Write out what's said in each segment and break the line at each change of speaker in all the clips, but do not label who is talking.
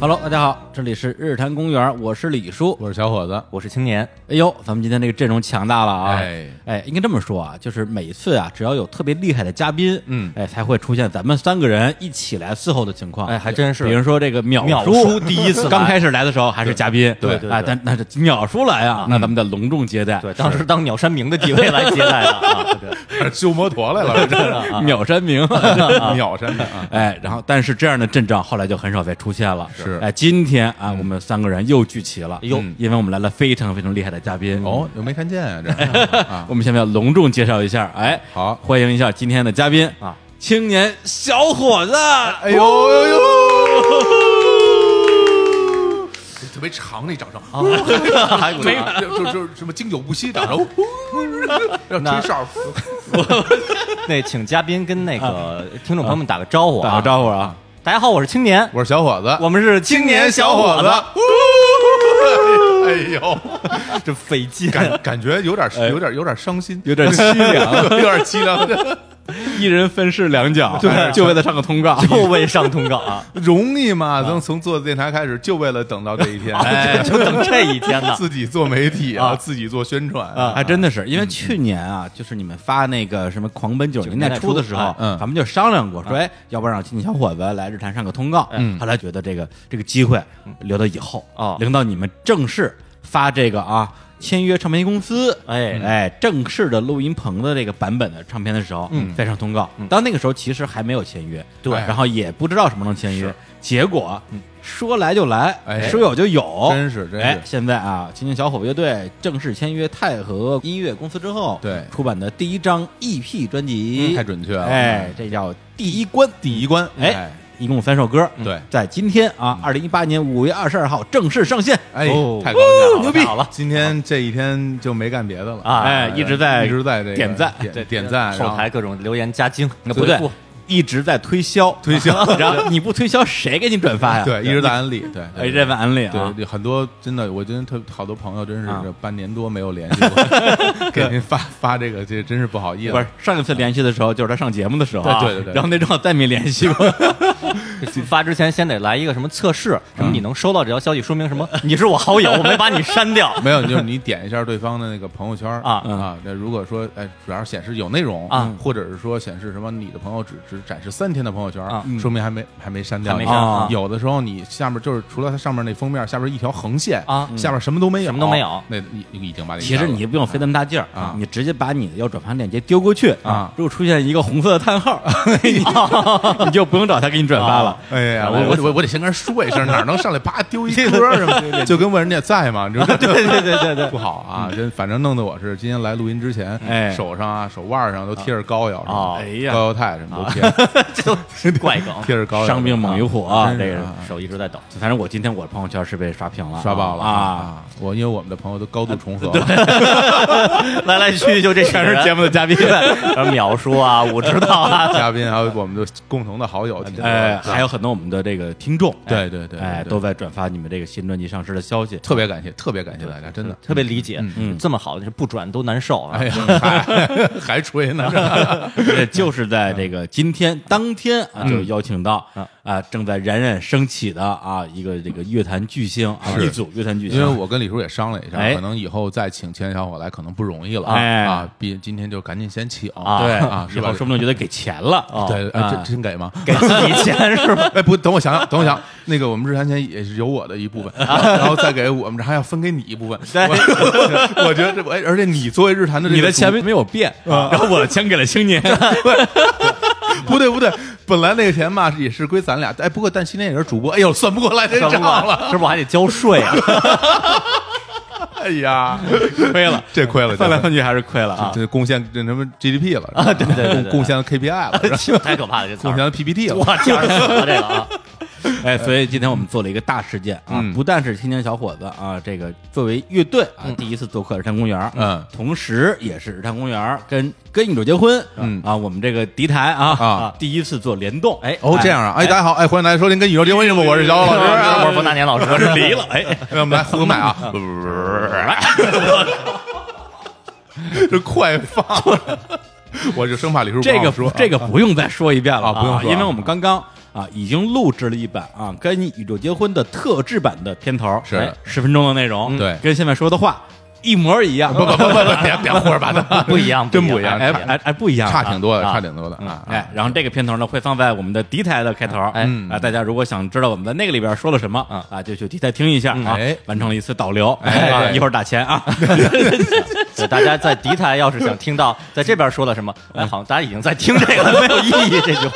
Hello，大家好，这里是日坛公园，我是李叔。
我是小伙子，
我是青年，
哎呦，咱们今天这个阵容强大了啊！
哎
应该这么说啊，就是每一次啊，只要有特别厉害的嘉宾，
嗯
哎，才会出现咱们三个人一起来伺候的情况。
哎还真是
比如说这个淼
淼
叔
叔第一次来
刚开始来的时候还是嘉宾，
对对
哎，
对
但那是淼叔来啊，那咱们得隆重接待。
对，当时当鸟山明的几位来接待的啊，对
修摩托来了，这
啊
是
嗯
淼啊山明，
秒删的啊！
哎，然后但是这样的阵仗后来就很少再出现了。
是
哎，今天啊，我们三个人又聚齐了，
嗯哎呦
因为我们来了非常非常厉害的嘉宾。
哦，又没看见啊，这 啊，
我们下面要隆重介绍一下，哎，
好
欢迎一下今天的嘉宾
啊，
青年小伙子。
哎呦呦呦！特别长那掌声，
啊 还有
没就就是什么经久不息掌声， 呼要吹哨，呼
那请嘉宾跟那个听众朋友们打个招呼
打
啊，
个招呼啊！
大家好，我是青 年，
我是小伙子，
我们是青年小伙
子
子，
呼。哎呦，
这费劲，哎
感感觉有点有点有点伤心，
有点凄凉
有点凄凉，
一人分饰两角，
对
就为了上个通告。
又为上通告啊，
容易吗？从从做电台开始，就为了等到这 一
啊
天，哎
哎，就等这一天呢，
自己做媒体啊，
啊
自己做宣传
啊
还真的是，因
嗯
为去年啊，就是你们发那个什么《狂奔九十年代初》的时候
哎，
嗯
咱们就商量过，说，哎，要不然让青年小伙子来日坛上个通告。
嗯
后来觉得这个这个机会留到以后，
哦
轮到你们正式发这个啊，签约唱片公司，
哎
哎，正式的录音棚的这个版本的唱片的时候，再上通告。当那个时候其实还没有签约，
嗯对嗯
然后也不知道什么能签约，结果说来就来，
哎
说有就有，
真是真是
哎现在啊，青年小伙乐队正式签约泰和音乐公司之后，
对
出版的第一张 EP 专辑，
嗯太准确了
哎，这叫第一关，
第一关，
哎，一共三首歌，
对
在今天啊，二零一八年五月二十二号正式上线，
哎
哦，
太高兴了，
牛逼
太好了！今天这一天就没干别的了
啊
哎，一直在
一直在这个
点赞，
点点赞，
后台各种留言加精，
那不对
回复，
一直在推销，
推销
然后你不推销谁给你转发呀？
然后 对，一直在安利，对，
哎，这份安利啊
对，，对，很多真的，我真的特好多朋友，真是
啊
这半年多没有联系 过，给您发发这个，这真是不好意思。
不是上一次联系的时候，就是他上节目的时候啊，
对对对对
然后那之后再没联系过，
发之前先得来一个什么测试，什么你能收到这条消息，说明什么？ 你是我好友，我没把你删掉，
没有，就是你点一下对方的那个朋友圈儿
啊
啊。那如果说哎，主要是显示有内容
啊，
或者是说显示什么你的朋友只只展示三天的朋友圈儿
啊，
说明还没还没删掉
还没
你。
删
啊
有的时候你下面就是除了它上面那封面，下边一条横线
啊
下边什么都没有，
什么都没有
那你你已经把你
其实你不用费那么大劲儿
啊
你直接把你的要转发链接丢过去
啊
如果出现一个红色的叹 号， 你你就不用找他给你转发了。
哎呀，我我我我得先跟人说一声，哪能上来叭丢一歌什么的，就跟问人家在嘛，你知道吗？对对对对对，不好啊，真反正弄得我是今天来录音之前，
哎
手上啊手腕上都贴着膏药什么
啊
哎
的，
呀，
膏药肽什么都贴，
这都怪梗，
贴着膏药，
伤病猛于虎啊，
真是
这个人
啊
手一直在抖。
反正我今天我的朋友圈是被刷屏了，
刷爆了
啊！！
我因为我们的朋友都高度重合，
来来去去就这全
全是节
目，
目的嘉宾，
然后
呃
淼叔啊，我知道 啊，
嘉宾还有我们的共同的好友，挺多的
哎，还有很多我们的这个听众，
对对对，
哎，
对
都在转发你们这个新专辑上市的消息。
特别感谢，特别感谢大家，真的。
特别理解，这么好的不转都难受啊
哎。呀，
嗯
还还吹呢，这
也就是在这个今天
嗯
当天啊，就邀请到啊正在冉冉升起的啊一个这个乐坛巨星啊
是
一组乐坛巨
因为
星，
我跟李叔也商量一下，
哎
可能以后再请青年小伙来可能不容易了
哎
啊，毕今天就赶紧先请
啊
对
啊，是
以后
吧？
说不定就得给钱了啊
对，哎真真给吗？
给自己 钱是吧？
哎，不，等我想想，等我想，那个我们日坛前也是有我的一部分，
啊
然后再给我们这还要分给你一部分，我 我觉得这哎，而且你作为日坛的这
你
个
的
主
钱没有变，
啊
然后我的钱给了青 年，
不对不对，本来那个钱嘛也是归咱俩，哎，不过但今天也是主播，哎呦，算不过来这
是
账了，
吧？是不是还得交税啊？
哎呀，
亏了，
这亏了，
算来
这
算去还是亏了啊。
这贡献这什么 GDP 了啊，对
对对对
贡献了 KPI 了， 是吧啊
太可怕了，这词
贡献
儿！
了 PPT 了，
我天儿，这 个啊，
哎，所以今天我们做了一个大事件啊，
嗯
不但是青年小伙子啊，这个作为乐队啊第一次做客日坛公园，
嗯
同时也是日坛公园跟跟一主结婚，
嗯
啊，我们这个敌台啊
啊
第一次做联动，哎
哦，这样啊！哎，大家好，哎，欢迎大家收听《跟宇宙结婚》节目，我 是小老师 啊，
我是冯大年老师，我是离了，哎，
哎我们来呼个麦啊！ 这快 放，我就生怕李叔不
这
好
个
说
这个不用再说一遍了
啊不用说啊
因为我们刚刚啊，已经录制了一版啊，跟你宇宙结婚的特制版的片头，哎
是嗯
十分钟的内容，
对
跟现在说的话一模一样，
不不不不不，别别胡说八道，
不一 样
真
不
不
一
一
样
样，
哎
差
哎哎，不一样，
差挺多的，
啊
差挺多的啊。
哎，然后这个片头呢会放在我们的敌台的开头，
哎
嗯啊，大家如果想知道我们在那个里边说了什么
嗯
啊，就去敌台听一下啊
哎，
完成了一次导流，
哎
啊
哎
一会儿打钱啊，
对大家在敌台要是想听到在这边说了什么，哎，好像大家已经在听这个了，没有意义这 句话。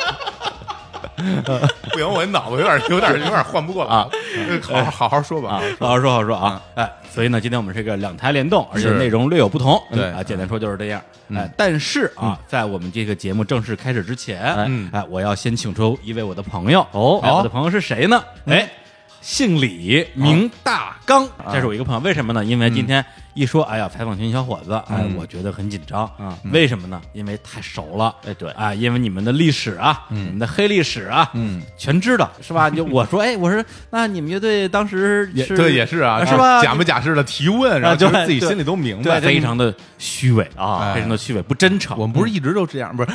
不行，我脑子有点 有点有点换不过来
啊，
呃好好好好说吧。
好好说好说啊，哎，所以呢，今天我们是一个两台联动，而且内容略有不同，
对
啊，简单说就是这样，哎，但是啊，在我们这个节目正式开始之前
嗯，
哎，我要先请出一位我的朋友，
哦
哎我的朋友是谁呢？哎。姓李，名大刚，这是我一个朋友。为什么呢？因为今天一说，哎呀，采访群小伙子，哎，我觉得很紧张。为什么呢？因为太熟了。
哎对
啊，因为你们的历史啊，你们的黑历史啊，
嗯，
全知道是吧？就我说，哎，我说，那你们乐队当时
也
是
对，也是啊，
是吧？
假模假式的提问，然后其
对
实自己心里都明
对，嗯
白。哎
非常的虚伪
啊
非常的虚伪，不真诚。
我们不是一直都这样，不是？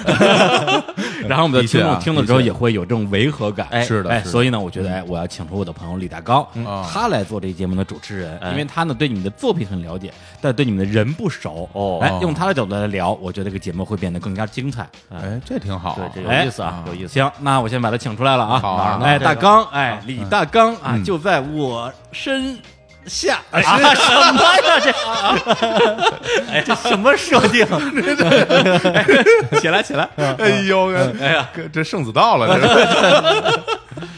然后我们的
的确
听
啊
众听了之后
的确嗯
也会有这种违和感，
哎
是的
哎，
是的
所以呢，我觉得，哎，我要请出我的朋友李大刚，
啊
他来做这个节目的主持人，
哎
因为他呢对你们的作品很了解，但对你们的人不熟，
哦
哎，用他的角度来聊，我觉得这个节目会变得更加精彩。
哎，这挺好。
对，这
哎
有意思啊，有意思。
行，那我先把他请出来了啊，
好啊
哎，
这个嗯
大刚，哎，李大刚啊，就在我身下，哎呀，
啊什么呀这？ 哎，这什么设 定？
起来起来，
嗯
哎呦，哎呀，这圣子到了，这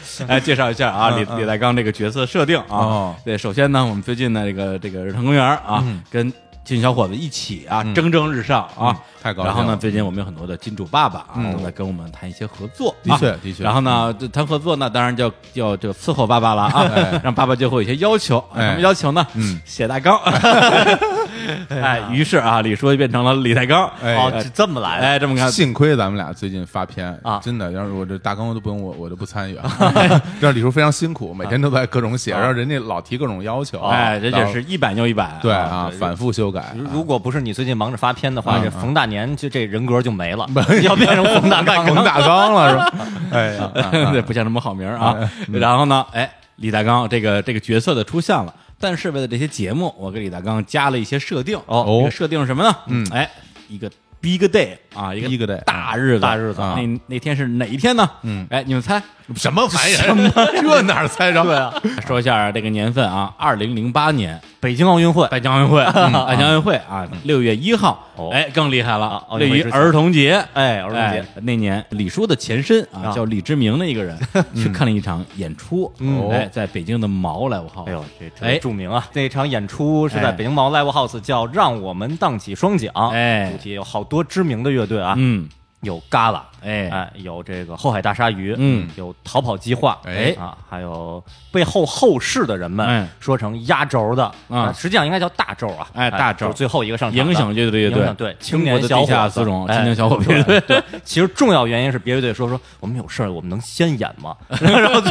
是
来介绍一下啊，李李大刚这个角色设定啊
嗯哦。嗯
对，首先呢，我们最近呢，这个这个日坛公园啊，跟金小伙子一起啊，蒸蒸日上啊，
太高兴了嗯
然后呢，最近我们有很多的金主爸爸啊，都在跟我们谈一些合作
的
啊，
确的确
然后呢，这谈合作呢，当然就要这个伺候爸爸了 啊，让爸爸就会有一些要求，啊
哎
什么要求呢？
嗯
写大 纲。哎，于是啊，李叔就变成了李大刚。
哎
哦，是这么来的。
哎，这么看，
幸亏咱们俩最近发片
啊
真的，要是我这大纲都不用我，我就不参与了。让李叔非常辛苦，每天都在各种写，然后人家老提各种要求，
哎，这就
到
是一版又一版。
哦对啊，
对
反复修改
如。如果不是你最近忙着发片的话，
嗯
这冯大年就这人格就没了，
嗯
要变成冯大
大
刚
纲
了。
大纲了是吧？哎 呀，啊 啊
对，不像什么好名儿啊。然后呢，哎，李大刚这个这个角色的出现了，但是为了这些节目，我给李大刚加了一些设定。
哦
这个设定是什么呢？嗯，哎，一个 big day 啊，一个
Big day
大日子，
大日子
啊
啊
那那天是哪一天呢？嗯，哎，你们猜？
什么玩意儿？这哪儿猜着？对啊，
说一下这个年份啊，二零零八年
北京奥运会，
北京奥运会，嗯北京奥运会啊，六月一号
哦，
哎，更厉害
啊
了，
奥
对
运会
于
之前
儿童节，
哎，儿 童
哎
节，
那年李叔的前身啊，
啊嗯
叫李志明的一个 人，去看了一场演出，
嗯
哎，在北京的毛来我号，
哎呦，这特
哎
别著名啊！那场演出是
哎
在北京毛 Live House，叫《让我们荡起双桨》，
哎
主题有好多知名的乐队啊，
嗯，
有 Gala，
哎
哎，有这个后海大鲨鱼，
嗯，
有逃跑计划，
哎
啊，还有被后后世的人
哎
们说成压轴的，
啊
实际上应该叫大轴啊，
哎大轴
就是最后一个上场的
影响乐队乐
影
队，
响对青
中国
年
的
小
地
伙
下
子
丝绒，
哎
青年小伙乐队，
对，其实重要原因是别的队说说我们有事儿，我们能先演吗？ 然后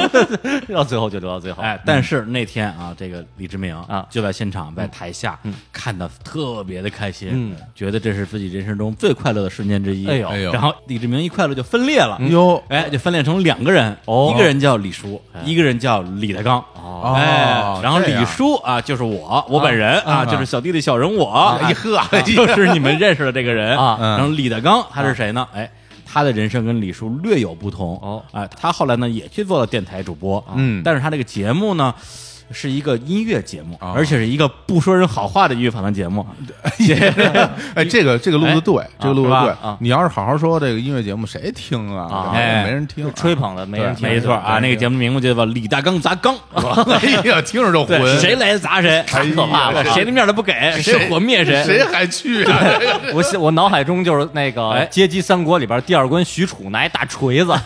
最到最后就留到最后。
哎，但是那天啊，这个李志明
嗯啊
就在现场，在台下看的特别的开心，
嗯，
觉得这是自己人生中最快乐的瞬间之一。
哎呦哎
呦
然后李志明一快乐就分裂了，
哟
哎，就分裂成两个人，
哦哎
一个人叫李叔，一个人叫李大刚。
哦
哎，然后
这样
李叔啊，就是我，我本人啊，
啊
就是小弟弟小人我，
哎
哎
呵，
就是你们认识的这个人
啊
然后李大刚他是谁呢？哎。他的人生跟李叔略有不同
哦啊
啊，他后来呢也去做了电台主播，
嗯
啊但是他这个节目呢是一个音乐节目，
哦
而且是一个不说人好话的音乐访谈节目，
哎，这个这个路子对，这个路子
是吧
对
啊。
你要是好好说这个音乐节目，谁听啊？
哎
没人听
就
啊，
吹捧了，没人 听。
没错啊，那个节目名字就叫《李大刚砸缸》，
哎呀，听着就
对，
混，
谁来砸谁，太
可怕了
谁的面都不给，谁火灭谁，
谁还去啊？
我 心我脑海中就是那个
哎
《街机三国》里边第二关许褚拿一大 锤子，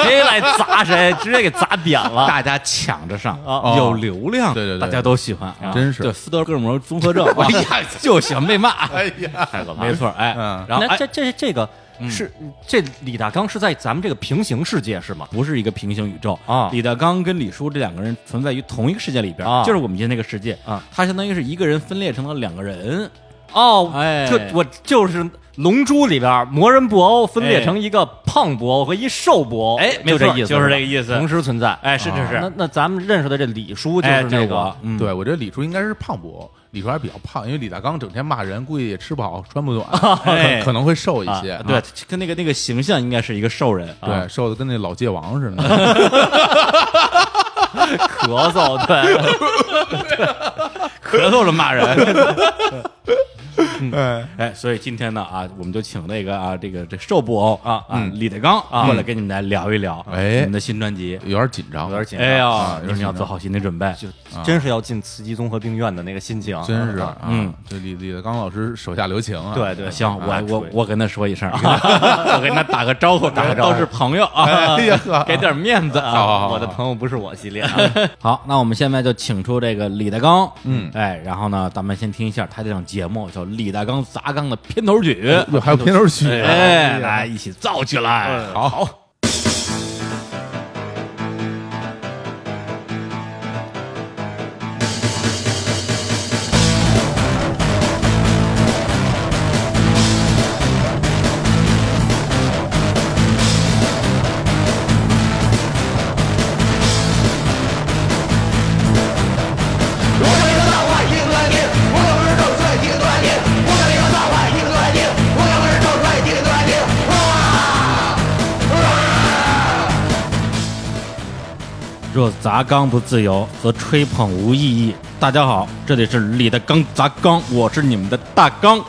谁来砸谁，直接给砸扁了。
大家抢着上
啊，
有流量，
对对对
大家都喜欢啊，
真是
对斯德哥尔摩综合症，
哎呀
就喜欢被骂，
哎呀，
太可怕
没
了。
错，哎
嗯，
然后
那
哎，
这这这个是这李大刚是在咱们这个平行世界是吗？
不是一个平行宇宙
啊
李大刚跟李叔这两个人存在于同一个世界里边，
啊
就是我们今天这个世界
啊，
他相当于是一个人分裂成了两个人。
哦，
哎
这我就是《龙珠》里边魔人布欧分裂成一个胖布欧和一瘦布欧，
哎没
就
错
这意思，
就是这个意思
同时存在。啊
哎，是是是，
那那咱们认识的这李叔就
哎，
是
这
那
是我
个，
嗯，
对，我觉得李叔应该是胖不欧，李叔还比较胖，因为李大刚整天骂人，估计也吃不好穿不暖，
哎
可可能会瘦一
啊
些。
对，跟那个那个形象应该是一个兽人，啊
对，瘦的跟那老界王似的。
咳嗽，对，
咳嗽了骂人。
哎，
哎，所以今天呢啊，我们就请那个啊，这个这瘦布偶啊啊
嗯
李德刚啊过来跟你们来聊一聊，
哎
你们的新专辑。
有点紧张，
有点紧张
哎
啊
呀，
有
你
点
们
紧
要
张
做好心理准备。
就真是要进慈济综合病院的那个心情，
真是
啊
啊，
嗯，
这李李德刚老师手下留情啊，
对对，
哎行，我
啊
我
吹
我跟他说一声，我跟他打个招呼，打个 招呼，都是朋友啊
哎呀呵，
给点面子
好
啊。
好好
我的朋友不是我系列啊，
好，那我们现在就请出这个李大刚，
嗯
哎，然后呢，咱们先听一下他这档节目叫《李大刚砸缸》的片头曲，
哟，还有片头曲，
哎，来一起造起来。
好好，
我把这个大话一个个念，我要个人找出来一个个念，我把这个大话一个个念，我要个人找出来一个个念。
若砸缸不自由，则吹捧无意义。大家好，这里是李大刚砸缸，我是你们的大刚。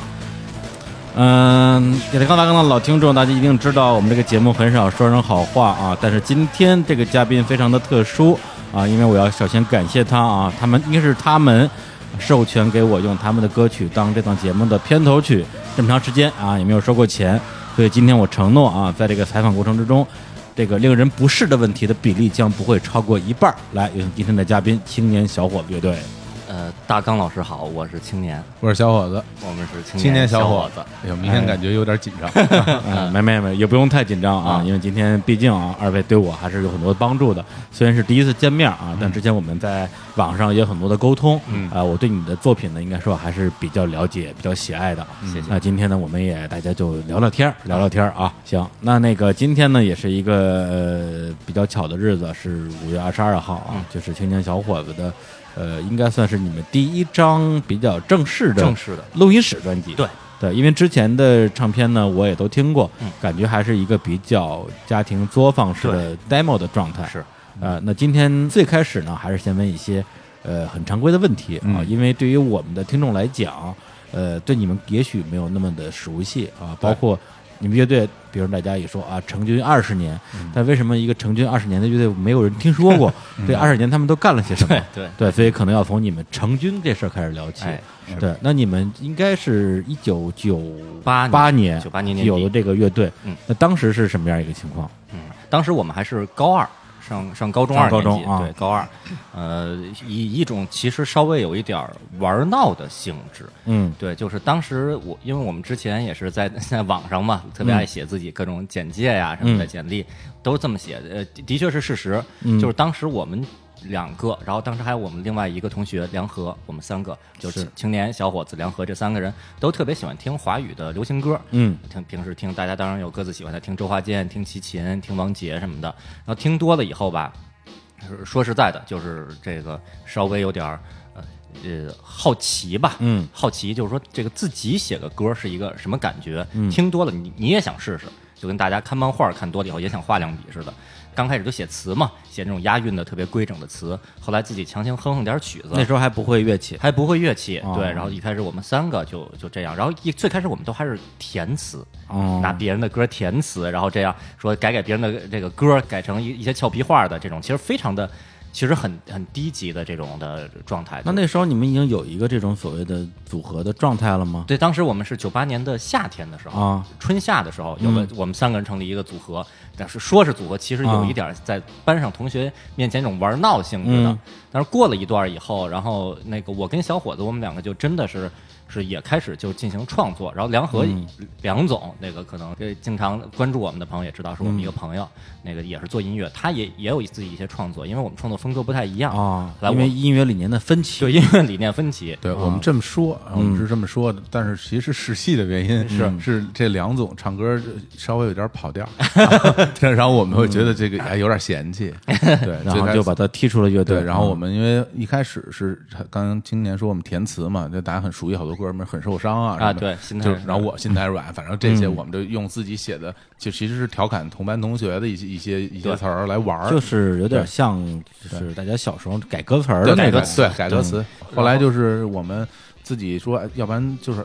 嗯，李大刚砸缸的老听众，大家一定知道，我们这个节目很少说人好话啊。但是今天这个嘉宾非常的特殊啊，因为我要首先感谢他啊，他们应该是他们授权给我用他们的歌曲当这档节目的片头曲，这么长时间啊也没有收过钱，所以今天我承诺啊，在这个采访过程之中，这个令人不适的问题的比例将不会超过一半儿。来，有请今天的嘉宾，青年小伙乐队。
呃，大刚老师好，我是青年，
我是小伙子，
我们是
青年
小
伙
子，，
哎呦，明显感觉有点紧张，
嗯，没没没，也不用太紧张啊，
啊
因为今天毕竟啊，二位对我还是有很多帮助的。虽然是第一次见面啊，但之前我们在网上也有很多的沟通，嗯，啊，我对你的作品呢，应该说还是比较了解、比较喜爱的。
谢谢
那今天呢，我们也大家就聊聊天儿，聊聊天儿啊。行，那那个今天呢，也是一个呃比较巧的日子，是五月二十二号啊，就是青年小伙子的。呃，应该算是你们第一张比较正式的
正式的
录音室专辑。
对
对，因为之前的唱片呢，我也都听过，
嗯
感觉还是一个比较家庭作坊式的 demo 的状态。
是，
呃，那今天最开始呢，还是先问一些呃很常规的问题
嗯
啊，因为对于我们的听众来讲，呃，对你们也许没有那么的熟悉啊，包括你们乐队，比如大家也说啊，成军二十年，
嗯
但为什么一个成军二十年的乐队没有人听说 过？这二十年他们都干了些什么？
对对
所以可能要从你们成军这事儿开始聊起。
哎
对，那你们应该是一九九
八
八
年
年
98年年底
有了这个乐队，
嗯
那当时是什么样一个情况？
当时我们还是高二，上上高中
上
二年级，
高中啊
对高二，呃，以一种其实稍微有一点儿玩闹的性质。
嗯
对，就是当时我，因为我们之前也是在在网上嘛，特别爱写自己各种简介呀、什么的，
嗯
简历都是这么写的，呃，的的确是事实。
嗯
就是当时我们两个，然后当时还有我们另外一个同学梁和，我们三个就是
是
青年小伙子梁和这三个人都特别喜欢听华语的流行歌，
嗯，
听平时听，大家当然有各自喜欢的，听周华健、听齐秦、听王杰什么的。然后听多了以后吧，呃说实在的，就是这个稍微有点儿呃呃好奇吧，
嗯，
好奇就是说这个自己写个歌是一个什么感觉，
嗯
听多了你你也想试试，就跟大家看漫画看多了以后也想画两笔似的。刚开始就写词嘛，写那种押韵的特别规整的词，后来自己强行哼哼点儿曲子，
那时候还不会乐器，
还不会乐器，
哦
对。然后一开始我们三个就就这样，然后一最开始我们都还是填词，
哦
拿别人的歌填词，然后这样说改改别人的这个歌，改成一一些俏皮话的这种，其实非常的，其实很很低级的这种的状态。
那那时候你们已经有一个这种所谓的组合的状态了吗？
对，当时我们是九八年的夏天的时候，
啊
春夏的时候，
嗯
有个、我们三个人成立一个组合，但是说是组合，其实
啊
有一点儿在班上同学面前这种玩闹性质的。
嗯
但是过了一段以后，然后那个我跟小伙子，我们两个就真的是是也开始就进行创作。然后梁和、
嗯
梁总那个可能呃经常关注我们的朋友也知道是我们一个朋友，
嗯
那个也是做音乐，他也也有自己一些创作，因为我们创作风格不太一样
啊，
来我
因为音乐理念的分歧，
对音乐理念分歧，
对我们这么说，啊我们是这么说的，但是其实实戏的原因是是这梁总唱歌稍微有点跑调，然后我们会觉得这个哎有点嫌弃，对，
然
最
后
开
就
始
把他嗯踢出了乐队。
对，然后我们因为一开始是刚刚青年说我们填词嘛，就大家很熟悉好多歌，们很受伤啊
啊
什么的
对心态
就
软
然后我心态软，反正这些我们就用自己写的，就其实是调侃同班同学的一些一些一些词儿来玩儿，
就是有点像，就是大家小时候改歌词儿嗯的
对
那
对
种，
对改歌词。后来就是我们自己说，哎要不然就是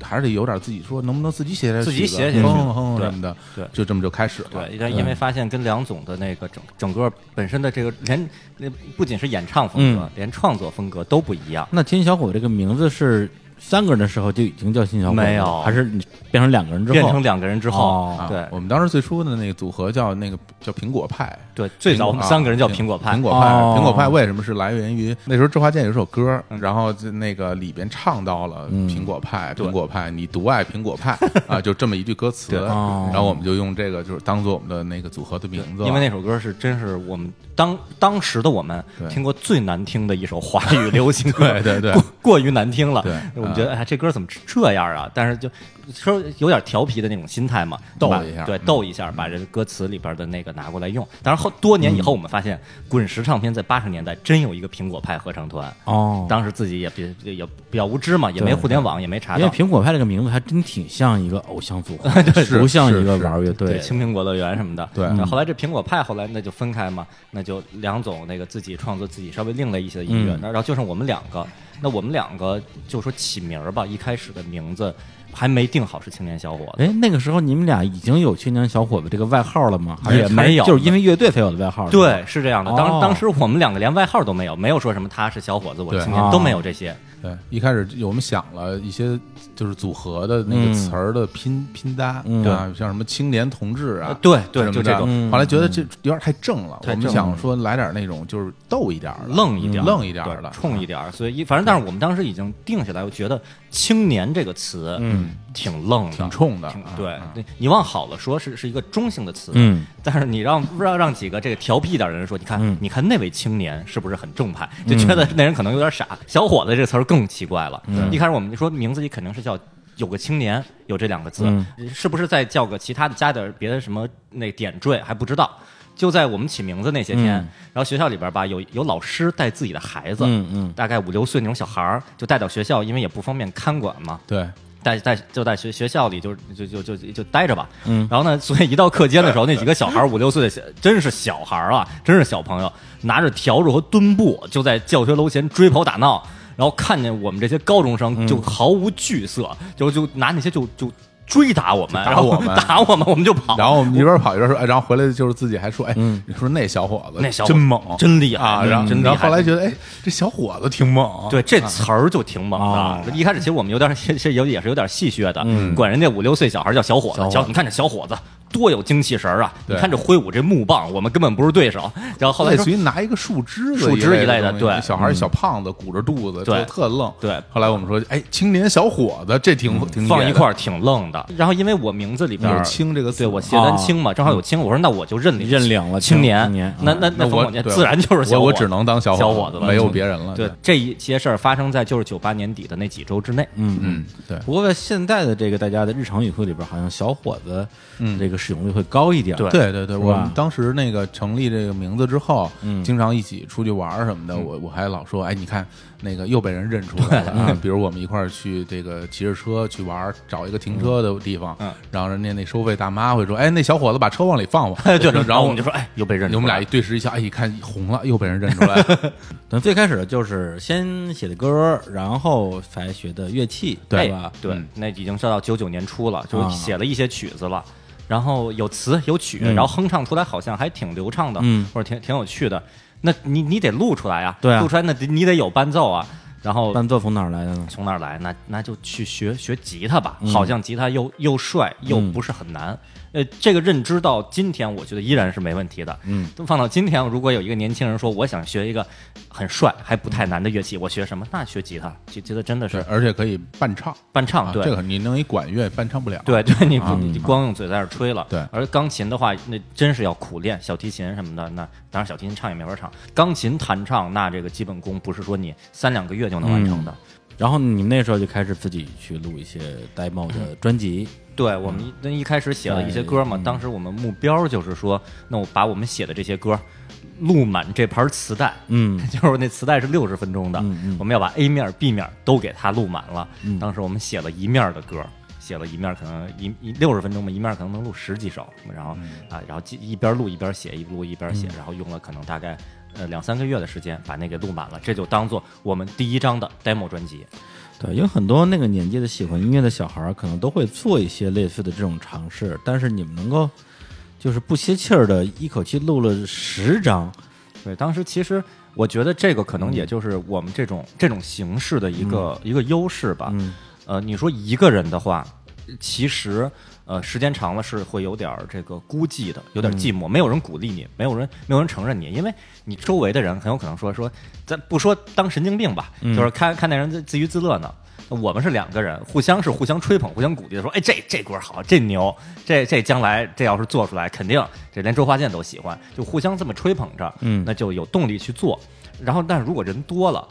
还是得有点自己说，能不能自己写点
自己
曲子
写写曲
哼
子
哼
对
什么的，
对
就这么就开始了。
对，但因为发现跟梁总的那个整整个本身的这个连那不仅是演唱风格，连创作风格都不一样。
那金小虎这个名字是三个人的时候就已经叫金小虎了吗，
没有
还是你变成两个人之后？
变成两个人之后，
哦
啊
对
我们当时最初的那个组合叫那个叫苹果派。
对，最早我们三个人叫苹果派，
啊苹果派，
哦
苹果派为什么是来源于那时候周华健有一首歌，
嗯
然后就那个里边唱到了
嗯
苹果派，苹果派，你独爱苹果派啊，就这么一句歌词，
哦
然后我们就用这个就是当做我们的那个组合的名字了，
因为那首歌是真是我们当当时的我们
对
听过最难听的一首华语流行歌，
对对对
过过于难听了。
对嗯
我们觉得哎，这歌怎么这样啊？但是就说有点调皮的那种心态嘛，
逗
把
一下
对，
嗯
逗一下，把这歌词里边的那个拿过来用。但是后多年以
嗯
后，我们发现滚石唱片在八十年代真有一个苹果派合唱团。
哦，
当时自己也比也比较无知嘛，也没
对
互联网，也没查
因为
到。
苹果派这个名字还真挺像一个偶像组 合，不像一个玩儿乐队。
青苹果乐园什么的。
对嗯
然后后来这苹果派后来那就分开嘛，那就梁总那个自己创作自己稍微另类一些的音
嗯
乐，那然后就剩我们两个，那我们两个就说起名儿吧，一开始的名字还没定好是青年小伙子。
哎，那个时候你们俩已经有“青年小伙子”这个外号了吗？还是
也没有
就是因为乐队才有的外号。是吧
对，，是这样的。
哦
当、当时我们两个连外号都没有，没有说什么他是小伙子，我是
对嗯
青年，
哦
都没有这些。
对，一开始我们想了一些就是组合的
嗯
那个词儿的拼、拼搭，
嗯
对吧？像什么青年同志啊
呃，对对
什么
就这
的
种
嗯
后来觉得这有点太正了，
太
我
正
们想说来点那种就是逗一点儿的、
愣一点
嗯
儿，
愣一点儿
对
的
冲一点儿，所以一反正，但是我们当时已经定下来，我觉得“青年”这个词，嗯，挺愣的，
挺冲的
挺
啊
对
啊，
对你往好了说是是一个中性的词，
嗯，
但是你让让让几个这个调皮一点的人说，你看、
嗯
你看那位青年是不是很正派？就觉得那人可能有点傻。小伙子这个词儿更奇怪了，
嗯
一开始我们就说名字里肯定是叫。有个青年，有这两个字，
嗯
是不是再叫个其他的加点儿别的什么那点缀还不知道？就在我们起名字那些天，
嗯
然后学校里边吧，有有老师带自己的孩子，
嗯嗯
大概五六岁那种小孩儿，就带到学校，因为也不方便看管嘛，
对，
在在就在学学校里就就就就就待着吧。嗯，然后呢，所以一到课间的时候，那几个小孩儿五六岁的小，真是小孩儿啊，真是小朋友，拿着笤帚和墩布就在教学楼前追跑打闹，然后看见我们这些高中
嗯
生就毫无惧色，就就拿那些就就追打我们，
打
然后
我们
打我们，我们就跑。
然后我们一边跑一边说，哎，然后回来就是自己还说，哎，你说那小伙子
嗯那小伙
真猛，
真厉害
啊！然后
真厉害
然后后来觉得，哎，这小伙子挺猛，啊
对，这词儿就挺猛的。
啊
一开始其实我们有点是是有也是有点戏谑的，
嗯
管人家五六岁小孩叫小伙子，小你看这小伙子多有精气神儿啊！你
对
看这挥舞这木棒，我们根本不是对手。然后后来
类
说
似于拿一个树枝子
树枝一类
的
的
东西
对嗯
小孩儿小胖子鼓着肚子，
对
就特愣。
对嗯
后来我们说，哎，青年小伙子，这挺挺
放一块
儿，
儿挺愣的。然后因为我名字里边
有
儿
“青”这个字，啊嗯
对我谢丹青嘛，正好有青，我说那我就认领
认领了
青
青
年
青年
那那
那
那冯
我
巩年
对
自然就是小
我
伙
我
子
只能当小
小
伙
伙子了，
没有
嗯
别人了。
对这一些事儿发生在就是九八年底的那几周之内，嗯，
嗯，对，
不过在现在的这个大家的日常语汇里边，好像“小伙子”这个使用率会高一点。
嗯对
对对对，
吧
我们当时那个成立这个名字之后，
嗯
经常一起出去玩儿什么的，我我还老说，哎，你看那个又被人认出 来了
嗯
啊。比如我们一块儿去这个骑着车去玩儿，找一个停车的地
嗯
方，然后人家那收费大妈会说，哎，那小伙子把车往里放吧。
哎 对，
然
然后
后
我们就说哎又被认出来了，
我们俩一对视一下，哎，一看红了，又被人认出来 了。
等最开始就是先写的歌，然后才学的乐器，
对
吧？
哎对
嗯，
那已经是到九九年初了，就
啊
写了一些曲子了。然后有词有曲，
嗯
然后哼唱出来好像还挺流畅的，
嗯
或者挺挺有趣的。那你你得录出来啊，
对啊
录出来那得你得有伴奏啊。然后
伴奏从哪儿来的呢？
从
嗯
哪儿来？那那就去学学吉他吧，好像吉他又又帅又不是很难。呃，这个认知到今天，我觉得依然是没问题的。
嗯，
都放到今天，如果有一个年轻人说我想学一个很帅还不太难的乐器，我学什么？那学吉他，吉吉他真的
对，
是
而且可以伴唱
伴唱，
啊，
对，
这个你弄一管乐伴唱不了，
对对，你不、
啊
你光用嘴在那儿吹了。
对
而钢琴的话，那真是要苦练，小提琴什么的，那当然小提琴唱也没法唱，钢琴弹唱那这个基本功不是说你三两个月就能完成的。
嗯
然后你们那时候就开始自己去录一些 demo 的专辑，
对我们一那一开始写了
哎
一些歌
嗯
嘛，当时我们目标就是说，那我把我们写的这些歌录满这盘磁带，
嗯，
就是那磁带是六十分钟的，
嗯嗯
我们要把 A 面、B 面都给它录满了。当时我们写了一面的歌，写了一面可能一一六十分钟嘛，一面可能能录十几首，然后、啊，然后记一边录一边写，一录一边写，然后用了可能大概。呃，两三个月的时间把那给录满了，这就当做我们第一张的 demo 专辑。
对，因为很多那个年纪的喜欢音乐的小孩儿，可能都会做一些类似的这种尝试，但是你们能够就是不歇气儿的一口气录了十张，
对，当时其实我觉得这个可能也就是我们这种、这种形式的一个、一个优势吧。
嗯
呃，你说一个人的话，其实呃时间长了是会有点儿这个孤寂的，有点寂寞，没有人鼓励你，没有人没有人承认你，因为你周围的人很有可能说说，咱不说当神经病吧，就是看看那人自自娱自乐呢。我们是两个人，互相是互相吹捧、互相鼓励的，说：“哎，这这歌好，这牛，这这将来这要是做出来，肯定这连周华健都喜欢。”就互相这么吹捧着，
嗯
那就有动力去做。然后，但是如果人多了，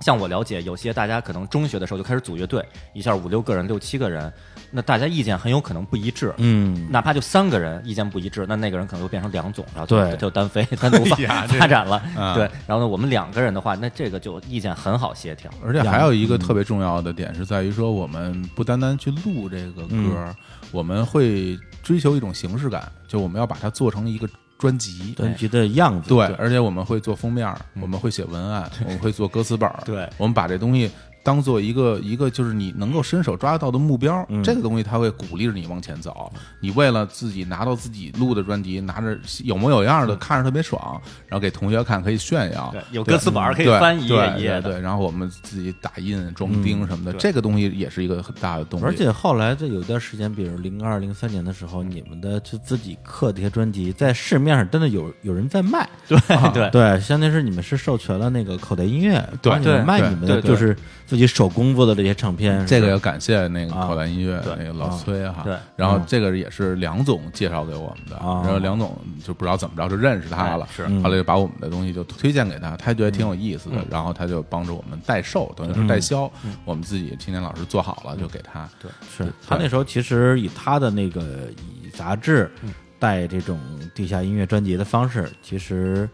像我了解，有些大家可能中学的时候就开始组乐队，一下五六个人、六七个人，那大家意见很有可能不一致。
嗯，
哪怕就三个人意见不一致，那那个人可能就变成梁总，然后就
对
就就单飞单独发
哎呀这
发展了。
啊
对，然后呢，我们两个人的话，那这个就意见很好协调。
而且还有一个
嗯
特别重要的点是在于说，我们不单单去录这个歌，
嗯
我们会追求一种形式感，就我们要把它做成一个专辑。
专辑的样子，
对，而且我们会做封面儿，我们会写文案，我们会做歌词本儿，
嗯对
我们把这东西当做一个一个就是你能够伸手抓得到的目标，
嗯
这个东西它会鼓励着你往前走。你为了自己拿到自己录的专辑，拿着有模有样的，看着特别爽，然后给同学看可以炫耀，
嗯对，有歌词本儿可以
对
翻一页
啊嗯对
一页
对
的。
对，然后我们自己打印、装订什么的，
嗯对
这个东西也是一个很大的动力。
而且后来这有一段时间，比如零二零三年的时候，你们的就自己刻这些专辑，在市面上真的有有人在卖，
对
啊
对
对，相当于是你们是授权了那个口袋音乐，
对
帮你们
对
卖
对
你们的
对对
就是自己手工做的这些唱片，
这个
是
要
吧
感谢那个口袋音乐、
啊对啊
那个老崔哈，
对啊
然后这个也是梁总介绍给我们的，
啊
然后梁总就不知道怎么着就认识他了
哎，是嗯
后来就把我们的东西就推荐给他，他觉得挺有意思的，然后他就帮助我们代售，等于是代销，
嗯
我们自己青年老师做好了就给他，对
是他那时候其实以他的那个以杂志
嗯
带这种地下音乐专辑的方式，其实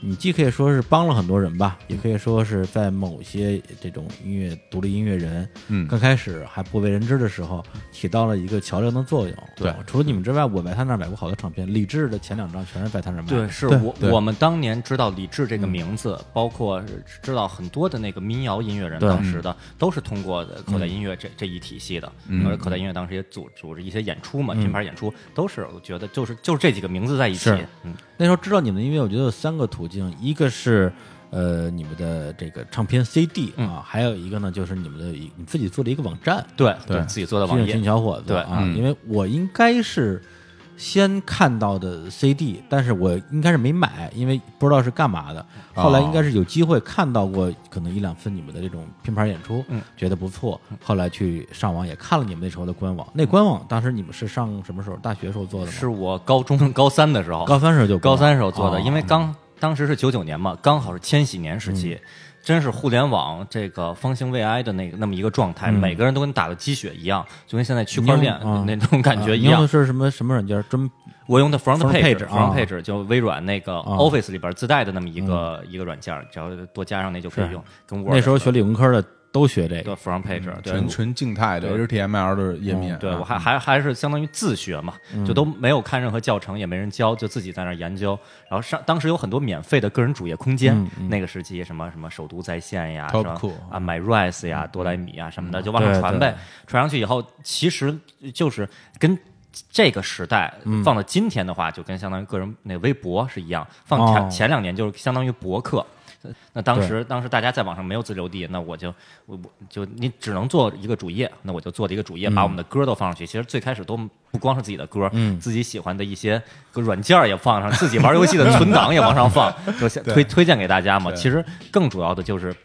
你既可以说是帮了很多人吧，
嗯
也可以说是在某些这种音乐独立音乐人，
嗯
刚开始还不为人知的时候，起到了一个桥梁的作用。
对
吧除了你们之外，我在他那儿买过好多唱片，李志的前两张全是在他那儿买的。
对，是
对
我
对嗯
我们当年知道李志这个名字，包括知道很多的那个民谣音乐人，
对
当时的都是通过口袋音乐这这一体系的，
嗯
而口袋音乐当时也组组织一些演出嘛，品牌演出都是我觉得就是就是这几个名字在一起
是，
嗯，
那时候知道你们的音乐，我觉得有三个途径，一个是呃你们的这个唱片 CD
嗯
啊，还有一个呢就是你们的一你自己做的一个网站，
对
对
自己做的
新
网
人
页
群，小伙子
对
啊，
嗯
因为我应该是先看到的 CD，但是我应该是没买，因为不知道是干嘛的。
哦
后来应该是有机会看到过可能一两次你们的这种拼盘演出，
嗯嗯
觉得不错，后来去上网也看了你们那时候的官网。那官网当时你们是上什么时候？大学时候做的吗？
是我高中高三的时候，
高三时候就
高三时候做的，因
为
为刚当时是九九年嘛，刚好是千禧年时
嗯
期，真是互联网这个方兴未艾的那个那么一个状态，每个人都跟打了鸡血一样，就跟现在区块链
嗯你用啊
那种感觉一
你用
样
的。是什么什么软件？真
我用的 Front
Front Page，啊
Page，Front Page 就微软那个 Office 里边自带的那么一个一个软件，只要多加上那就可以
嗯是
用。跟 Word
那时候学理工科
嗯
的都学嗯这
对
个，
Front Page，对
纯纯静态的
对嗯
HTML 的页面，
对，
啊
我还还还是相当于自学嘛，就都没有看任何教程，也没人教，就自己在那儿研究。然后上当时有很多免费的个人主页空间，那个时期什么什么首都在线呀，什
Top
么
Cool
啊 MyRise 呀、多莱米啊什么的，就往上
对
传
对
呗。传上去以后，其实就是跟。这个时代放到今天的话，就跟相当于个人那微博是一样。放前
哦
前两年就是相当于博客，那当时当时大家在网上没有自留地，那我就我我就你只能做一个主页，那我就做了一个主页，把我们的歌都放上去。其实最开始都不光是自己的歌，
嗯
自己喜欢的一些个软件儿也放上，自己玩游戏 的存档也往上放，就先推推荐给大家嘛。其实更主要的就是。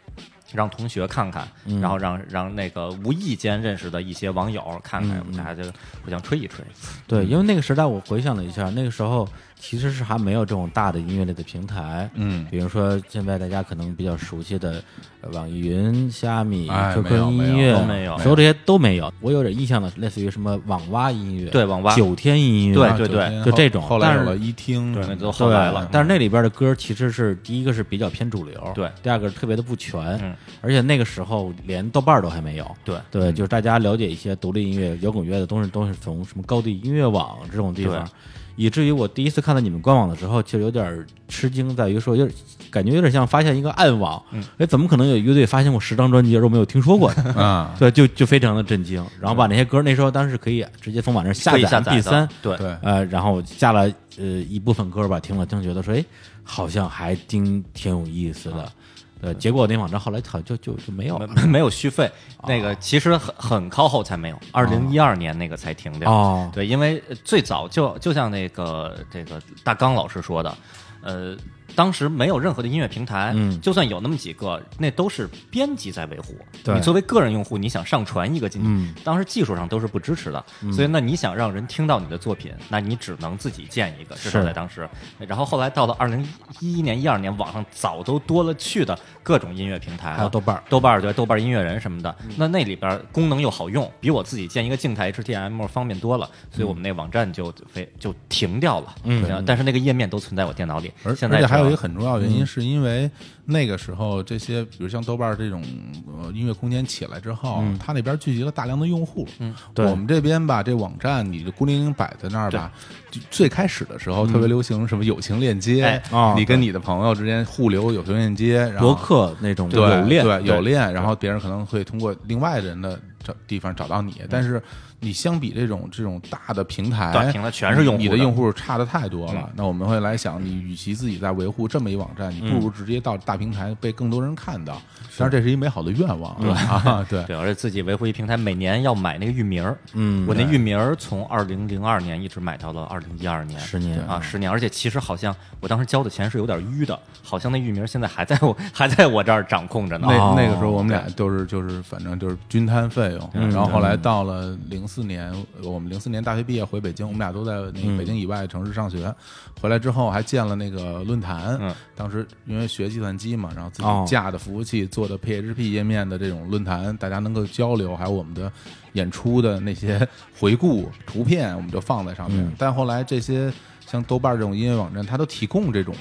让同学看看，
嗯
然后让让那个无意间认识的一些网友看
嗯
看，大家就互相吹一吹。
对，
嗯
因为那个时代我回想了一下，那个时候其实是还没有这种大的音乐类的平台，
嗯
比如说现在大家可能比较熟悉的呃网易云、虾米、
哎
QQ
没有没有
音乐
都没有
所有这些都没有。我有点印象的，类似于什么网吧音乐，
对网吧
九天音乐，
对
啊
对
九
对
天
就
后
这种
后来
但
有
是
了一听，
对，那
对
都后来了。
嗯
但是那里边的歌其实是第一个是比较偏主流，
对
第二个是特别的不全，
嗯
而且那个时候连豆瓣儿都还没有，
对
对，就是大家了解一些独立音乐、摇滚乐的都是都是从什么高地音乐网这种地方
对，
以至于我第一次看到你们官网的时候，其实有点吃惊，在于说有点感觉有点像发现一个暗网，
嗯
哎、怎么可能有乐队发现过十张专 辑而我没有听说过的？
啊，
对，就就非常的震惊，然后把那些歌那时候当时可以直接从网上下
可以
载
下载
MP 三
的，对
对
呃，然后下了呃一部分歌吧，听了听，觉得说，哎，好像还挺挺有意思
啊
的。呃，结果那网站后来好像就就就没有啊了。
没没有续费，那个其实很很靠后才没有，二零一二年那个才停掉。
哦
对，因为呃最早就就像那个这个大刚老师说的，呃，当时没有任何的音乐平台，
嗯
就算有那么几个，那都是编辑在维护。
对
你作为个人用户，你想上传一个进去，
嗯
当时技术上都是不支持的，所以那你想让人听到你的作品，那你只能自己建一个，至少
是
在当时。然后后来到了二零一一年、一二年，网上早都多了去的各种音乐平台了，
还有豆瓣儿
豆瓣儿对豆瓣儿音乐人什么的，
嗯
那那里边儿功能又好用，比我自己建一个静态 HTML 方便多了，所以
嗯
我们那网站就非就停掉了。嗯，但是那个页面都存在我电脑里。
而
现
而
在
且还有一
只
个
要
很重要原因，是因为那个时候这些，比如像豆瓣儿这种呃音乐空间起来之后，它那边聚集了大量的用户。嗯，
对
我们这边吧，这网站你就孤零零摆在那儿吧。就最开始的时候，特别流行什么友情链接
哎
啊，
你跟你的朋友之间互留友情链接，然
博
后
客那种
对
有链，
对有链，然后别人可能会通过另外人的找地方找到你，但是你相比这种这种大的平台，
对平台全是用户
你的
的
用户差的太多了。那我们会来想，你与其自己在维护这么一网站，你不如直接到大平台被更多人看到。当然，这是一美好的愿望，对啊，对
对，而且自己维护一平台，每年要买那个域名儿。
嗯
我那域名儿从二零零二年一直买到了二零一二年，
十年
嗯
啊，十年。而且其实好像我当时交的钱是有点淤的，好像那域名儿现在还在我还在我这儿掌控着呢。
那
哦
那个时候我们俩都是就是反正就是均摊费用，然后后来到了零四年，我们零四年大学毕业回北京，我们俩都在那个北京以外的城市上学，回来之后还建了那个论坛
嗯，
当时因为学计算机嘛，然后自己
哦
架的服务器做的 PHP 页面的这种论坛，大家能够交流，还有我们的演出的那些回顾图片，我们就放在上面。但后来这些像豆瓣这种音乐网站，它都提供这种。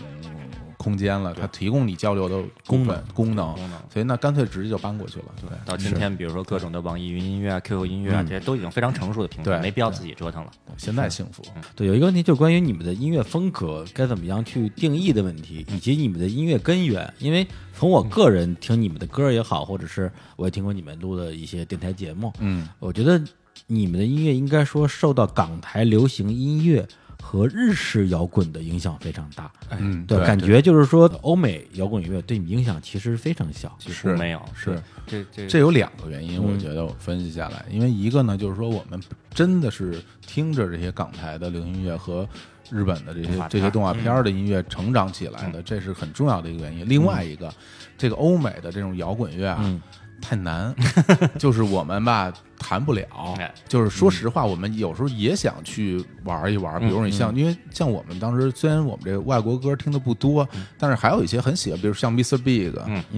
空间了，它提供你交流的功能功能，所以那干脆直接就搬过去了，对。嗯
到今天，比如说各种的网易云音乐啊、QQ 音乐啊，这些都已经非常成熟的平台，
对
没必要自己折腾了。
现在幸福，
嗯
对，有一个问题就是关于你们的音乐风格该怎么样去定义的问题，以及你们的音乐根源。因为从我个人听你们的歌也好，或者是我也听过你们录的一些电台节目，
嗯，
我觉得你们的音乐应该说受到港台流行音乐和日式摇滚的影响非常大。
嗯，
对，感觉就是说欧美摇滚乐对你们影响其实非常小。
几乎
是
没有，
是嗯
这这
这有两个原因，我觉得我分析下来，因为一个呢，就是说我们真的是听着这些港台的流行音乐和日本的这
动
些
画片嗯
这些动画片儿的音乐成长起来的，这是很重要的一个原因。另外一个，这个欧美的这种摇滚乐啊。太 难，就是我们吧谈不了
哎。
就是说实话，我们有时候也想去玩一玩，比如你像，因为像我们当时虽然我们这个外国歌听的不多，但是还有一些很喜欢，比如像 Mr. Big，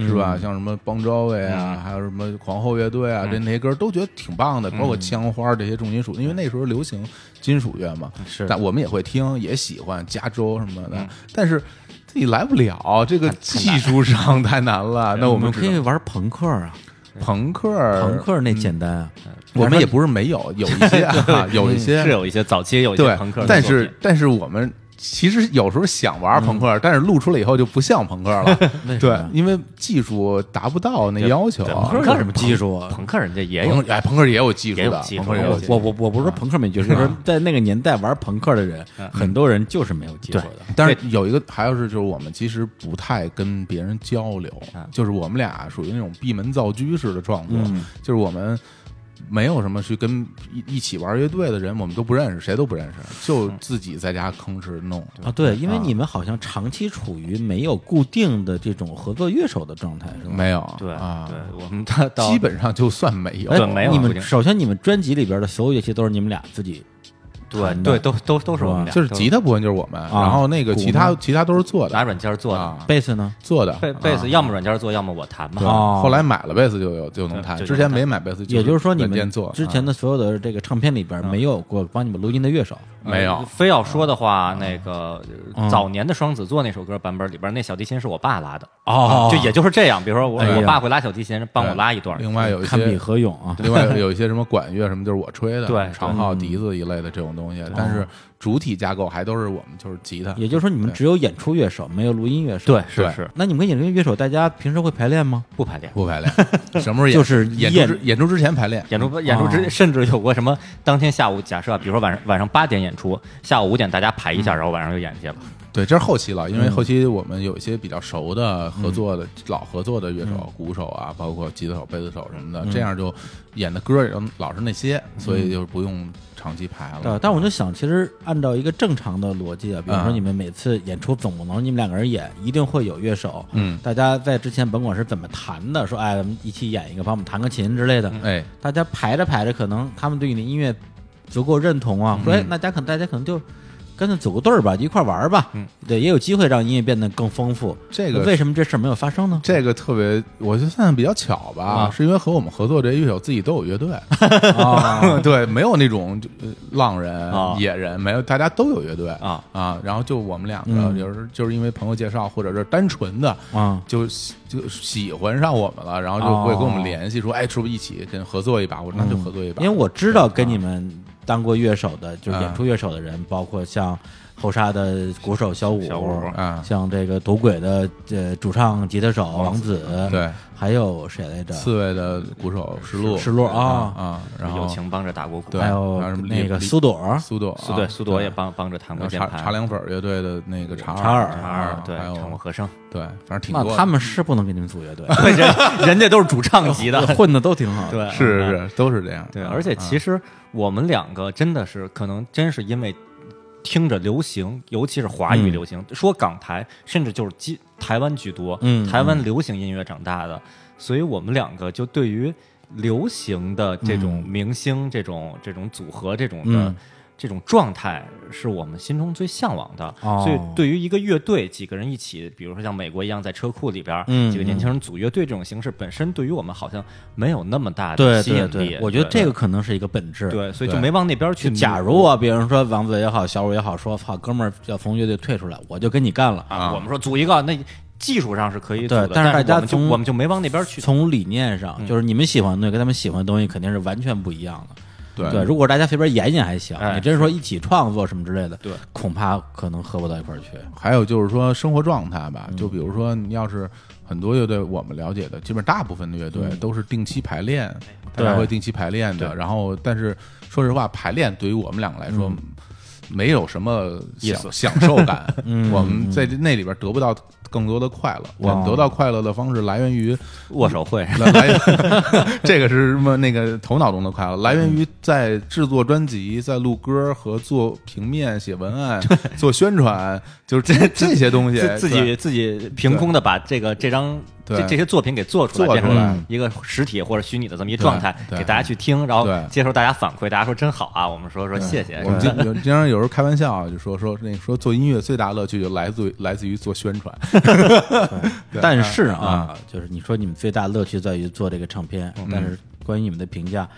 是吧？像什么 Bon Jovi 啊，还有什么皇后乐队啊，这那些歌都觉得挺棒的，包括枪花这些重金属，因为那时候流行金属乐嘛，
是
但我们也会听，也喜欢加州什么的，但是。自己来不了，这个技术上太难了。那我
我
们
们
呃只
可
能
以玩朋克啊，
朋克儿，
朋克
嗯
那简单啊。
我们也不是没有，有一些啊，有一些
嗯是有一些早期有一
对
些朋克，的
但
作品嗯
是但是我们其实有时候想玩朋克，但是录出来以后就不像朋克了
为什么。
对
呀，
因为技术达不到那要求。
朋克有什么技术啊？
朋克人家也有
朋克哎，朋克也有技术
也有
的，
技术
朋克也有
我
技术。
我我我不是说朋克没技术，就是说在那个年代玩朋克的人，很多人就是没有技术的。
但是有一个，还有是就是我们其实不太跟别人交流，
啊
就是我们俩属于那种闭门造车式的创作，
嗯
就是我们没有什么去跟一一起玩乐队的人，我们都不认识，谁都不认识，
嗯
就自己在家吭哧弄。
啊，对，因为你们好像长期处于没有固定的这种合作乐手的状态，是吧？
没有，
对
啊，
对，我们到到
基本上就算没有
哎，
对没有
你
固
们
定
首先，你们专辑里边的所有乐器都是你们俩自己
对对都都都是我们俩，
就是吉
他
他部分就是我们，然后那个
鼓
其他
呢
其他都是做
拿
的
软件做的，
啊，
贝斯呢？
做的。
贝贝斯要么软件做，要么我弹嘛。呃
哦
后来买了贝斯就有就能弹，
对
之
就能
前
弹
没买贝斯，
也就是说，你
软件
们
做
之前的所有的这个唱片里边没有过帮你们录音的乐手。
啊没有嗯
呃，非要说的话，那个呃早年的双子座那首歌版本里边，那小提琴是我爸拉的
哦
就也就是这样。比如说我
哎呀
我爸会拉小提琴，帮我拉一段。
另外有一
堪比
些
何勇啊，
另外有一些什么管乐什么，就是我吹的，
对
长号、笛子一类的这种东西，但是主体架构还都是我们就是吉他。
也就是说，你们只有演出乐手，没有录音乐手。
对，是
对
是，
那你们跟演出乐手，大家平时会排练吗？
不排练。
不排练，什么时候演
就是
演
演
出之演出之前排练，
演出演出
哦
之甚至有过什么当天下午，假设啊比如说晚上晚上八点演出，下午五点大家排一
嗯
下，然后晚上就演去了。
对，这是后期了，因
嗯
为后期我们有一些比较熟的合作的、老合作的乐
嗯
手、鼓手啊，包括吉他手、贝斯手什么的，这样就演的歌也都老是那些，所以就不用长期排了。
对，嗯啊呃但我就想，其实按照一个正常的逻辑啊，比如说
嗯
你们每次演出总不能你们两个人演，一定会有乐手。
嗯
大家在之前甭管是怎么谈的，说哎，咱们一起演一个，帮我们弹个琴之类的。
哎，
大家排着排着，可能他们对你的音乐足够认同
嗯
啊，说哎，那家可能大家可能就干脆组个队儿吧，一块儿玩儿吧。嗯，对，也有机会让音乐变得更丰富。
这个
为什么这事儿没有发生呢？
这个特别，我觉得算比较巧吧，
啊
是因为和我们合作这些乐手自己都有 乐队，
啊
对，没有那种就呃浪人、
啊
野人，没有，大家都有乐队
啊
然后就我们两
嗯
个，有时候就是因为朋友介绍，或者是单纯的。
啊，
就喜就喜欢上我们了，然后就会跟我们
哦
联系说，哎，是不是一起跟合作一把？我说那就合作一把。
因为我知道跟你们当过乐手的，就是演出乐手的人，包括像后沙的鼓手小五，
小五
啊
像这个赌鬼的呃主唱吉他手王子，
对，
还有谁来着？
刺猬的鼓手石路，
石路
啊
啊
啊，然
友
后
情帮着打过鼓，
对
还有
还有什么
那个
李
苏朵儿，
苏朵啊，
苏对苏朵也
对
帮帮着弹
然
过
后
键
茶
盘，
茶凉粉儿乐队的那个查
查尔
查
啊对，
还
唱过
有
和声，
对，反正挺
那
多的。
他们是不能给你们组乐队，
人人家都是主唱 级的，
混的都挺好。
嗯 对，
是
嗯
是是，都是这样。
对，
嗯
而且其实我们两个真的是，可能真是因为听着流行，尤其是华
嗯
语流行，说港台，甚至就是基台湾居多，
嗯
台湾流行音乐长大的，所以我们两个就对于流行的这种明星、这种这种组合、这种的。
嗯
这种状态是我们心中最向往的，
哦
所以对于一个乐队，几个人一起，比如说像美国一样在车库里边儿，
嗯
几个年轻人组乐队这种形式，本身对于我们好像没有那么大的
对
吸引
对
力。
对，我觉得这个可能是一个本质。，
对，所以
对
就没往那边
就
去努。
假如啊，比如说王子也好，小五也好，说操，哥们儿要从乐队退出来，我就跟你干了。
啊，我们说组一个，那技术上是可以组
对
的，
但是大
是
家
我们就
从
我们就没往那边去。
从理念上，就是你们喜欢的东西跟他们喜欢的东西肯定是完全不一样的。
对
对，如果大家随便演演还行，
哎
你真说一起创作什么之类的，
对，
恐怕可能合不到一块儿去。
还有就是说生活状态
嗯
吧，就比如说你要是很多乐队，我们了解的，基本大部分的乐队都是定期排练，大家
对
会定期排练的。
嗯对嗯
然后，但是说实话，排练对于我们两个来说。没有什么
意
享
思嗯
享受 感，我们在那里边得不到更多的快乐。我
哦
们得到快乐的方式来源于
握手会，
来来， 这个是什么？那个头脑中的快乐来源于在制作专辑、在录歌和做平面、写文案、做宣传，就是这这些东西
自自己
对
自己凭空的把这个这张这
对
这些作品给做出来，
做
变
出
来
成一个实体或者虚拟的这么一状态，
对
给大家去听，然后
对
接受大家反馈，大家说真好啊，我们说说谢谢。
我们
是
经
吧
有经常有时候开玩笑啊，就说说那说做音乐最大乐趣就来自于来自于做宣 传，对
但是
哎
啊，就是你说你们最大乐趣在于做这个唱片，
嗯
但是关于你们的评价。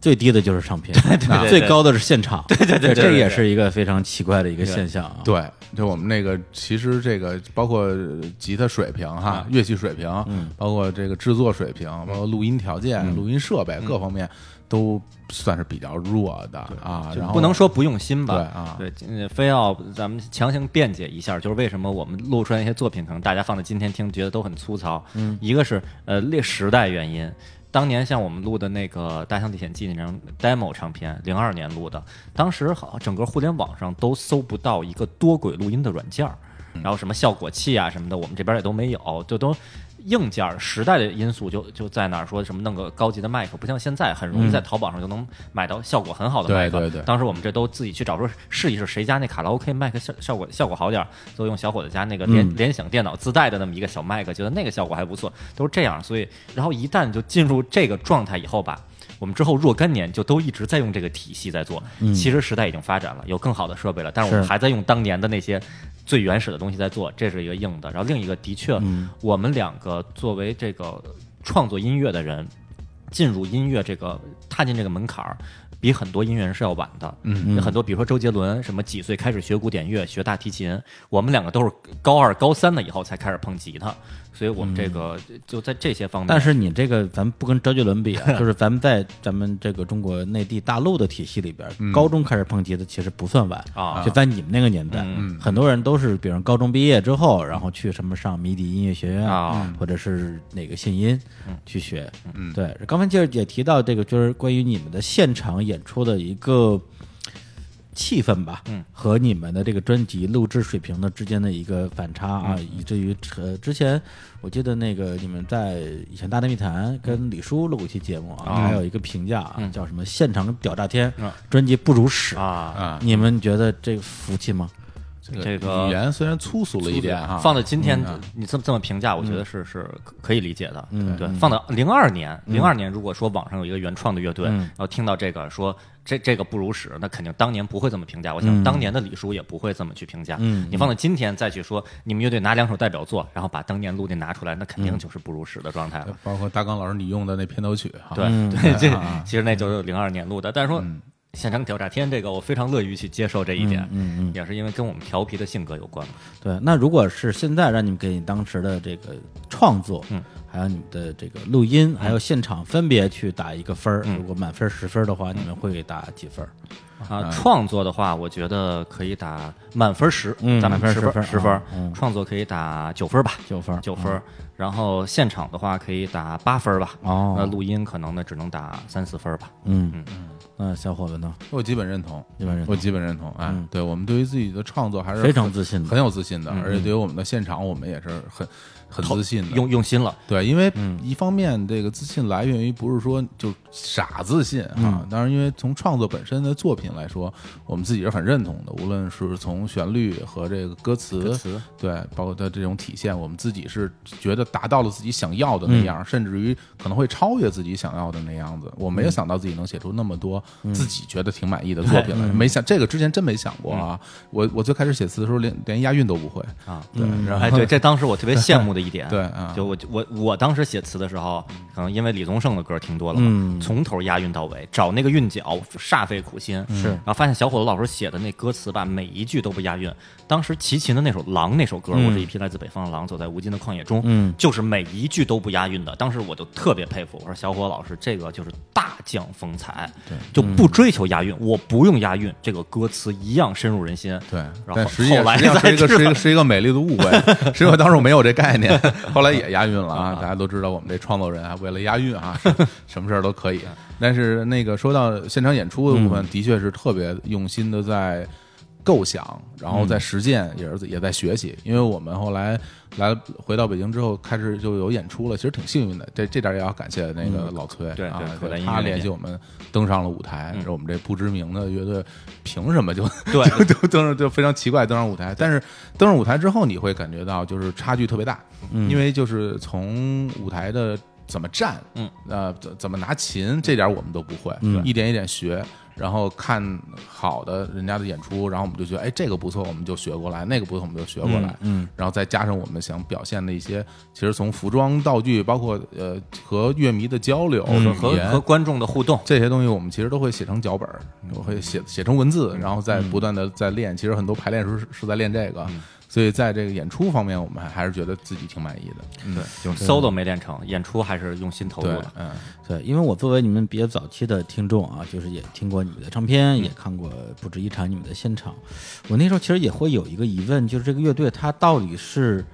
最低的就是唱片， 啊
对
最高的是现场，对对
对对
这
对
也是一个非常奇怪的一个
对
现象啊。
对，就我们那个，其实这个包括吉他水平哈，
嗯嗯
乐器水平，包括这个制作水平，包括录音条件、录音设备各方面，都算是比较弱的啊，
就
然后
不能说不用心吧？
对啊
对呃非要咱们强行辩解一下，就是为什么我们录出来那些作品，可能大家放在今天听觉得都很粗糙。嗯，一个是呃历时代原因。当年像我们录的那个《大象历险记》那张 demo 唱片，零二年录的，当时好整个互联网上都搜不到一个多轨录音的软件儿，
嗯
然后什么效果器啊什么的，我们这边也都没有，就都硬件儿时代的因素就就在那儿说什么弄个高级的麦克，不像现在很容易在淘宝上就能买到效果很好的麦克。
嗯对对对
当时我们这都自己去找说试一试谁家那卡拉 OK 麦克效效果效果好点儿，就用小伙子家那个联、联想电脑自带的那么一个小麦克，觉得那个效果还不错，都是这样。所以，然后一旦就进入这个状态以后吧。我们之后若干年就都一直在用这个体系在做，其实时代已经发展了，有更好的设备了，但是我们
是
还在用当年的那些最原始的东西在做，这是一个硬的。然后另一个，的确，
嗯
我们两个作为这个创作音乐的人，进入音乐这个踏进这个门槛儿，比很多音乐人是要晚的。嗯，很多比如说周杰伦，什么几岁开始学古典乐、学大提琴，我们两个都是高二、高三的以后才开始碰吉他，所以我们这个就在这些方面。
但是你这个，咱们不跟周杰伦比 啊，就是咱们在咱们这个中国内地大陆的体系里边，高中开始碰吉他其实不算晚
嗯啊嗯
就在你们那个年代，很多人都是，比如高中毕业之后，然后去什么上迷笛音乐学院
啊，嗯
或者是哪个信音去学。对，刚才就是也提到这个，就是关于你们的现场演出的一个。气氛吧，嗯，和你们的这个专辑录制水平的之间的一个反差啊，以至于呃，之前我记得那个你们在以前《大内密谈》跟李叔录过一期节目啊，还有一个评价啊，叫什么“现场屌炸天”，专辑不如屎
啊，
啊，
你们觉得这服气吗？
这个
语言虽然粗俗了一点哈，嗯
放到今天，你这么这么评价，我觉得是是可可以理解的。
嗯
对，放到零二年，零二年如果说网上有一个原创的乐队，
嗯
然后听到这个说这这个不如屎，那肯定当年不会这么评价。我
嗯
想当年的李叔也不会这么去评价。你放到今天再去说你们乐队拿两首代表作，然后把当年录的拿出来，那
嗯
肯定就是不如屎的状态了。
包括大刚老师你用的那片头曲哈，
对、对，这
嗯
其实那就是零二年录的，但是说。现场挑炸天，这个我非常乐于去接受这一点，嗯嗯也是因为跟我们调皮的性格有关嘛。
对，那如果是现在让你们给你当时的这个创作，嗯，还有你们的这个录音，还有现场分别去打一个分儿，如果满分十分的话，你们会给打几分儿？嗯
啊，创作的话，我觉得可以打满分十，
嗯
咱们
满分
十
10分
十分
啊嗯，
创作可以打九分吧，
九分儿，
九分。然后现场的话可以打八分吧，
哦
那录音可能呢只能打三四分吧。
嗯嗯，那小伙子呢？
我基本认同，
基本认同
我基本认同。哎，对我们对于自己的创作还是
非常
很
自信的
很有自信的，而且对于我们的现场，我们也是很很自信的。
用用心了，
对，因为一方面这个自信来源于不是说就傻自信啊，当然因为从创作本身的作品来说，我们自己是很认同的，无论是从旋律和这个歌词，
词
对，包括它这种体现，我们自己是觉得达到了自己想要的那样，甚至于可能会超越自己想要的那样子。我没有想到自己能写出那么多自己觉得挺满意的作品来，没想这个之前真没想过啊。我我最开始写词的时候连连押韵都不会，
啊。
对，然后
哎，对，这当时我特别羡慕的一 点，
对嗯啊
就我我我当时写词的时候，可能因为李宗盛的歌听多了
嗯
嘛，从头押韵到尾，找那个韵脚，煞费苦心。
嗯
是，然后发现小伙子老师写的那歌词吧，每一句都不押韵。当时齐秦的那首《狼》那首歌，
嗯
我是一匹来自北方的狼，走在无尽的旷野中，嗯，就是每一句都不押韵的。当时我就特别佩服，我说小伙老师这个就是大将风采，对，就不
嗯
追求押韵，我不用押韵，这个歌词一样深入人心。
对，
然后
但实际
后来
实际上
才
是一个
知
是一
道
个是一个美丽的误会，实际上当时我没有这概念，后来也押韵了啊！大家都知道我们这创作人啊，为了押韵啊，什什么事儿都 可以。但是那个说到现场演出的部
嗯
分，的确是特别用心的在。构想，然后
嗯
在实践，也是也在学习。因为我们后来来回到北京之后，开始就有演出了，其实挺幸运的。这这点儿也要感谢那个老崔，
嗯对
啊
对，口袋音乐
他
那
联系
边
我们登上了舞台。我们这不知名的乐队凭什么就
嗯对
就就登上就非常奇怪登上舞台，但是登上舞台之后，你会感觉到就是差距特别大，因为就是从舞台的怎么站，
嗯，
呃，怎怎么拿琴，这点我们都不会，一点一点学。然后看好的人家的演出，然后我们就觉得，哎，这个不错，我们就学过来；那个不错，我们就学过来。嗯，然后再加上我们想表现的一些，其实从服装、道具，包括呃和乐迷的交流、和
嗯和
语言
和观众的互动，
这些东西我们其实都会写成脚本
嗯嗯
儿，我会写写成文字，然后再不断的在练。其实很多排练时候是是在练这个，所以在这个演出方面，我们还还是觉得自己挺满意的。嗯，
就是 solo 没练成，演出还是用心投入
对
了，。
嗯，
对，因为我作为你们比较早期的听众啊，就是也听过你们的唱片，也看过不止一场你们的现场。我那时候其实也会有一个疑问，就是这个乐队它到底是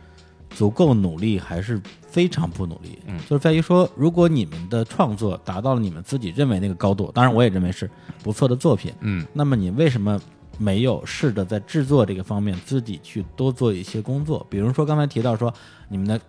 足够努力，还是非常不努力？嗯，就是在于说，如果你们的创作达到了你们自己认为那个高度，当然我也认为是不错的作品，
嗯，
那么你为什么？没有试着在制作这个方面自己去多做一些工作，比如说刚才提到说你们的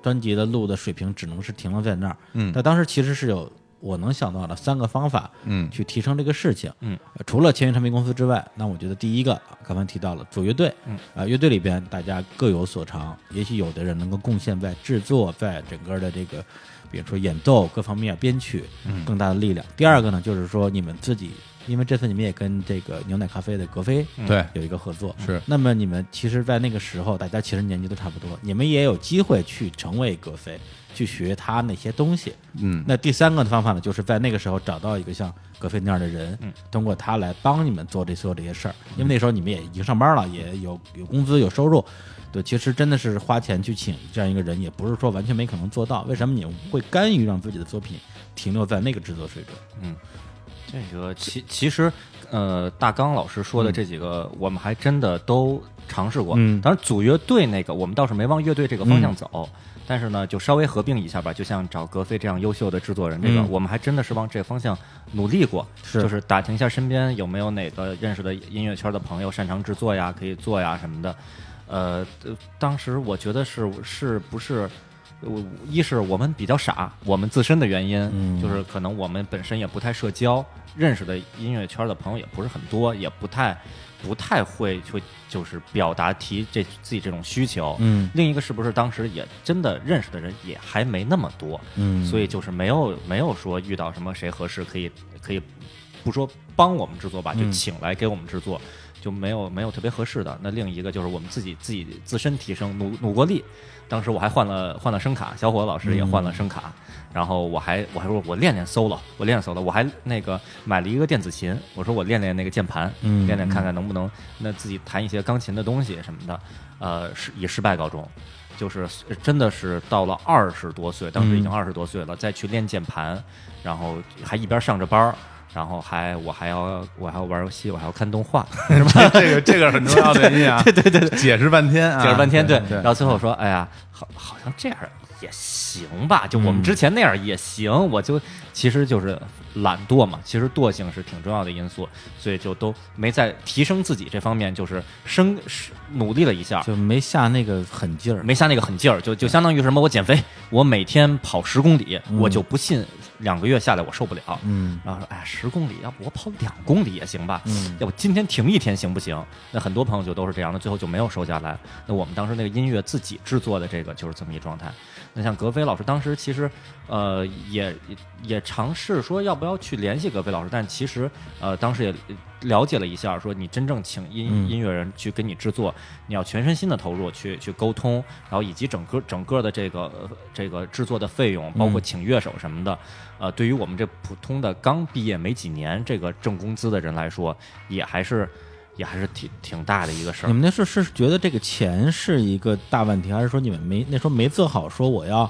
专辑的录的水平只能是停留在那儿。嗯，但当时其实是有我能想到的三个方法，
嗯
去提升这个事情。嗯，除了签约唱片公司之外，那我觉得第一个刚才提到了组乐队，嗯，啊，乐队里边大家各有所长，也许有的人能够贡献在制作，在整个的这个。比如说演奏各方面啊编曲，更大的力量。第二个呢，就是说你们自己，因为这次你们也跟这个牛奶咖啡的格飞，
嗯对
有一个合作。
嗯
是
那么你们其实，在那个时候，大家其实年纪都差不多，你们也有机会去成为格飞，去学他那些东西。
嗯，
那第三个方法呢，就是在那个时候找到一个像格菲那样的人，
嗯
通过他来帮你们做这所有这些事儿。因为那时候你们也已经上班了，也有有工资有收入，对，其实真的是花钱去请这样一个人，也不是说完全没可能做到。为什么你们会甘于让自己的作品停留在那个制作水准？
这个其其实，呃，大刚老师说的这几个，我们还真的都尝试过。
嗯
当然组乐队那个，我们倒是没往乐队这个方向走。但是呢，就稍微合并一下吧，就像找格飞这样优秀的制作人，这个、
嗯
我们还真的是往这个方向努力过，
是
就是打听一下身边有没有哪个认识的音乐圈的朋友擅长制作呀，可以做呀什么的。呃，呃当时我觉得是是不是，我一是我们比较傻，我们自身的原因，就是可能我们本身也不太社交，认识的音乐圈的朋友也不是很多，也不太不太会去就是表达提这自己这种需求。
嗯
另一个是不是当时也真的认识的人也还没那么多，
嗯
所以就是没有没有说遇到什么谁合适可以可以不说帮我们制作吧，
嗯
就请来给我们制作。就没有没有特别合适的。那另一个就是我们自己自己自身提升，努努过力。当时我还换了换了声卡，小伙老师也换了声卡，
嗯
然后我还我还说我练练 solo，我练练 solo，我还那个买了一个电子琴，我说我练练那个键盘，
嗯
练练看看能不能那自己弹一些钢琴的东西什么的，呃，是以失败告终。就是呃真的是到了二十多岁，当时已经
嗯
二十多岁了，再去练键盘，然后还一边上着班儿，然后还我还要我还要玩游戏，我还要看动画，
这个这个很重要的原因 啊，对对对，解释半天啊，
解释半天，对
对，对
然后最后说，哎呀，好，好像这样也行吧，就我
嗯
们之前那样也行，我就其实就是懒惰嘛，其实惰性是挺重要的因素，所以就都没在提升自己这方面，就是生是努力了一下。
就没下那个狠劲儿。
没下那个狠劲儿，就就相当于什么？我减肥， 我每天跑十公里，我就不信两个月下来我受不了。
嗯，
然后说，哎呀，十公里，要不我跑两公里也行吧？要不今天停一天行不行？那很多朋友就都是这样的，最后就没有瘦下来。那我们当时那个音乐自己制作的这个就是这么一状态。那像格飞老师当时其实，呃，也也尝试说要不要去联系格飞老师，但其实呃，当时也了解了一下，说你真正请音、音乐人去跟你制作，你要全身心的投入去去沟通，然后以及整个整个的这个呃这个制作的费用，包括请乐手什么的，呃，对于我们这普通的刚毕业没几年这个挣工资的人来说，也还是也还是挺挺大的一个事
你
儿。
们那时候是觉得这个钱是一个大问题，还是说你们没那时候没做好说我要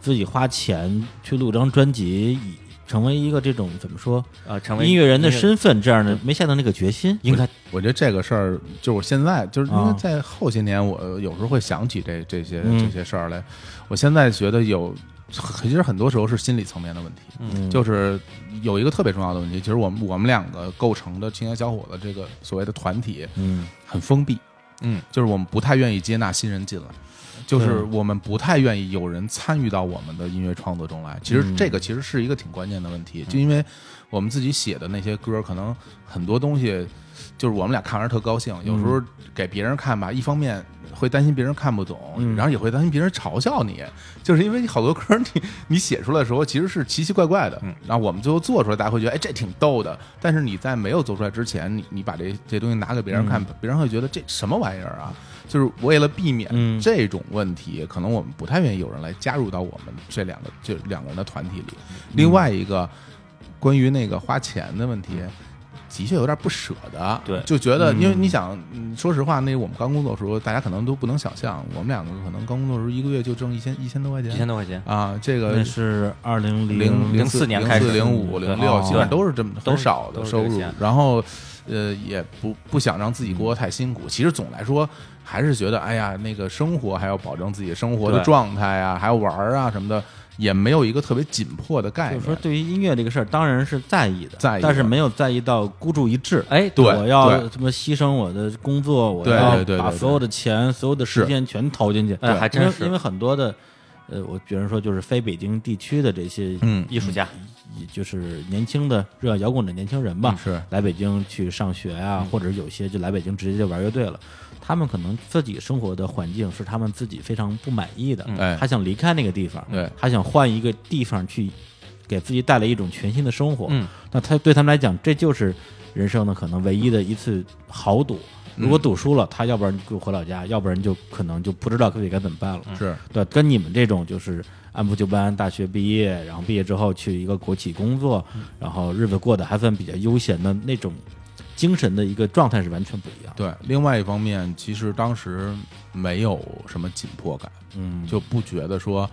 自己花钱去录张专辑，以成为一个这种怎么说
呃，成为
音乐人的身份这样的，没下到那个决心，
应该
我觉得这个事儿，就是我现在，就是因为
嗯
啊
在后些年，我呃有时候会想起这这些
嗯
这些事儿来。我现在觉得有，其实很多时候是心理层面的问题，就是有一个特别重要的问题，其实我们我们两个构成的青年小伙子这个所谓的团体，
嗯，
很封闭，
嗯，
就是我们不太愿意接纳新人进来。就是我们不太愿意有人参与到我们的音乐创作中来。其实这个其实是一个挺关键的问题，就因为我们自己写的那些歌，可能很多东西就是我们俩看着特高兴，有时候给别人看吧，一方面会担心别人看不懂，然后也会担心别人嘲笑你，就是因为你好多歌你你写出来的时候其实是奇奇怪怪的，然后我们最后做出来，大家会觉得哎这挺逗的，但是你在没有做出来之前，你你把这这东西拿给别人看，别人会觉得这什么玩意儿啊？就是为了避免
嗯
这种问题，可能我们不太愿意有人来加入到我们这两个这两个人的团体里。另外一个，关于那个花钱的问题，的确有点不舍得，
对
就觉得因为你想，嗯说实话，那我们刚工作的时候，大家可能都不能想象，我们两个可能刚工作的时候一个月就挣一千一千多块钱，
一千多块钱，
啊，这个
那是二零
零
零
四
04年开始
零五零
对
六，基本上
对
都是这么
都
很
是
少的
都是
收
这个
入
线。
然后，呃，也不不想让自己过得太辛苦。其实总来说，还是觉得哎呀，那个生活还要保证自己生活的
对
状态啊，还有玩儿啊什么的，也没有一个特别紧迫的概
就是
念。
说，对于音乐这个事儿，当然是在意的，
在意的
但是没有在意到孤注一掷。
哎
对
我要
对
什么牺牲我的工作，我
对
要
对对对
把
对
所有的钱、所有的时
是
间全投进去。
哎还真
因为
是
因为很多的，呃，我比如说就是非北京地区的这些，
嗯
艺术家，
就是年轻的热爱摇滚的年轻人吧，
嗯是
来北京去上学啊，或者有些就来北京直接就玩乐队了。他们可能自己生活的环境是他们自己非常不满意
嗯
的，
哎
他想离开那个地方，
对
他想换一个地方去，给自己带来一种全新的生活。
嗯，
那他对他们来讲，这就是人生呢可能唯一的一次豪赌。如果赌输了，他要不然就回老家，要不然就可能就不知道自己该怎么办了。
嗯
是
对，跟你们这种就是按部就班，大学毕业，然后毕业之后去一个国企工作，然后日子过得还算比较悠闲的那种精神的一个状态是完全不一样。
对，另外一方面，其实当时没有什么紧迫感，嗯，就不觉得说，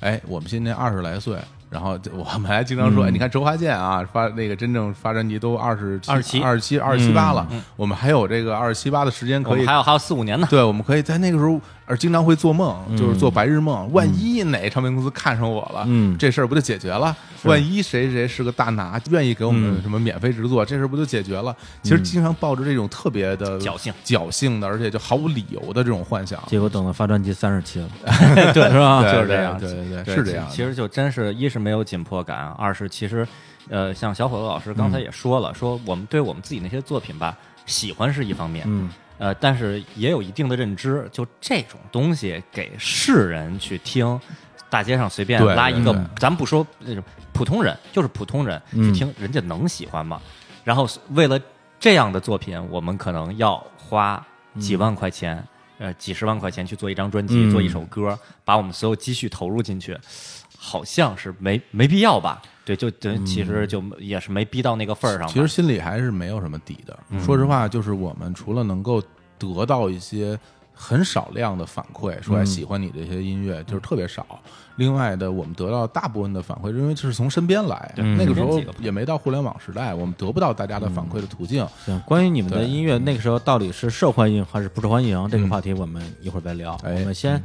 哎，我们今年二十来岁，然后就我们还经常说，哎，你看周华健啊，发那个真正发专辑都二十
27
二十七、嗯二十七八了，我们还有这个二十七八的时间
我
可以
们还有还有四五年呢。
对，我们可以在那个时候，而经常会做梦，就是
嗯
做白日梦。万一哪唱片公司看上我了，
嗯
这事儿不就解决了？万一谁谁谁是个大拿，愿意给我
嗯
们什么免费制作，这事儿不就解决了？其实经常抱着这种特别的
侥幸、
侥幸的，而且就毫无理由的这种幻想，
结果等到发专辑三十期了， 对，是吧？
对
啊就是这样
对对
对
对，是这样的。
其实就真是一是没有紧迫感，二是其实，呃，像小伙子老师刚才也说了，说我们对我们自己那些作品吧，喜欢是一方面，嗯，呃，但是也有一定的认知，就这种东西给世人去听。大街上随便
对
拉一个
对对，
咱不说那种普通人，就是普通人去听，人家能喜欢吗？然后为了这样的作品，我们可能要花
嗯
几万块钱，呃，几十万块钱去做一张专辑，
嗯
做一首歌，把我们所有积蓄投入进去，好像是没没必要吧？对，就就其实就也是没逼到那个份儿上
嗯
吧。嗯
其实心里还是没有什么底的。说实话，就是我们除了能够得到一些很少量的反馈，说哎喜欢你这些音
嗯
乐，就是特别少。另外的，我们得到大部分的反馈，因为这是从身边来，那个时
嗯身
候
边几个朋
也没到互联网时代，我们得不到大家的反馈的途径。
嗯
行，关于你们的
对嗯
音乐，那个时候到底是受欢迎还是不受欢迎这个话题，我们一会儿再聊。
哎
我们先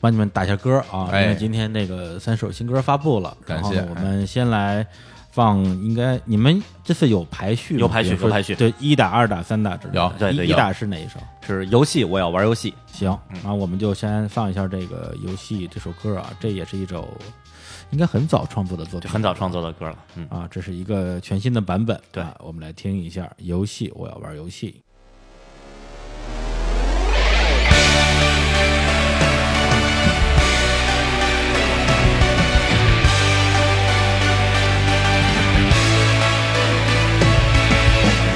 帮你们打下歌啊，因为
哎
今天那个三首新歌发布了，
感
然后
谢
我们先来放，应该你们这次有排序吗？
有排序
比如说
有排序
对，一打、二打、三打之类的
有
对
一
对
一
有
打是哪一首？
是游戏，我要玩游戏，
行，
嗯
那我们就先放一下这个游戏这首歌啊，这也是一首应该很早创作的作
就
品，
很早创作的歌了。嗯，
啊，这是一个全新的版本。
对
啊我们来听一下游戏，我要玩游戏。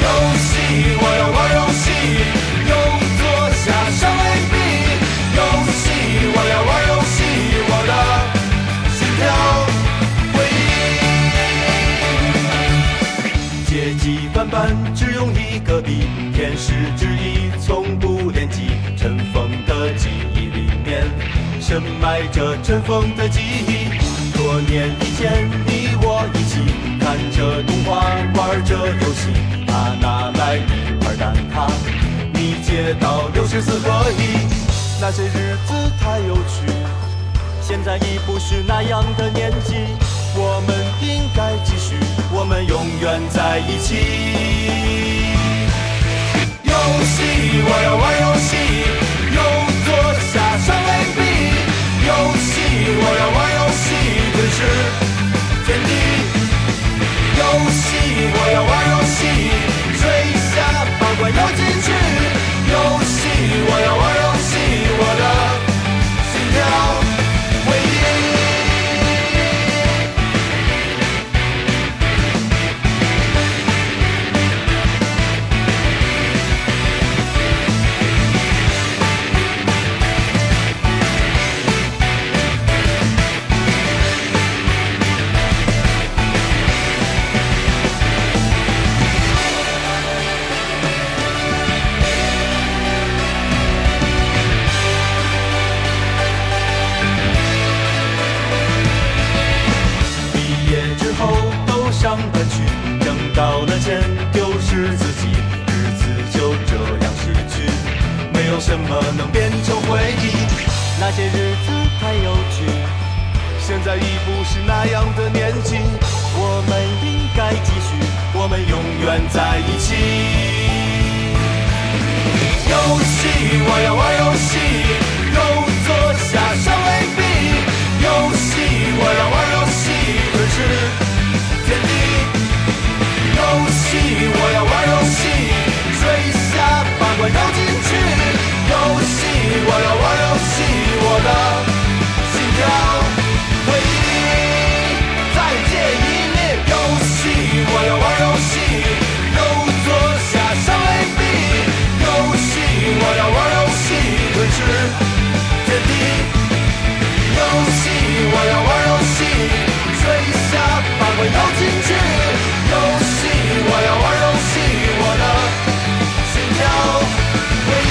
游戏，我要玩游戏，右左下上 A B。游戏，我要玩游戏，我的心跳回忆。阶级翻版只用一个笔，天使之翼从不练习。尘封的记忆里面，深埋着尘封的记忆。多年以前，你我一起看着动画，玩着游戏。他拿来一块蛋挞，你接到六十四个一。那些日子太有趣，现在已不是那样的年纪。我们应该继续，我们永远在一起。游戏，我要玩游戏，右左下上 A B。游戏，我要玩游戏，吞噬天地。游戏，我要玩游戏，水下八关要进去。游戏，我要玩游戏，我的心跳回忆。上班去，挣到了钱丢失自己，日子就这样逝去，没有什么能变成回忆，那些日子太有趣，现在已不是那样的年纪，我们应该继续，我们永远在一起。游戏，我要玩游戏，又坐下上未必。游戏，我要玩游戏，吞噬天地。游戏，我要玩游戏，追下把关绕进去。游戏，我要玩游戏，我的心跳回忆，再见一面。游戏，我要玩游戏，又坐下上未必。游戏，我要玩游戏，吞噬天地。游戏，我要玩游戏，追下把我摇进去。游戏，我要玩游戏，我的心跳回忆。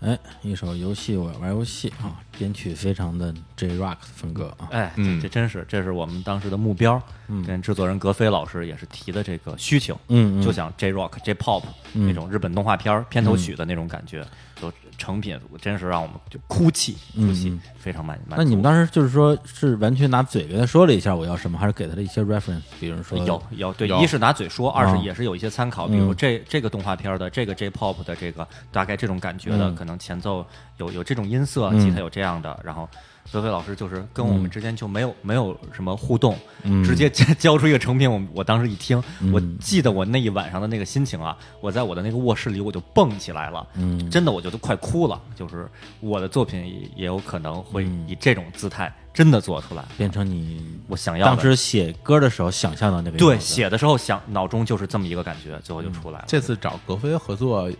哎，一首游戏我玩游戏啊，编曲非常的 J Rock 的风格啊，嗯
哎，这这真是，这是我们当时的目标，跟制作人格飞老师也是提的这个需求，
嗯嗯嗯
就想 J Rock、J Pop 那种日本动画片儿片头曲的那种感觉，就成品真是让我们就哭泣，哭泣，非常满满足。
嗯那你们当时就是说是完全拿嘴跟他说了一下我要什么，还是给他了一些 reference，比如说
有有对，
有
一是拿嘴说，二是
啊
也是有一些参考，比
嗯
如这这个动画片儿的这个 J-pop 的这个大概这种感觉
嗯
的，可能前奏有有这种音色，吉他有这样的，然后。泽飞老师就是
嗯
跟我们之间就没有没有什么互动， 直接交交出一个成品。我我当时一听，
嗯
我记得我那一晚上的那个心情啊，我在我的那个卧室里我就蹦起来了，
嗯
真的我就都快哭了。就是我的作品也也有可能会
嗯
以这种姿态真的做出来，
变成你
我想要的
当时写歌的时候想象的那个嗯
对，
样子
写的时候想脑中就是这么一个感觉，最后就出来了。
这次找格飞合作，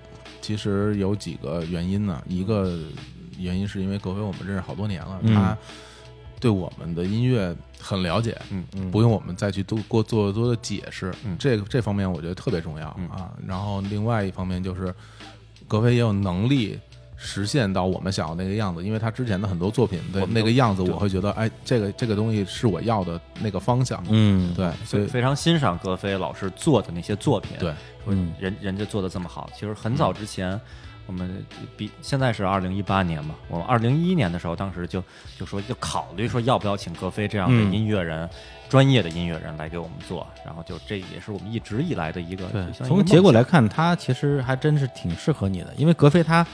其实有几个原因呢。一个原因是因为格飞我们认识好多年了，
嗯
他对我们的音乐很了解，
嗯
嗯，不用我们再去多过做多的解释，
嗯
这个这方面我觉得特别重要啊。然后另外一方面就是格飞也有能力。实现到我们想要那个样子，因为他之前的很多作品的
我们都
那个样子，
对
我会觉得，哎，这个这个东西是我要的那个方向，
嗯
对，所
所以
以
非常欣赏格飞老师做的那些作品，
对，
嗯
人人家做的这么好。其实很早之前，我们比现在是二零一八年嘛，我们二零一一年的时候，当时就就说就考虑说要不要请格飞这样的
嗯
音乐人。专业的音乐人来给我们做，然后就这也是我们一直以来的一个
对
就像一个，
从
梦
结果
想
来看，他其实还真是挺适合你的，因为格菲他，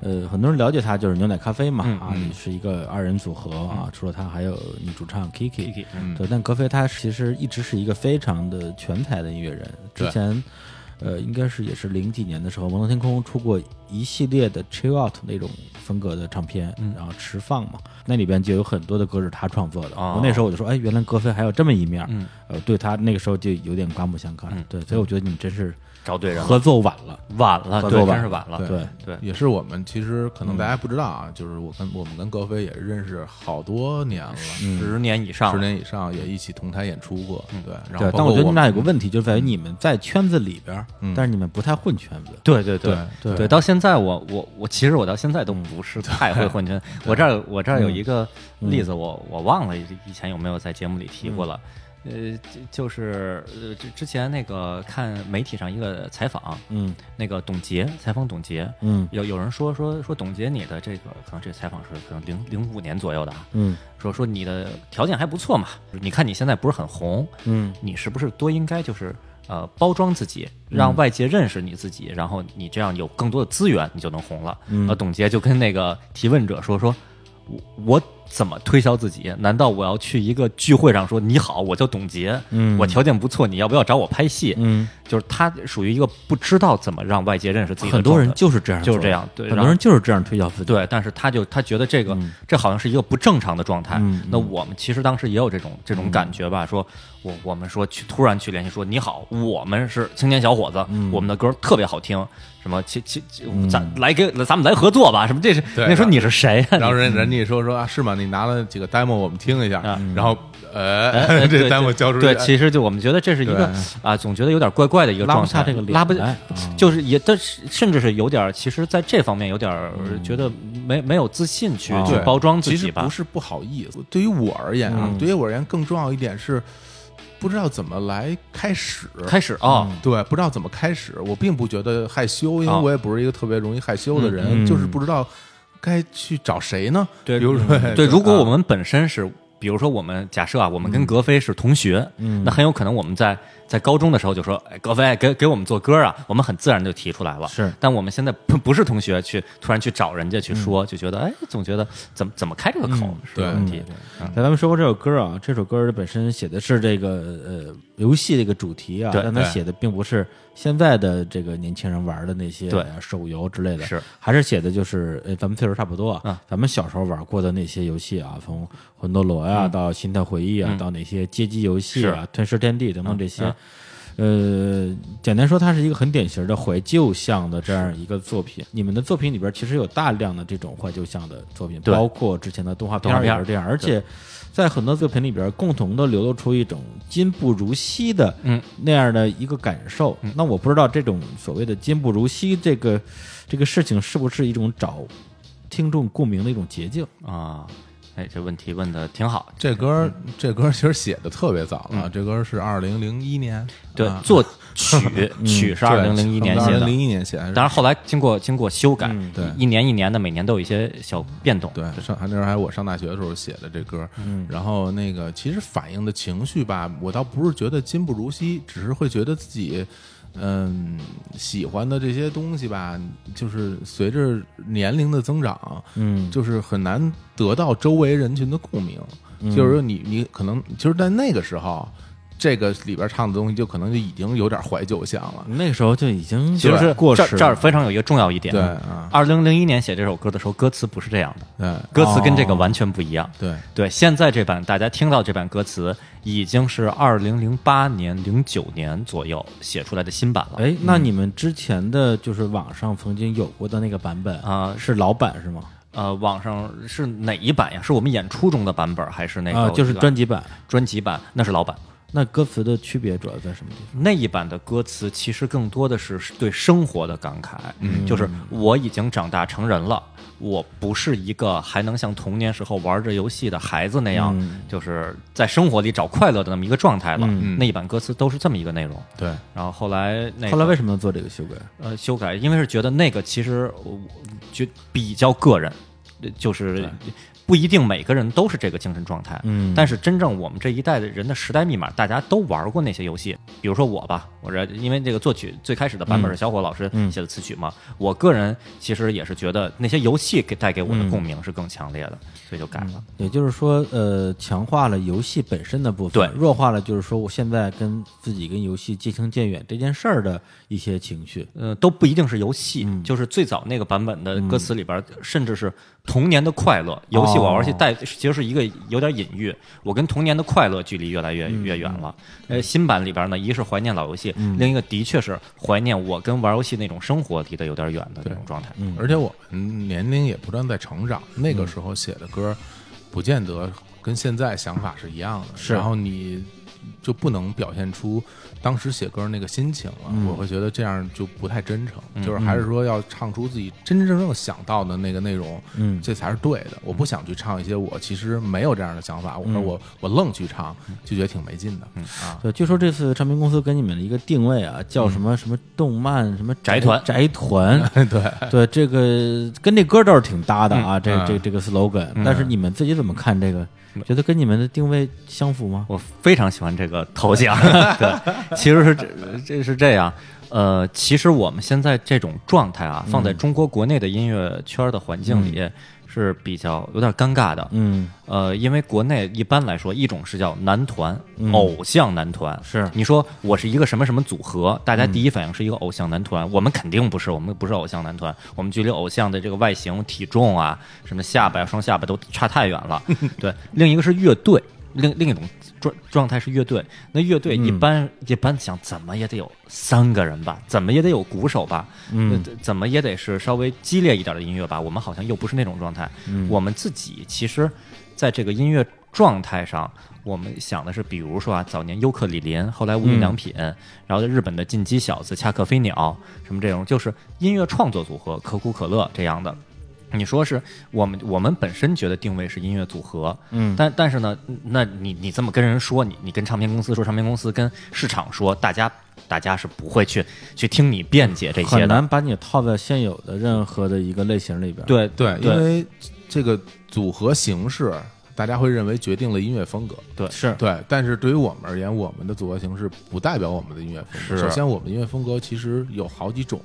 呃，很多人了解他就是牛奶咖啡嘛，
嗯
啊，你是一个二人组合啊，除了他还有女主唱 Kiki，,
Kiki，
嗯
对，但格菲他其实一直是一个非常的全才的音乐人，之
对
前。呃，应该是也是零几年的时候，《摩登天空》出过一系列的 chill out 那种风格的唱片，
嗯
然后持放嘛，那里边就有很多的歌是他创作的。
哦
我那时候我就说，哎，原来格菲还有这么一面儿，
嗯
呃，对他那个时候就有点刮目相
嗯
看。对，所以我觉得你们真是
找对人了，
合作晚了。
晚了，
合
对，
作晚
真是晚了，
对
对，
也是我们其实可能大家不知道啊，就是我跟我们跟格飞也认识好多年了，
十年以上
十
了，
年以上也一起同台演出过，对。然后
对，
包
但
括
我
我
觉得你们俩有
们嗯
个问题，就在于你们在圈子里边儿，但是你们不太混圈子。
对对对
对
对
对，到现在我我我其实我到现在都不是太会混圈。我这儿我这儿有一个例子，我我忘了以前有没有在节目里提过了。呃，就就是呃，之之前那个看媒体上一个采访，
嗯
那个董洁采访董洁，
嗯
有有人说说说董洁你的这个可能这个采访是可能零零五年左右的啊，
嗯
说说你的条件还不错嘛，你看你现在不是很红，
嗯
你是不是多应该就是呃包装自己，
嗯
让外界认识你自己，然后你这样有更多的资源，你就能红了。
嗯
呃，董洁就跟那个提问者说说，我我怎么推销自己？难道我要去一个聚会上说你好，我叫董洁，
嗯
我条件不错，你要不要找我拍戏？
嗯，
就是他属于一个不知道怎么让外界认识自己的
很多人
状态
就是这样做的，
就是这样对
很
然
多
后
人就是这样推销自己，，
对，但是他就他觉得这个、
嗯
这好像是一个不正常的状态。
嗯
那我们其实当时也有这种这种感觉吧，
嗯
说我我们说去突然去联系说你好，我们是青年小伙子，
嗯
我们的歌特别好听，什么其其其咱来给咱们来合作吧，什么这是
对
那时候你是谁呀、
然后
你
人人家说说啊，是吗？你拿了几个 demo 我们听一下
啊，
然后
哎
呃，
对
这
对
demo 交出去，
对，其实就我们觉得这是一个啊，总觉得有点怪怪的一个
拉不
状态，
下这个脸
拉不
来
嗯
就是也，但是甚至是有点儿，其实在这方面有点儿觉得没没有自信去
啊
去
对
包装
嗯
自
哦其
己
实
吧嗯
不。是不好意思，对于我而言啊，对于我而言更重要一点是不知道怎么来开始。嗯
开始啊，
对，不知道怎么开始，我并不觉得害羞，因为
啊
我也不是一个特别容易害羞的人，
嗯
就是不知道该去找谁呢？
对嗯
比如说，
对，如果
啊嗯
我们本身是，比如说我们假设啊，我们跟格飞是同学，那很有可能我们在在高中的时候就说，哎，格飞给给我们做歌啊，我们很自然就提出来了。
是
但我们现在不不是同学，去突然去找人家去说，就觉得哎，总觉得怎么怎么开这个口是
嗯对嗯
个问题。
在咱们说过这首歌啊，这首歌本身写的是这个呃游戏这个主题啊，
对
但它
对
写的并不是现在的这个年轻人玩的那些
对
呃手游之类的，
是
还是写的就是呃咱们岁数差不多
啊，
咱们小时候玩过的那些游戏啊，从魂斗罗
嗯
呀、到心跳回忆啊，到哪些街机游戏啊、吞噬天地等
嗯
等这些。呃，简单说，它是一个很典型的怀旧向的这样一个作品。你们的作品里边其实有大量的这种怀旧向的作品，
对
包括之前的动画片
动画
儿也
片
是这样，而且在很多作品里边，共同的流露出一种今不如昔的
嗯
那样的一个感受。那我不知道这种所谓的今不如昔这个这个事情是不是一种找听众共鸣的一种捷径？
啊，哎，这问题问的挺好。
这歌儿，
嗯
这歌儿其实写的特别早了，这歌儿是二零零一年，
对
啊，嗯
作 曲曲是二零零一年写
二零
的，
零一年写的，
当然后来经过经过修改
嗯
对，
一年一年的，每年都有一些小变动。
对，上那时候还我上大学的时候写的这歌，嗯，然后那个其实反映的情绪吧，我倒不是觉得今不如昔，只是会觉得自己，嗯，喜欢的这些东西吧，就是随着年龄的增长，
嗯，
就是很难得到周围人群的共鸣。就是说你你可能就是在那个时候，这个里边唱的东西就可能就已经有点怀旧像了，
那个时候嗯就已经
其实是
过
这
时
儿这儿非常有一个重要一点。
对啊
二零零一年写这首歌的时候，歌词不是这样
哦
的，
对
歌词跟这个完全不一样。
对，
对，现在这版大家听到这版歌词已经是二零零八年、零九年左右写出来的新版了。
哎，那你们之前的就是网上曾经有过的那个版本
啊
是老版是吗？
呃，网上是哪一版呀？是我们演出中的版本，还是那个、
啊，就是专辑版。
专辑版？那是老版。
那歌词的区别主要在什么地方？
那一版的歌词其实更多的是对生活的感慨，嗯，就是我已经长大成人了，我不是一个还能像童年时候玩着游戏的孩子那样，
嗯
就是在生活里找快乐的那么一个状态了。那一版歌词都是这么一个内容。
对，
然后后来那个、
后来为什么要做这个修改？
呃修改，因为是觉得那个其实我觉比较个人，呃就是不一定每个人都是这个精神状态。
嗯
但是真正我们这一代的人的时代密码，大家都玩过那些游戏。比如说我吧，我这因为这个作曲最开始的版本是小伙老师写的词曲嘛，我个人其实也是觉得那些游戏给带给我的共鸣是更强烈的，所以就改了。
也就是说，呃，强化了游戏本身的部分，
对
弱化了就是说我现在跟自己跟游戏渐行渐远这件事儿的一些情绪。
呃，都不一定是游戏，就是最早那个版本的歌词里边儿，甚至是童年的快乐。游戏我玩去带，其实是一个有点隐喻，我跟童年的快乐距离越来越越远了。呃，新版里边呢，一是怀念老游戏，另一个的确是怀念我跟玩游戏那种生活离得有点远的那种状态。
而且我们年龄也不断在成长，那个时候写的歌，不见得跟现在想法是一样的。
是
然后你就不能表现出当时写歌那个心情了。
嗯
我会觉得这样就不太真诚，就是还是说要唱出自己真真正正想到的那个内容，
嗯
这才是对的。我不想去唱一些我其实没有这样的想法，
嗯
或者我我愣去唱，就觉得挺没劲的。啊，
对，据说这次唱片公司给你们的一个定位啊，叫什么、什么动漫什么
嗯宅团
宅 团。
对。
对，这个跟这歌倒是挺搭的
嗯
啊，这这这个 slogan、但是你们自己怎么看这个？觉得跟你们的定位相符吗？
我非常喜欢这个头像。对，其实是这这是这样。呃，其实我们现在这种状态啊，放在中国国内的音乐圈的环境里，是比较有点尴尬的。
嗯，
呃，因为国内一般来说，一种是叫男团，偶像男团。
是
你说我是一个什么什么组合，大家第一反应是一个偶像男团，我们肯定不是，我们不是偶像男团，我们距离偶像的这个外形、体重啊，什么下巴、双下巴都差太远了。对，另一个是乐队。另另一种状状态是乐队，那乐队一般、一般想怎么也得有三个人吧，怎么也得有鼓手吧，嗯，怎么也得是稍微激烈一点的音乐吧。我们好像又不是那种状态，我们自己其实在这个音乐状态上，我们想的是，比如说啊，早年优克里林，后来无印良品，然后日本的进击小子、恰克飞鸟什么这种，就是音乐创作组合，可口可乐这样的。你说是我们我们本身觉得定位是音乐组合，嗯，但但是呢，那你你这么跟人说，你你跟唱片公司说，唱片公司跟市场说，大家大家是不会去去听你辩解这些
很
的，
难把你套在现有的任何的一个类型里边。，
对
对，因
对
为这个组合形式，大家会认为决定了音乐风格。
对
是
对，但是对于我们而言，我们的组合形式不代表我们的音乐风格。
是嗯
首先，我们的音乐风格其实有好几种，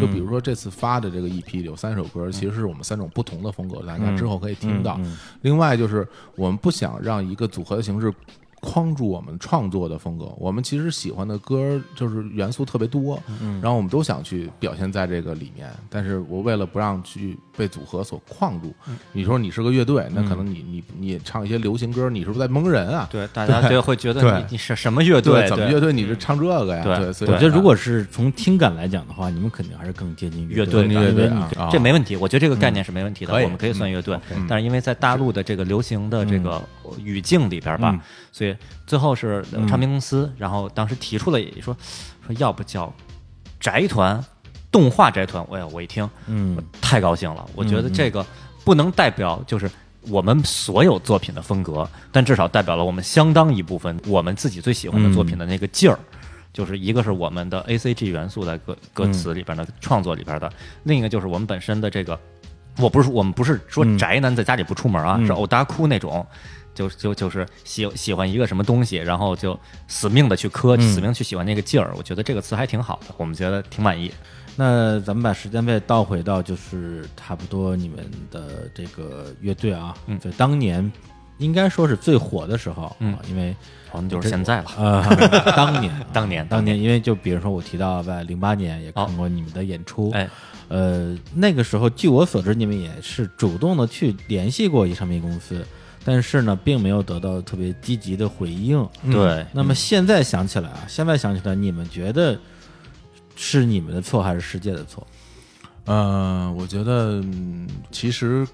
就比如说这次发的这个 EP 里有三首歌，其实是我们三种不同的风格，大
嗯
家之后可以听到。另外就是我们不想让一个组合的形式。框住我们创作的风格，我们其实喜欢的歌就是元素特别多，
嗯
然后我们都想去表现在这个里面，但是我为了不让去被组合所框住，
嗯
你说你是个乐队，那可能你你你也唱一些流行歌，你是不是在蒙人啊？
对，大家就会觉得
对
你你是什么乐队？
怎么
对
乐队你是唱这个呀？
对啊
对，所以
我觉得如果是从听感来讲的话，你们肯定还是更接近
乐
队的，
队吧
乐
因为
队
你
啊，啊
这没问题，我觉得这个概念是没问题的，
可以嗯
我们可以算乐队。但是因为在大陆的这个流行的这个语境里边吧，
嗯
所以最后是呃唱片公司，然后当时提出了说说要不叫宅团，动画宅团。哎呀，我一听，
嗯
我太高兴了，我觉得这个不能代表就是。我们所有作品的风格，但至少代表了我们相当一部分我们自己最喜欢的作品的那个劲儿。就是一个是我们的 A C G 元素在歌歌词里边的、创作里边的，另一个就是我们本身的这个，我不是我们不是说宅男在家里不出门啊，是欧达哭那种，就就就是喜喜欢一个什么东西，然后就死命的去磕，死命去喜欢那个劲儿。我觉得这个词还挺好的，我们觉得挺满意。
那咱们把时间费倒回到就是差不多你们的这个乐队啊，
嗯
就当年应该说是最火的时候，
嗯
啊，因为
好像就是现在了，
呃 当年啊
当年
当年，因为就比如说我提到在零八年也看过你们的演出，
哎，
呃，那个时候据我所知，你们也是主动的去联系过一唱片公司，但是呢，并没有得到特别积极的回应，
嗯
对，
那么现在想起来啊，现在想起来，你们觉得是你们的错还是世界的错？
啊呃，我觉得嗯其实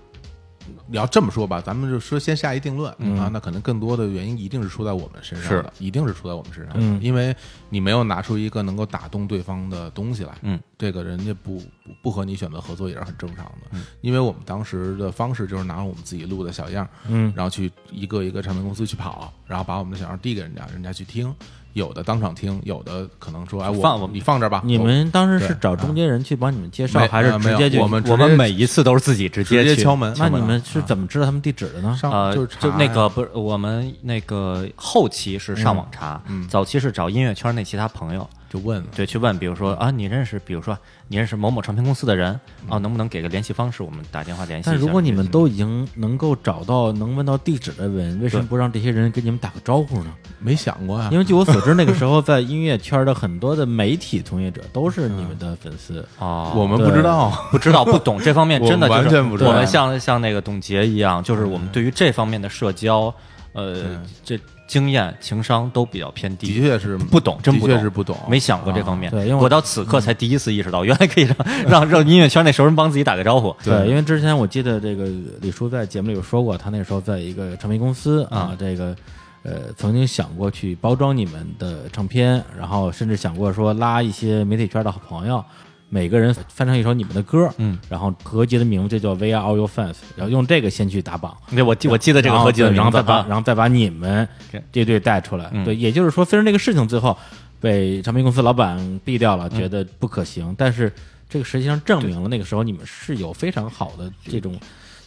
你要这么说吧，咱们就说先下一定论、啊，那可能更多的原因一定是出在我们身上的，一定是出在我们身上的，因为你没有拿出一个能够打动对方的东西来，
嗯，
这个人家不不不和你选择合作也是很正常的，因为我们当时的方式就是拿我们自己录的小样，嗯，然后去一个一个唱片公司去跑，然后把我们的小样递给人家，人家去听。有的当场听，有的可能说：“哎，我
放我们
你放这儿吧。”
你
我
们当时是
对啊
找中间人去帮你们介绍，
没
还是
呃没
直
有
接就
我们直
我们
接
每一次都是自己直
直
接
接
去
敲门。
那
敲门
你
啊
们是怎么知道他们地址的呢？
上
呃，
就
就是
查嗯
那
呀
个不是我们那个后期是上网查，早期是找音乐圈内其他朋友，
就问了，
对，去问，比如说啊，你认识，比如说你认识某某唱片公司的人啊，
嗯
能不能给个联系方式，我们打电话联系一
但
下。
如果你们都已经能够找到能问到地址的人，为什么不让这些人给你们打个招呼呢？
没想过啊
因。为据我所知，那个时候在音乐圈的很多的媒体从业者都是你们的粉丝。
啊，
我们
对
不知道，
不知道，不懂这方面，
我
真的就是
完全不知
我
道嗯
们像像那个董洁一样，就是我们对于这方面的社交，呃，这经验、情商都比较偏
的
低。
确是
不懂，真不
的
懂，
确是不懂，
哦没想过这方面。
啊对因为我
我到此刻才第一次意识到，原来可以让 让让音乐圈那熟人帮自己打个招呼。
对，因为之前我记得这个李叔在节目里有说过，他那时候在一个唱片公司啊，这个呃曾经想过去包装你们的唱片，然后甚至想过说拉一些媒体圈的好朋友，每个人翻唱一首你们的歌，嗯，然后合集的名字就叫《We Are All Your Fans》，然后用这个先去打榜。
对，我记我记得这个
然后
合集的
哦对然
名
后
字
再把
啊，嗯
然后再把你们
对
这队带出来。对，也就是说，虽然这个事情最后被唱片公司老板毙掉
嗯
了，觉得不可行，但是这个实际上证明了那个时候你们是有非常好的这种。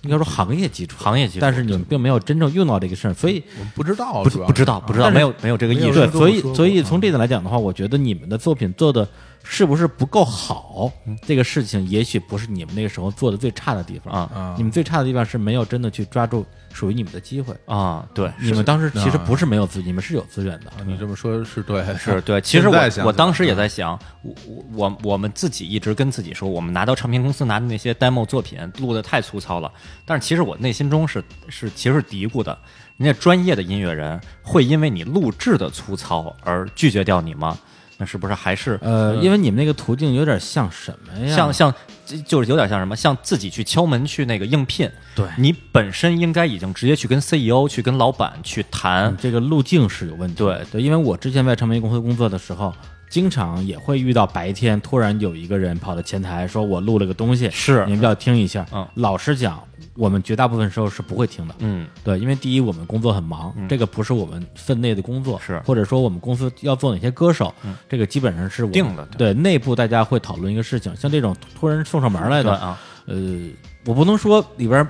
应该说行业基础，
行业基础
但是你们并没有真正用到这个事儿，所以
我们啊不知道，
不
主
知
要
不知道不知
哦
道，
但是
没有没有这个意
没有
识
对，
人。跟我
所以
说过
所以从这点来讲的话，我觉得你们的作品做的是不是不够好，
嗯
这个事情也许不是你们那个时候做的最差的地方
啊
啊
你们最差的地方是没有真的去抓住属于你们的机会。
啊，对，
你们当时其
啊
实不是没有资，你们是有资源的。啊
你这么说是对的，
哦
是对，其实
现在
我
想起来啊
我当时也在想，我我我我们自己一直跟自己说，我们拿到唱片公司拿的那些 demo 作品录的太粗糙了，但是其实我内心中是是其实是嘀咕的，人家专业的音乐人会因为你录制的粗糙而拒绝掉你吗？那是不是还是
呃，因为你们那个途径有点像什么呀？
嗯像像就就是有点像什么，像自己去敲门去那个应聘，
对
你本身应该已经直接去跟 CEO 去跟老板去谈
嗯，这个路径是有问题的。
对
对，因为我之前在唱片公司工作的时候，经常也会遇到白天突然有一个人跑到前台说：“我录了个东西，
是
你们要听一下。”
嗯
老实讲，我们绝大部分时候是不会听的。
嗯，
对，因为第一，我们工作很忙，这个不是我们分内的工作，
是嗯
或者说我们公司要做哪些歌手，这个基本上是我们
定的
对内部大家会讨论一个事情，像这种突然送上门来的
对啊，
呃，我不能说里边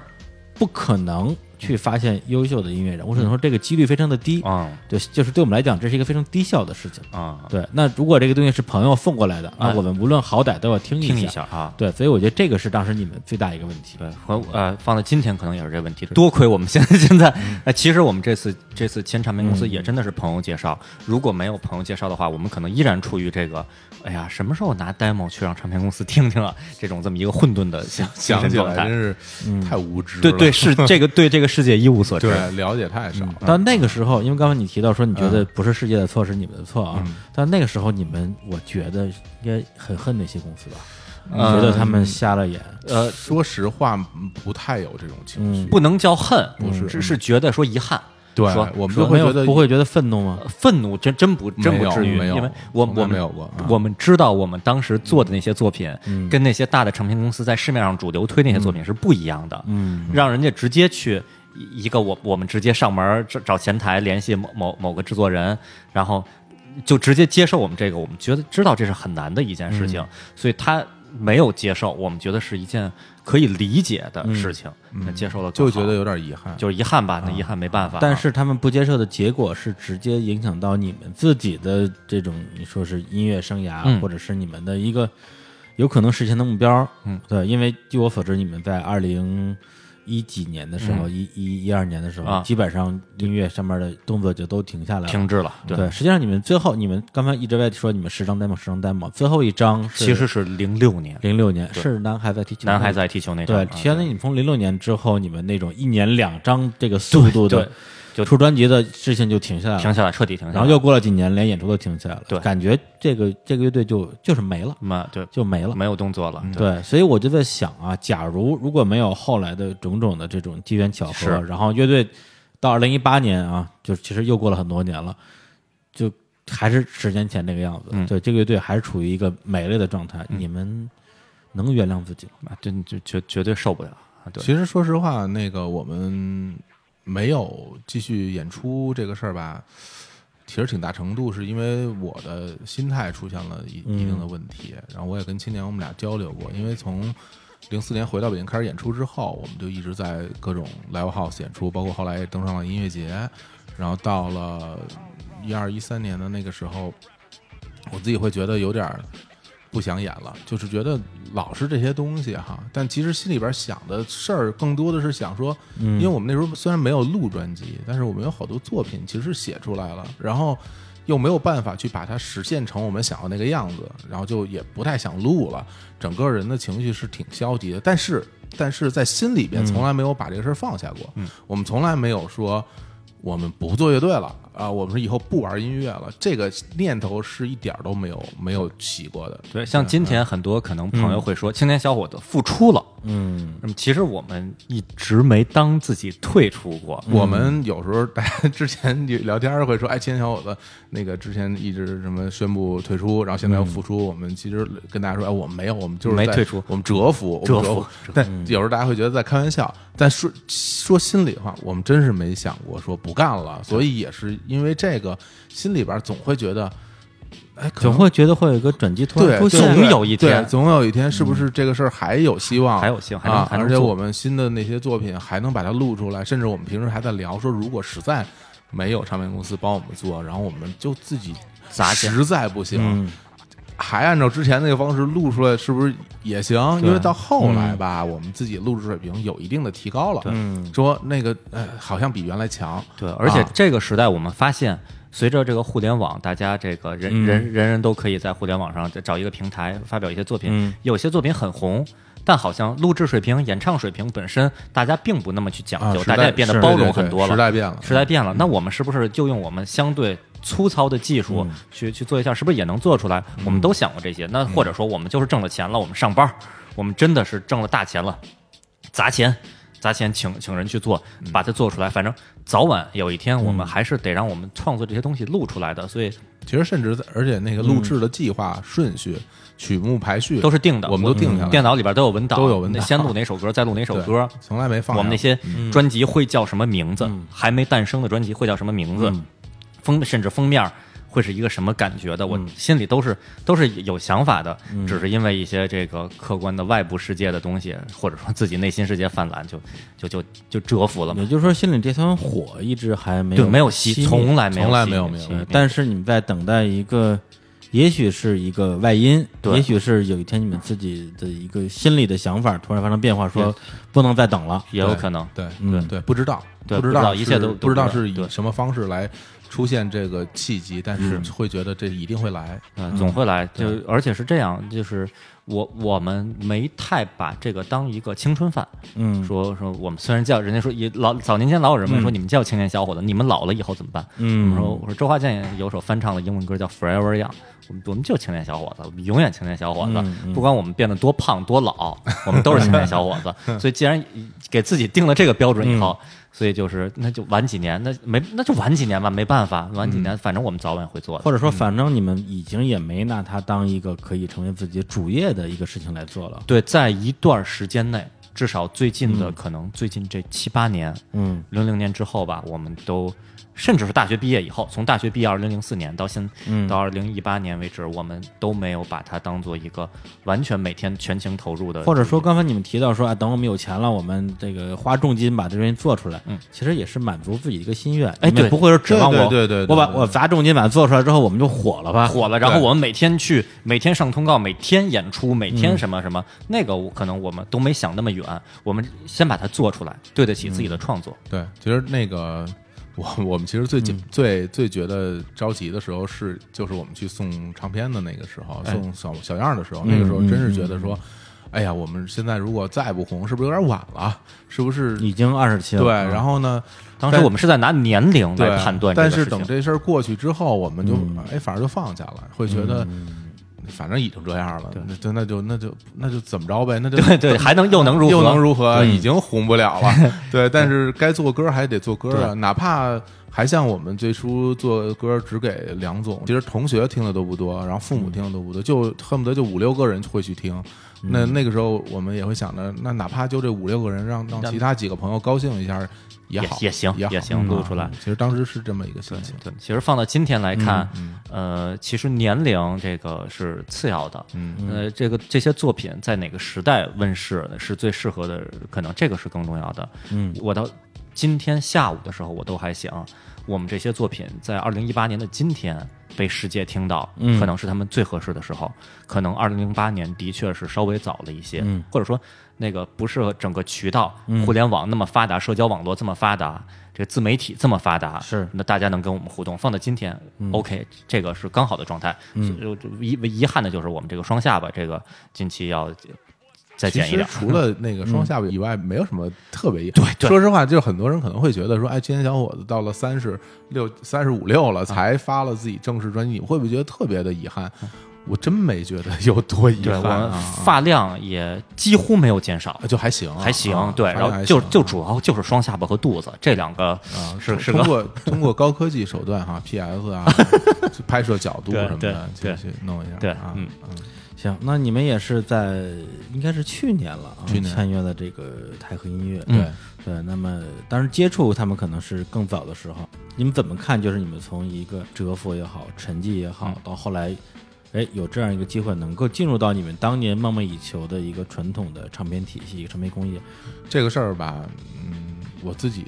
不可能去发现优秀的音乐人，我只能说这个几率非常的低，
嗯
对，就是对我们来讲，这是一个非常低效的事情。
啊，
对，那如果这个东西是朋友送过来的，那
哎
我们无论好歹都要听一
听一下啊，
对，所以我觉得这个是当时你们最大一个问题。
对，和呃放到今天可能也是这问题。多亏我们现在现在，呃，其实我们这次这次签唱片公司也真的是朋友介绍，如果没有朋友介绍的话，我们可能依然处于这个，哎呀，什么时候拿 demo 去让唱片公司听听啊？这种这么一个混沌的想
想起来真
状态。嗯
是太无知了，
对嗯对，是这个对这个世界一无所知。
对，了解太少了。
但那个时候，因为刚才你提到说你觉得不是世界的错，是你们的错啊。但那个时候，你们我觉得应该很恨那些公司吧？你觉得他们瞎了眼？
呃，嗯
说实话，嗯不太有这种情绪。
不能叫恨，是只是觉得说遗憾。
嗯对
说，
我们
说
都会
没有
觉得
不会觉得愤怒吗？
愤怒真真不真不至
没
于，
有没有
因为我
从来
我们
没有过啊嗯
我们知道我们当时做的那些作品，跟那些大的唱片公司在市面上主流推那些作品是不一样的，嗯，让人家直接去一个我我们直接上门找找前台联系某某某个制作人，然后就直接接受我们这个，我们觉得知道这是很难的一件事情，
嗯
所以他没有接受，我们觉得是一件可以理解的事情，那接受了
嗯就
更好
觉得有点遗憾。
就是遗憾吧，那遗憾没办法啊，
但是他们不接受的结果是直接影响到你们自己的这种，你说是音乐生涯，
嗯
或者是你们的一个有可能实现的目标。
嗯，
对，因为据我所知，你们在二零一几年的时候，一一一二年的时候，
嗯啊
基本上音乐上面的动作就都停下来了。
停滞了，对。
对，实际上你们最后，你们刚才一直在说你们十张 demo，十张 demo，最后一张是
其实是零六年，
零六年是男孩在踢球，
男孩在踢球那场
对
啊，
相当于你从零六年之后，你们那种一年两张这个速度的
对就
出专辑的事情就停下来了，
停下来，彻底停下来，
然后又过了几年，连演出都停下来了，
对
感觉这个这个乐队就就是没了，
嘛，对，
就没了。
没有动作了，对
对，所以我就在想啊，假如如果没有后来的种种的这种机缘巧合，然后乐队到二零一八年啊，就其实又过了很多年了，就还是十年前那个样子。对，这个乐队还是处于一个美类的状态。你们能原谅自己吗？
啊真就绝绝对受不了，啊对，
其实说实话，那个我们没有继续演出这个事儿吧，其实挺大程度是因为我的心态出现了一一定的问题。然后我也跟青年我们俩交流过，因为从零四年回到北京开始演出之后，我们就一直在各种 live house 演出，包括后来也登上了音乐节。然后到了一二一三年的那个时候，我自己会觉得有点儿不想演了，就是觉得老是这些东西哈，但其实心里边想的事儿更多的是想说，因为我们那时候虽然没有录专辑，但是我们有好多作品其实是写出来了，然后又没有办法去把它实现成我们想要那个样子，然后就也不太想录了，整个人的情绪是挺消极的，但是但是在心里边从来没有把这个事儿放下过，我们从来没有说。我们不做乐队了啊！我们以后不玩音乐了，这个念头是一点儿都没有没有起过的。
对，像
嗯
今天很多可能朋友会说，青年小伙子付出了，嗯，那么其实我们一直没当自己退出过，
我们有时候大家之前聊天儿会说，哎，青年小伙子，那个之前一直什么宣布退出，然后现在又复出。我们其实跟大家说，哎，我们没有，我们就是
没
在
退出
我们折服，我们
折服
服。嗯但有时候大家会觉得在开玩笑，但说说心里话，我们真是没想过说不干了，所以也是因为这个，心里边儿总会觉得，哎，可
总
能
会觉得会有一个转机突
对，
然出现，
对
总有一天嗯
对总有一天，是不是这个事儿还有希望？
还有希望还能
啊！
还能
而且
做
我们新的那些作品还能把它录出来，甚至我们平时还在聊说，如果实在没有唱片公司帮我们做，然后我们就自己
砸钱
嗯
嗯
实在不行，还按照之前那个方式录出来，是不是也行？因为到
嗯
后来吧，我们自己录制水平有一定的提高了，
嗯
说那个呃，好像比原来强，
对，而且
啊
这个时代，我们发现，随着这个互联网，大家这个人、
嗯
人人人都可以在互联网上再找一个平台发表一些作品，
嗯
有些作品很红。但好像录制水平、演唱水平本身，大家并不那么去讲究，
啊时代
大家也变得
是
包
对对
容很
对
多了。
时代变了
时代变了。那我们是不是就用我们相对粗糙的技
嗯
术去、去做一下？是不是也能做出来？我们都想过这些。那或者说，我们就是挣了钱了，我们上班儿，我们真的是挣了大钱了，砸钱，砸钱请请人去做，
嗯
把它做出来。反正早晚有一天，我们还是得让我们创作这些东西录出来的，所以
其实甚至在而且那个录制的计划、顺序、曲目排序
都是定的。
我们都定下来了，
电脑里边都有文档，
都有文档
那先录哪首歌，再录哪首
对
歌。
从来没放
我们那
上嗯
些专辑会叫什么名字？还没诞生的专辑会叫什么名
嗯
嗯
字？封甚至封面会是一个什么感觉的？我
嗯
心里都是都是有想法的，只是因为一些这个客观的外部世界的东西，或者说自己内心世界泛滥，就就就就折服了嘛
也。就是说，心里这团火一直还没
对，
有
没有
熄
戏，
灭
从来没有，
从来没有没有
没
对但是你们在等待一个，也许是一个外因，
对
也许是有一天你们自己的一个心里的想法突然发生变化，说不能再等了。
也有可能。
对，
嗯
对，不知道，
对
不
不知
道
道
是，
一切都
不知道
都不知道
是以
对
什么方式来出现这个契机，但是会觉得这一定会来。
嗯，总会来，就而且是这样，就是我我们没太把这个当一个青春饭，
嗯
说说我们虽然叫人家说也老早年间老有人问说你们叫青年小伙子，你们老了以后怎么办？
嗯
我说我说周华健也有首翻唱的英文歌叫 Forever Young，我们我们就是青年小伙子，我们永远青年小伙子，
嗯嗯
不管我们变得多胖多老，我们都是青年小伙
嗯
子。所以既然给自己定了这个标准以后。所以就是，那就晚几年，那没那就晚几年吧，没办法，晚几年，反正我们早晚会做的。
嗯或者说，反正你们已经也没拿它当一个可以成为自己主业的一个事情来做了。
对，在一段时间内，至少最近的、可能最近这七八年，
嗯，
零零年之后吧，我们都甚至是大学毕业以后，从大学毕业二零零四年到现、到二零一八年为止，我们都没有把它当做一个完全每天全情投入的，
或者说，刚才你们提到说，啊，等我们有钱了，我们这个花重金把这东西做出来，
嗯，
其实也是满足自己的一个心愿。
哎
你们
对
不会说指望我，
对对对
我
对
把
对对
我砸重金把它做出来之后，我们就火了吧？
火了，然后我们每天去，每天上通告，每天演出，每天什么什么，那个我可能我们都没想那么远，我们先把它做出来，对得起自己的创作。
对，其实那个我我们其实最紧、
嗯
最最觉得着急的时候是，就是我们去送唱片的那个时候，
哎
送小小样儿的时候，那个时候
嗯
真是觉得说，哎呀，我们现在如果再不红，是不是有点晚了？是不是？
已经二十七了。
对，
嗯
然后呢？
当时我们是在拿年龄
对
来判断
但
个
是
事情，嗯
等这事儿过去之后，我们就、哎，反而就放下了，会觉得。反正已经这样了，那就那就那就那就怎么着呗，那就
对对，还能又能如何？嗯
又能如何？已经红不了了， 对。但是该做歌还得做歌啊，哪怕还像我们最初做歌只给梁总，其实同学听的都不多，然后父母听的都不多，就恨不得就五六个人会去听。
嗯
那那个时候我们也会想着，那哪怕就这五六个人，让让其他几个朋友高兴一下也好，
也行
也好
也行录
啊
出来
其实当时是这么一个心情，
对，其实放到今天来看，呃，其实年龄这个是次要的，嗯，呃，这个这些作品在哪个时代问世是最适合的，可能这个是更重要的。嗯，我到今天下午的时候，我都还想，我们这些作品在二零一八年的今天被世界听到，
嗯
可能是他们最合适的时候。可能二零零八年的确是稍微早了一些，
嗯
或者说那个不是整个渠道、互联网那么发达，社交网络这么发达，这个自媒体这么发达，
是
那大家能跟我们互动。放到今天、o
嗯
k 这个是刚好的状态。嗯，遗遗憾的就是我们这个双下巴，这个近期要再
其
减一
实
点。
除 了那个双下巴以外，没有什么特别。
对对
说实话，就是很多人可能会觉得说，哎，青年小伙子到了三十六、三十五六
啊
了，才发了自己正式专辑，你会不会觉得特别的遗憾？我真没觉得有多遗
嗯对
憾
我
啊
们，发量也几乎没有减少
啊，就还行啊，
还行
啊，发
对，然
展
后
还
就
行啊
就主要就是双下巴和肚子这两 个
啊
是是
通
个
通过通过高科技手段哈，PS 啊，就拍摄角度
对
什么的，
对
去去弄一下，
对
啊
嗯
嗯，
行，那你们也是在应该是去年了啊，
去年嗯
签约的这个太和音乐，
对。
对，那么当然接触他们可能是更早的时候，你们怎么看？就是你们从一个蛰伏也好，沉寂也
嗯
好，到后来，哎，有这样一个机会能够进入到你们当年梦寐以求的一个传统的唱片体系、唱片工业，
这个事儿吧，嗯，我自己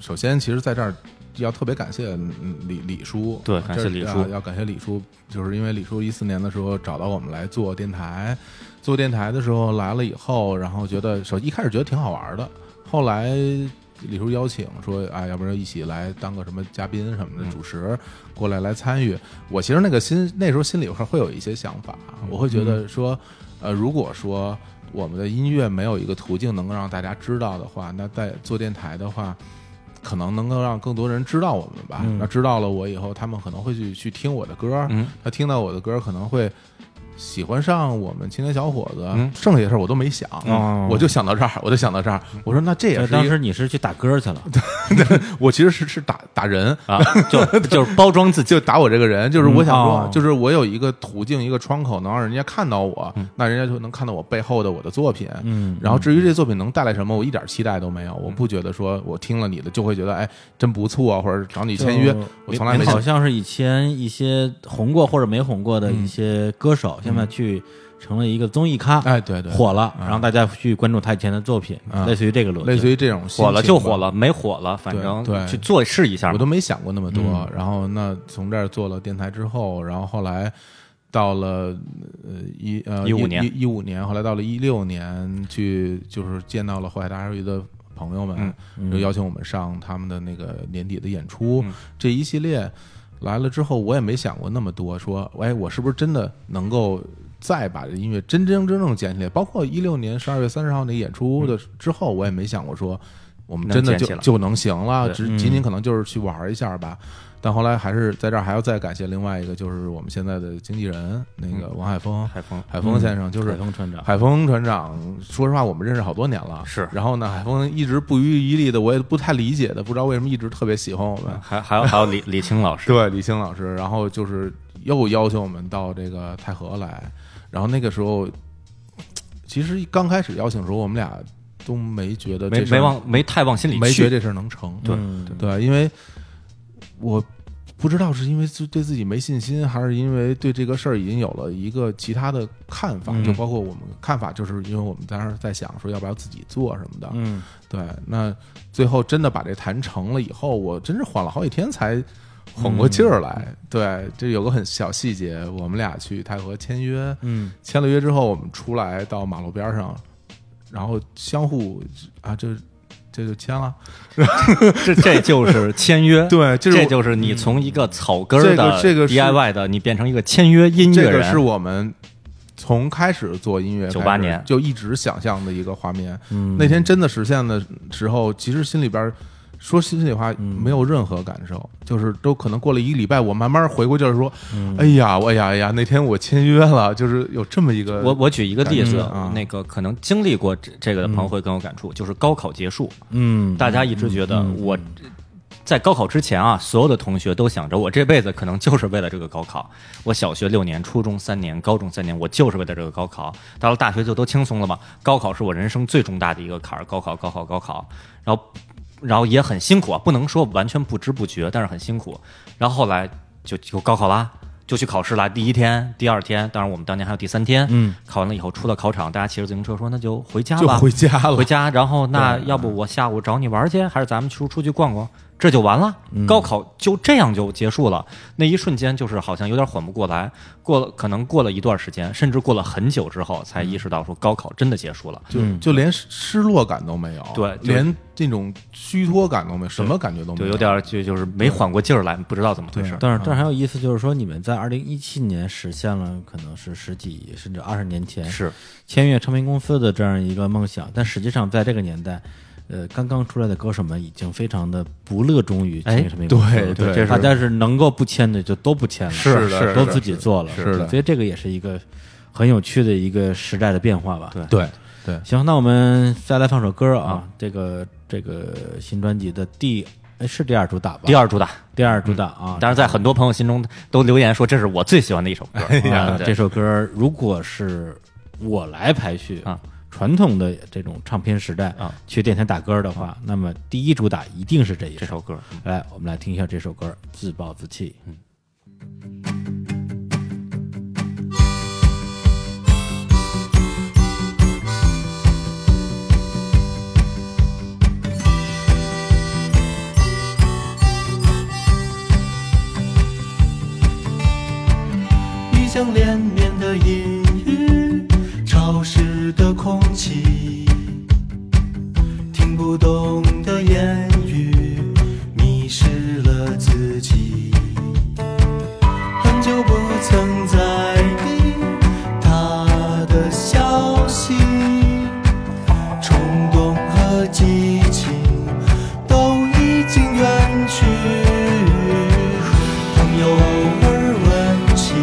首先其实在这儿要特别感谢嗯李李叔，
对感谢
这
李
啊
叔
要感谢李叔，就是因为李叔一四年的时候找到我们来做电台，做电台的时候来了以后，然后觉得首一开始觉得挺好玩的，后来李叔邀请说啊，要不然一起来当个什么嘉宾什么
嗯
的主持过来来参与。我其实那个心那时候心里边会有一些想法，
嗯
我会觉得说，呃，如果说我们的音乐没有一个途径能够让大家知道的话，那在做电台的话。可能能够让更多人知道我们吧。
嗯
那知道了我以后，他们可能会去去听我的歌，
嗯
他听到我的歌可能会喜欢上我们青年小伙子。剩下的事儿我都没想，
嗯哦
我就想到这儿，我就想到这儿。我说那这也
对，
是一
当
个
时你是去打歌去了，
我其实是是打打人。
啊，就就是包装自己，
就打我这个人，就是我想说，
哦
就是我有一个途径，一个窗口，能让人家看到我，那人家就能看到我背后的我的作品。
嗯
然后至于这作品能带来什么，我一点期待都没有。我不觉得说我听了你的就会觉得哎真不错啊，或者找你签约
就，
我从来没
好
想
像是以前一些红过或者没红过的
嗯
一些歌手，现在去成了一个综艺咖，
哎对对
火了，然后大家去关注他以前的作品，
啊
类似于这个逻辑，
类似于这种心
火了就
情吧
火了，没火了，反正
对对
去做试一下
我
嘛。
都没想过那么多。然后那从这儿做了电台之后，然后后来到了呃一呃
15年
一五年，后来到了一六年去就是见到了淮海大鲨鱼的。朋友们
嗯
嗯
就邀请我们上他们的那个年底的演出，这一系列来了之后，我也没想过那么多，说，哎，我是不是真的能够再把这音乐真真正正捡起来？包括一六年十二月三十号那演出的之后，我也没想过说我们
嗯能
真的
捡
就
起来
就能行了，
对嗯
只仅仅可能就是去玩一下吧。但后来还是在这儿还要再感谢另外一个，就是我们现在的经纪人那个
嗯
王海峰，
海峰
海峰先生，就是
海峰船长
海峰船长，说实话，我们认识好多年了。
是
然后呢，海峰一直不遗余力的，我也不太理解的，不知道为什么一直特别喜欢我们。
啊还还有还有李李青老师，
对，李青老师，然后就是又邀请我们到这个太和来，然后那个时候，其实刚开始邀请的时候，我们俩都没觉得
没
这事儿
没往没太往心里
没觉得
去，
这事儿能成，
对
嗯
对，因为我不知道是因为自对自己没信心，还是因为对这个事儿已经有了一个其他的看法，就包括我们看法，就是因为我们当时在想说要不要自己做什么的，
嗯，
对，那最后真的把这谈成了以后，我真是缓了好几天才缓过劲儿来。对，这有个很小细节，我们俩去太和签约，
嗯，
签了约之后，我们出来到马路边儿上，然后相互啊，这这就签了。
这这就是签约。
对这是嗯
这就是你从一个草根
这个
儿的
这个是
DIY 的，你变成一个签约音乐
这个
人
是。我们从开始做音乐开始
98年嗯
就一直想象的一个画面。嗯
嗯
那天真的实现的时候，其实心里边儿说心里话
嗯
没有任何感受，就是都可能过了一个礼拜，我慢慢回过劲儿说，
嗯
哎呀，我哎呀哎呀，那天我签约了，就是有这么一个
我我举一个例子
感觉啊，嗯
那个可能经历过这这个的朋友会更有感触，就是高考结束，
嗯，
大家一直觉得我在高考之前啊，所有的同学都想着我这辈子可能就是为了这个高考。我小学六年、初中三年、高中三年，我就是为了这个高考。到了大学就都轻松了嘛，高考是我人生最重大的一个坎儿，高考、高考、高考，然后然后也很辛苦啊，不能说完全不知不觉，但是很辛苦。然后后来就就高考啦。就去考试啦，第一天、第二天，当然我们当年还有第三天。嗯，考完了以后出到考场，大家骑着自行车说：“那就回家
就
吧。”
回家了，
回家，然后那要不我下午找你玩儿去，还是咱们出出去逛逛，这就完了。高考就这样就结束了，那一瞬间就是好像有点缓不过来，过了可能过了一段时间，甚至过了很久之后，才意识到说高考真的结束了。
就就连失落感都没有，
嗯对就
连这种虚脱感都没有，什么感觉都没
就有点儿就就是没缓过劲儿来，不知道怎么回事。
但
嗯
是，但是很有意思，就是说你们在二零一七年实现了可能是十几甚至二十年前
是
签约唱片公司的这样一个梦想，但实际上在这个年代，呃，刚刚出来的歌手们已经非常的不乐衷于签约唱片公司了，
哎对对这是
大家是能够不签的就都不签了，
是的是的
都自己做了，
是的是的
所以这个也是一个很有趣的一个时代的变化吧。对
对对，
行，那我们再来放首歌啊，
嗯
这个这个新专辑的第哎是第二主打吧？
第二嗯主打，
第二主打啊，
但是在很多朋友心中都留言说这是我最喜欢的一首歌。
啊，
哎对
这首歌如果是我来排序
啊，
传统的这种唱片时代
啊，
去电台打歌的话，那么第一主打一定是这一
这首。歌，
来，我们来听一下这首歌《自暴自弃》。
自
的消息，冲动和激情都已经远去。朋友偶尔问起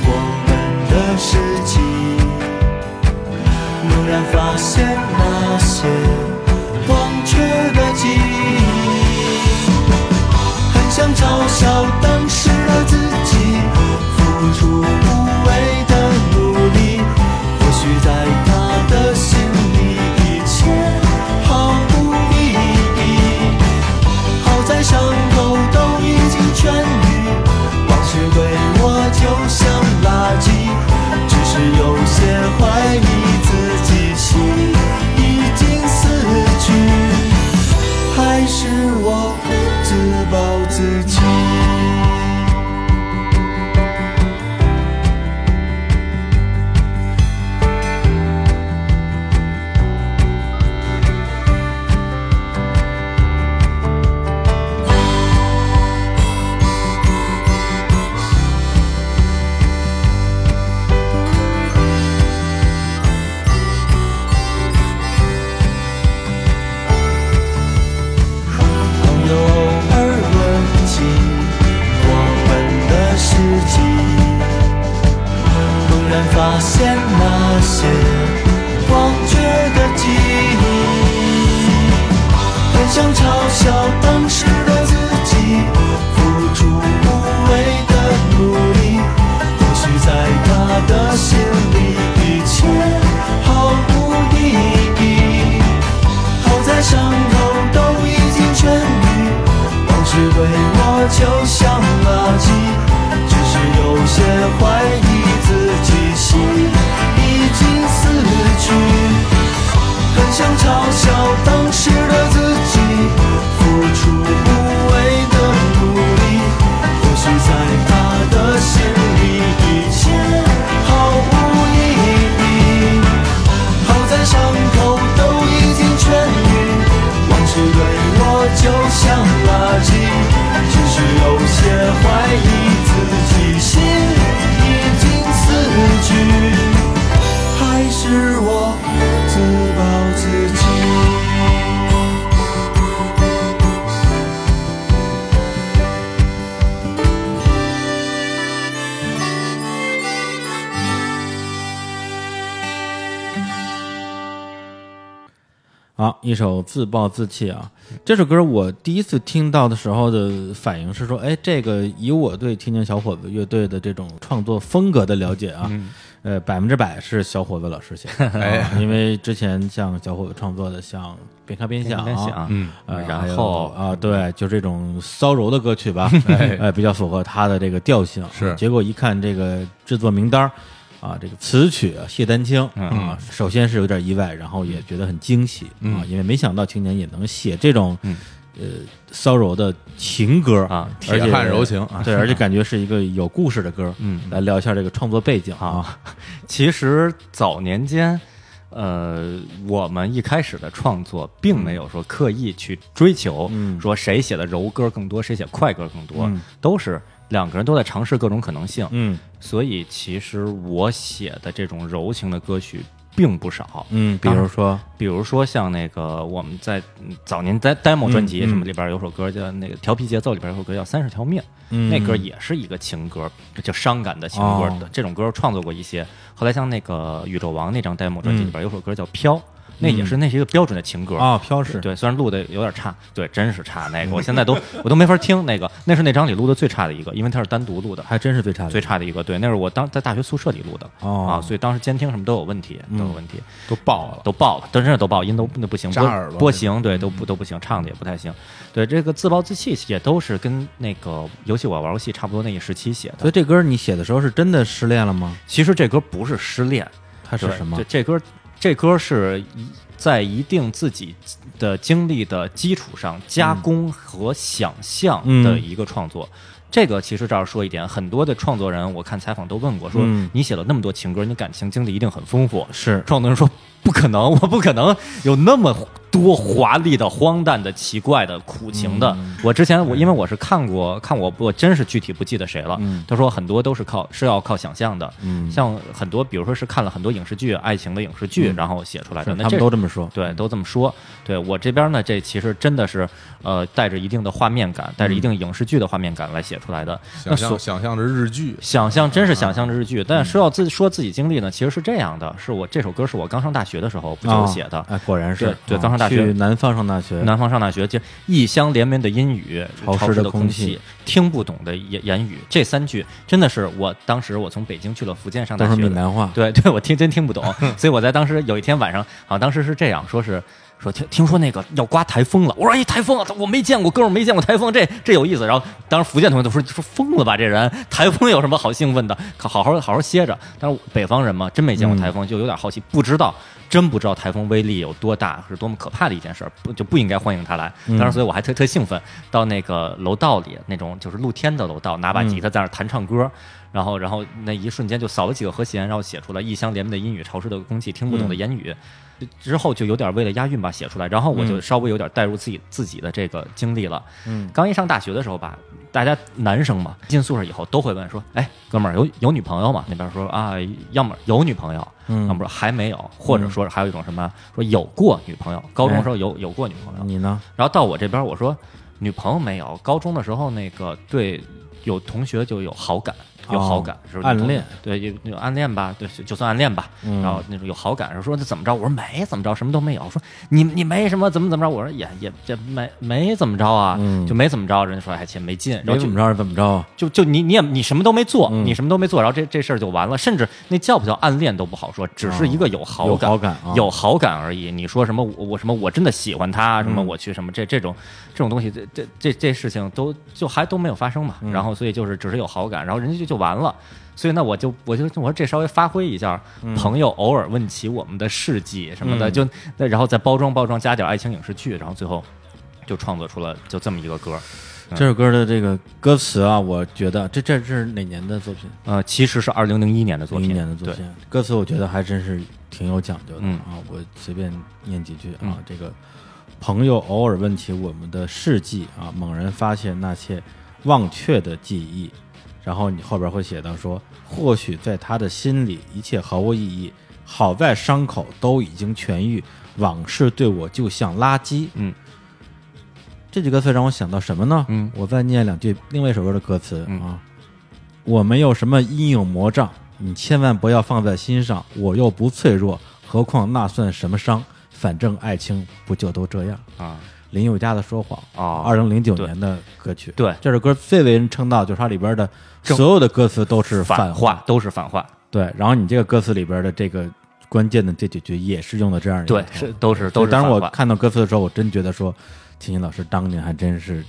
我们的事情，蓦然发现那些忘却的记忆。很想嘲笑当时的自己，付出无谓的努力，或许在他的心里，一切毫无意义。好在伤口都已经痊愈，往事对我就像垃圾，只是有些怀疑自己心已经死去，还是我自暴自弃。朋友偶尔问起我们的事情，猛然发现那些忘却的记忆，很想嘲笑当时的自己，付出无谓的努力，或许在他的心里，一切毫无意义。好在伤口都已经痊愈，往事对我就像垃圾，只是有些怀疑自己心已经死去，很想嘲笑当时的自己，付出无谓的努力，或许在他的心里一切毫无意义。好在伤口都已经痊愈，往事对我就像垃圾，只是有些怀疑自己心已经死去，还是我自暴自弃。
好，啊一首《自暴自弃》啊，这首歌我第一次听到的时候的反应是说，哎，这个以我对天津小伙子乐队的这种创作风格的了解啊，
嗯
呃，百分之百是小伙子老师写的，
哎
啊因为之前像小伙子创作的像《边看边想》
边想嗯
呃
然
还有
后哎
啊，对，就这种骚柔的歌曲 吧，呃，比较符合他的这个调性。啊
是
结果一看这个制作名单儿啊，这个词曲啊谢丹青
嗯
啊，首先是有点意外，然后也觉得很惊喜
嗯
啊，因为没想到青年也能写这种呃骚柔的情歌
啊
而且
铁汉柔情啊
对，而且感觉是一个有故事的歌。嗯，来聊一下这个创作背景啊，
其实早年间，呃，我们一开始的创作并没有说刻意去追求，
嗯
说谁写的柔歌更多，谁写快歌更多，
嗯
都是两个人都在尝试各种可能性。
嗯
所以，其实我写的这种柔情的歌曲并不少。
嗯，比如说
比如说像那个我们在嗯早年在 demo 专辑
嗯
什么里边有首歌叫那个调皮节奏里边有首歌叫《三十条命》，
嗯
那歌也是一个情歌，就伤感的情歌
哦
的这种歌创作过一些。后来像那个宇宙王那张 demo 专辑里边有首歌叫《飘》，
嗯
那也是那是一个标准的情歌
啊，飘逝，
对，虽然录的有点差，对，真是差那 个，我现在都我都没法听那个，那是那张里录的最差的一个，因为它是单独录的，
还真是最差的，
最差的一个，对，那是我当在大学宿舍里录的、
哦
啊，所以当时监听什么都有问题，都有问题，
都爆了，
都爆了，都真是都爆，音都那不嗯行，
扎
波
耳朵
波形对都不都不行，唱的也不太行，对，这个自暴自弃也都是跟那个游戏我玩游戏差不多那一时期写
所
的。
以这歌你写的时候是真的失恋了吗？
其实这歌不是失恋，
它是
对
什么
这？这歌这歌是一在一定自己的经历的基础上加工和想象的一个创作。这个其实这儿说一点，很多的创作人，我看采访都问过，说
嗯
你写了那么多情歌，你感情经历一定很丰富。
是
创作人说不可能，我不可能有那么多华丽的、荒诞的、奇怪的、苦情的。我之前我因为我是看过看我我真是具体不记得谁了。他说很多都是靠是要靠想象的，像很多比如说是看了很多影视剧、爱情的影视剧，然后写出来嗯的。那
他们
这嗯
都这么说。
对，都这么说。对我这边呢，这其实真的是呃带着一定的画面感，带着一定影视剧的画面感来写出来的。那
想
所
象想象着日剧，
想象真是想象着日剧，但是要自说自己经历呢，其实是这样的：是我这首歌是我刚上大学的时候不久写的
啊，哎，果然是
对对
啊
刚上大学
去南方上大学，
南方上大学，就异乡连绵的阴雨，
潮湿的
湿的
空气
气，听不懂的言言语，这三句真的是我当时我从北京去了福建上
都
大
是
学的，
闽南话。
对对，我听真听不懂，所以我在当时有一天晚上，好像当时是这样说是。说听听说那个要刮台风了，我说哎台风啊，我没见过，哥们儿没见过台风，这这有意思。然后当时福建同学都说说疯了吧这人，台风有什么好兴奋的？好好好好歇着。但是北方人嘛，真没见过台风，就有点好奇，不知道真不知道台风威力有多大，是多么可怕的一件事儿，不就不应该欢迎他来。当时所以我还特特兴奋，到那个楼道里那种就是露天的楼道，拿把吉他在那儿弹唱歌。然后，然后那一瞬间就扫了几个和弦，然后写出来异乡连绵的阴雨，潮湿的空气，听不懂的言语。之后就有点为了押韵吧写出来，然后我就稍微有点带入自己、自己的这个经历了。嗯，刚一上大学的时候吧，大家男生嘛进宿舍以后都会问说：“哎，哥们儿有有女朋友吗？”那边说啊，要么有女朋友，嗯、要么说还没有，或者说还有一种什么说有过女朋友，高中时候有、有过女朋友，
你呢？
然后到我这边我说女朋友没有，高中的时候那个对有同学就有好感，有好感，
哦
是吧
暗恋，嗯
对，有有暗恋吧，对，就就算暗恋吧。然后那种有好感，说那怎么着？我说没怎么着，什么都没有。说你你没什么怎么怎么着？我说也也这没没怎么着啊，就没怎么着。人家说哎，亲没劲，然
嗯
后
没
就
怎么着是啊怎么着？
就就你你也你什么都没做，
嗯
你什么都没做，然后这这事儿就完了，甚至那叫不叫暗恋都不好说，只是一个有好感、
有好感啊
有好感而已。你说什么我我什么我真的喜欢他，什
嗯
么我去什么这这种这种东西，这这这这事情都就还都没有发生
嗯
嘛。然后所以就是只是有好感，然后人家就就完了。所以呢，我就我就我说这稍微发挥一下，
嗯
朋友偶尔问起我们的事迹什么的，就那然后再包装包装，加点爱情影视剧，然后最后就创作出了就这么一个歌。嗯
这首歌的这个歌词啊，我觉得这这这是哪年的作品？
呃，其实是二零零一年的作
零
品，
一年的作
对
品，歌词我觉得还真是挺有讲究的、
嗯
啊。我随便念几句啊，
嗯
这个朋友偶尔问起我们的事迹啊，猛然发现那些忘却的记忆，然后你后边会写到说，或许在他的心里一切毫无意义，好在伤口都已经痊愈，往事对我就像垃圾。
嗯。
这句歌词让我想到什么呢？
嗯
我再念两句另外一首歌的歌词、
嗯
啊，我没有什么阴影魔障，你千万不要放在心上。我又不脆弱，何况那算什么伤？反正爱情不就都这样？
啊，
林宥嘉的《说谎》
哦
二零零九年的歌曲。
对
这首歌最为人称道，就是它里边的所有的歌词都是
反
话。
话都是反话，
对，然后你这个歌词里边的这个关键的这几句也是用的这样一个
对
头，
是都是都是
当
反
时
话。
我看到歌词的时候，我真觉得说，秦秦老师当年还真是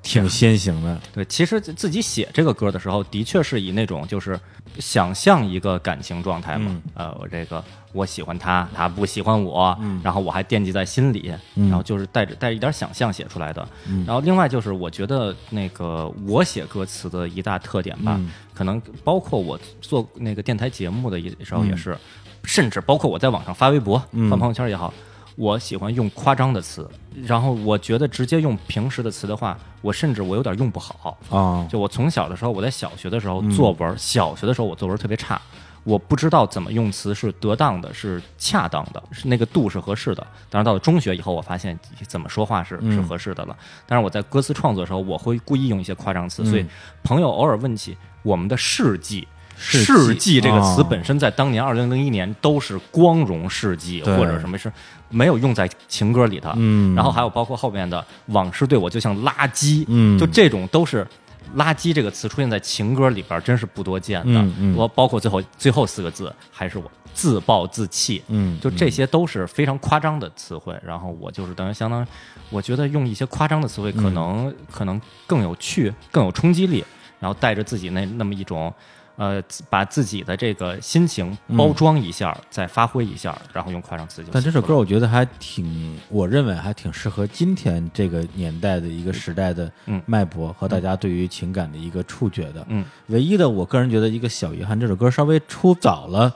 挺先行的。
对，其实自自己写这个歌的时候，的确是以那种就是想象一个感情状态嘛。
嗯
呃，我这个我喜欢他，他不喜欢我，
嗯
然后我还惦记在心里，然后就是带着带着一点想象写出来的。然后另外就是，我觉得那个我写歌词的一大特点吧，可能包括我做那个电台节目的一时候也是，甚至包括我在网上发微博、发朋友圈也好。我喜欢用夸张的词，然后我觉得直接用平时的词的话，我甚至我有点用不好。
啊、
就我从小的时候，我在小学的时候
嗯
作文，小学的时候我作文特别差，我不知道怎么用词是得当的，是恰当的，是那个度是合适的。当然到了中学以后，我发现怎么说话是、
嗯
是合适的了。但是我在歌词创作的时候，我会故意用一些夸张词，
嗯
所以朋友偶尔问起我们的事迹。
事迹
事迹这个词
哦
本身在当年二零零一年都是光荣事迹，
对
或者什么是没有用在情歌里的。
嗯
然后还有包括后面的往事对我就像垃圾，
嗯
就这种都是“垃圾”这个词出现在情歌里边儿，真是不多见的。
嗯嗯
我包括最后最后四个字，还是我自暴自弃。
嗯
就这些都是非常夸张的词汇。然后我就是等于相当于，我觉得用一些夸张的词汇，可能、
嗯
可能更有趣，更有冲击力，然后带着自己那那么一种。呃，自把自己的这个心情包装一下，再发挥一下，然后用夸张词就
嗯
行了。
但这首歌我觉得还挺，我认为还挺适合今天这个年代的一个时代的
嗯
脉搏和大家对于情感的一个触觉的。
嗯，
唯一的我个人觉得一个小遗憾，这首歌稍微出早了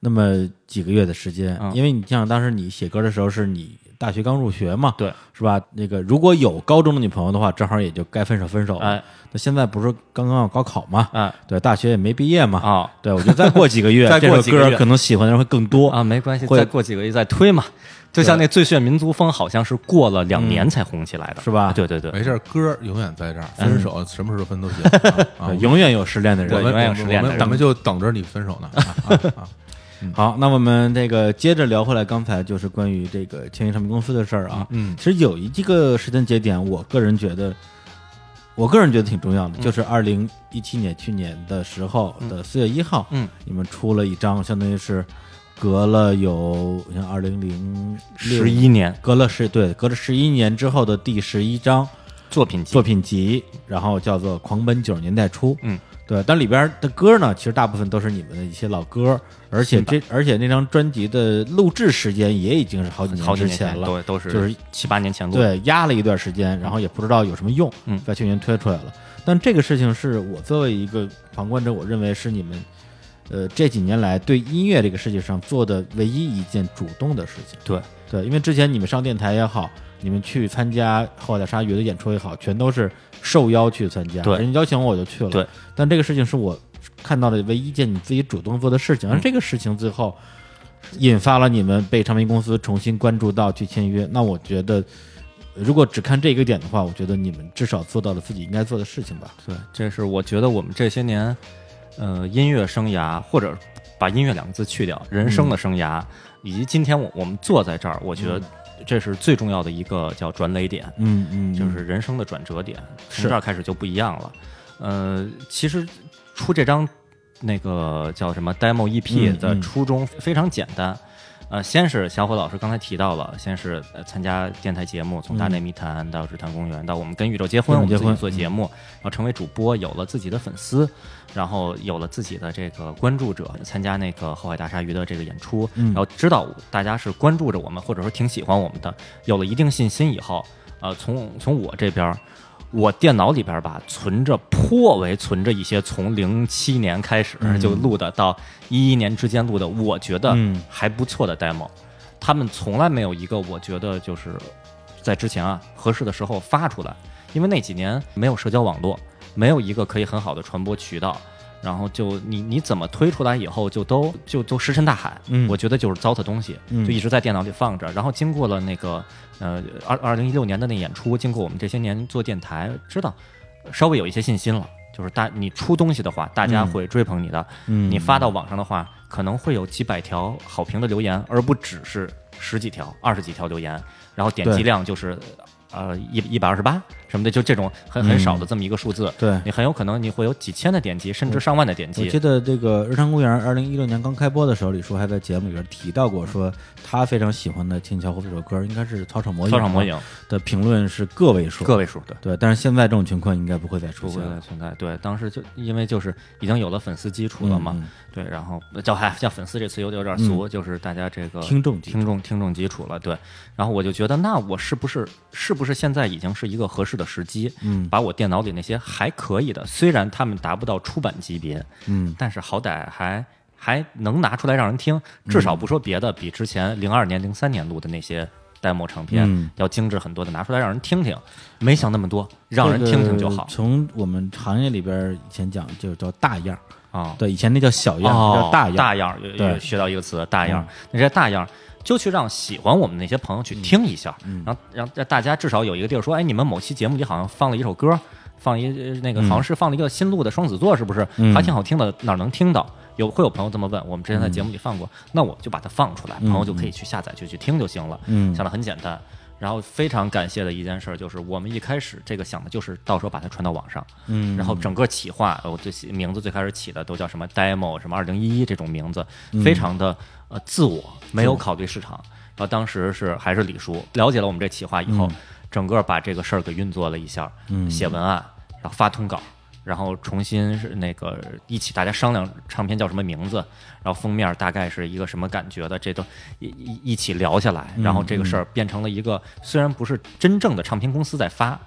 那么几个月的时间，
嗯
因为你像当时你写歌的时候是你大学刚入学嘛，
对，
是吧？那个如果有高中的女朋友的话，正好也就该分手分手了。
哎
那现在不是刚刚要高考嘛，
哎
对，大学也没毕业嘛，
啊
对，我觉得再过 几个月，
再
这
过
首
几个
歌
月
可能喜欢的人会更多
啊，没关系，
会
再过几个月再推嘛。就像那《最炫民族风》，好像是过了两年才红起来的，
是吧
对对对，
没事儿，歌儿永远在这儿，分手什么时候分都行啊啊
对。永远有失恋的
我
人
们
对。永远
我
是
们
恋
我
的
们
人
我们就等着你分手呢。啊啊啊
好，那我们这个接着聊回来，刚才就是关于这个千叶唱片公司的事儿啊。
嗯
其实有一这个时间节点，我个人觉得，我个人觉得挺重要的，就是二零一七年去年的时候的四月一号，
嗯嗯，
你们出了一张，相当于是隔了有你像二零零
十，一年
隔了十对，隔了十一年之后的第十一张
作品集
作品集，然后叫做《狂奔九十年代初》。
嗯，
对，但里边的歌呢，其实大部分都是你们的一些老歌，而且这而且那张专辑的录制时间也已经是好几年
好几
之
年前
了，
都都是
就是
七八年前录的，
对压了一段时间，然后也不知道有什么用，
嗯
在去年推出来了。但这个事情是我作为一个旁观者，我认为是你们。呃，这几年来对音乐这个事情上做的唯一一件主动的事情，
对
对，因为之前你们上电台也好，你们去参加后海大鲨鱼的演出也好，全都是受邀去参加，
对
人家邀请我我就去了。
对，
但这个事情是我看到的唯一一件你自己主动做的事情，而
嗯
这个事情最后引发了你们被唱片公司重新关注到去签约。那我觉得，如果只看这个点的话，我觉得你们至少做到了自己应该做的事情吧。
对，这是我觉得我们这些年，呃，音乐生涯或者把音乐两个字去掉，人生的生涯，以及今天我我们坐在这儿，我觉得这是最重要的一个叫转雷点，
嗯嗯
就是人生的转折点，从
是
这儿开始就不一样了。呃，其实出这张那个叫什么 demo
嗯
EP
嗯
的初衷非常简单。呃，先是小伙老师刚才提到了，先是呃参加电台节目，从《大内密谈》到《日坛公园》，到我们跟宇宙结婚，
嗯跟宇宙
我们
结
自
婚嗯
己做节目，然后成为主播，有了自己的粉丝，然后有了自己的这个关注者，参加那个后海大鲨鱼的这个演出，
嗯
然后知道大家是关注着我们，或者说挺喜欢我们的，有了一定信心以后，呃，从从我这边儿，我电脑里边儿吧存着颇为存着一些从零七年开始就录的到一一年之间录的，我觉得
嗯
还不错的 demo，他们从来没有一个我觉得就是在之前啊合适的时候发出来，因为那几年没有社交网络，没有一个可以很好的传播渠道。然后就你你怎么推出来以后就都就都石沉大海，
嗯
我觉得就是糟蹋东西，
嗯
就一直在电脑里放着。然后经过了那个呃二二零一六年的那演出，经过我们这些年做电台，知道稍微有一些信心了。就是大你出东西的话，大家会追捧你的；
嗯
你发到网上的话，可能会有几百条好评的留言，而不只是十几条、二十几条留言。然后点
对
击量就是呃一一百二十八什么的，就这种很很少的
嗯
这么一个数字。
对
你很有可能你会有几千的点击，甚至上万的点
嗯我
击
记。得这个日常公园二零一六年刚开播的时候，李叔还在节目里边提到过，说他非常喜欢的《青桥湖》这首歌，应该是《操场魔影》。
操场魔影
的评论是个位数，
个位数，对。
对，但是现在这种情况应该不会再出
不
现
会
了
再。存在。对，当时就因为就是已经有了粉丝基础了嘛，
嗯嗯
对，然后叫嗨叫粉丝这词有点有点俗，就是大家这
嗯
个
听众基础
听众听众基础了，对。然后我就觉得，那我是不是是不是现在已经是一个合适的时机？嗯，把我电脑里那些还可以的，虽然他们达不到出版级别，
嗯，
但是好歹还。还能拿出来让人听，
嗯
至少不说别的，比之前零二年、零三年录的那些 demo 唱
嗯
片要精致很多的，拿出来让人听听。没想那么多，让人
这个
听听就好
从我们行业里边以前讲，就叫大样儿，
啊。
对，以前那叫小样儿，
哦，
叫大样儿。
大样儿，有
对嗯
有学到一个词，大样儿。那这大样儿，就去让喜欢我们那些朋友
嗯
去听一下，然后让让大家至少有一个地儿说，哎，你们某期节目里好像放了一首歌，放一呃那
嗯
个好像是放了一个新录的双子座，是不是？还挺好听的，哪儿能听到？有会有朋友这么问，我们
嗯
之前在节目里放过，那我就把它放出来，朋友就可以去下载去去听就行了。
嗯
想的很简单。然后非常感谢的一件事儿就是，我们一开始这个想的就是到时候把它传到网上，嗯，然后整个企划，呃我最起名字最开始起的都叫什么 demo 什么二零一一这种名字，非常的呃嗯自我，没有考虑市场。然后当时是还是李叔了解了我们这企划以后，整个把这个事儿给运作了一下，嗯、写文案，然后发通稿，然后重新是那个一起大家商量唱片叫什么名字，然后封面大概是一个什么感觉的，这都一一一起聊下来，然后这个事儿变成了一个虽然不是真正的唱片公司在发，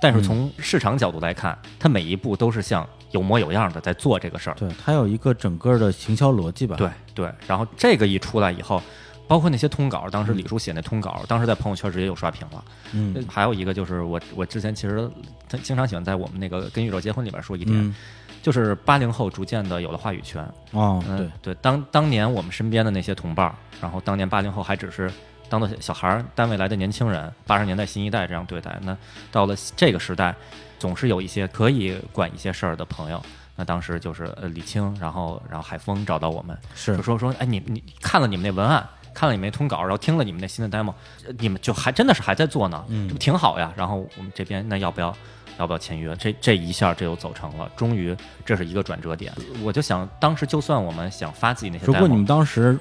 但是从市场角度来看，它每一步都是像有模有样的在做这个事儿。
对，它有一个整个的行销逻辑吧？
对对，然后这个一出来以后，包括那些通稿，当时李叔写那通稿，当时在朋友圈直接就刷屏了。
嗯，
还有一个就是我我之前其实他经常喜欢在我们那个《跟宇宙结婚》里边说一点，
嗯，
就是八零后逐渐的有了话语权。
哦，
嗯、
对，
对，当当年我们身边的那些同伴儿，然后当年八零后还只是当做小孩儿，单位来的年轻人，八十年代新一代这样对待。那到了这个时代，总是有一些可以管一些事儿的朋友。那当时就是呃李青，然后然后海峰找到我们，
是
就说说哎你你看了你们那文案，看了你们那通稿，然后听了你们那新的 demo，呃你们就还真的是还在做呢，
嗯
这不挺好呀？然后我们这边那要不要要不要签约？这这一下这又走成了，终于这是一个转折点。我就想当时就算我们想发自己那些
如果你
demo
们当时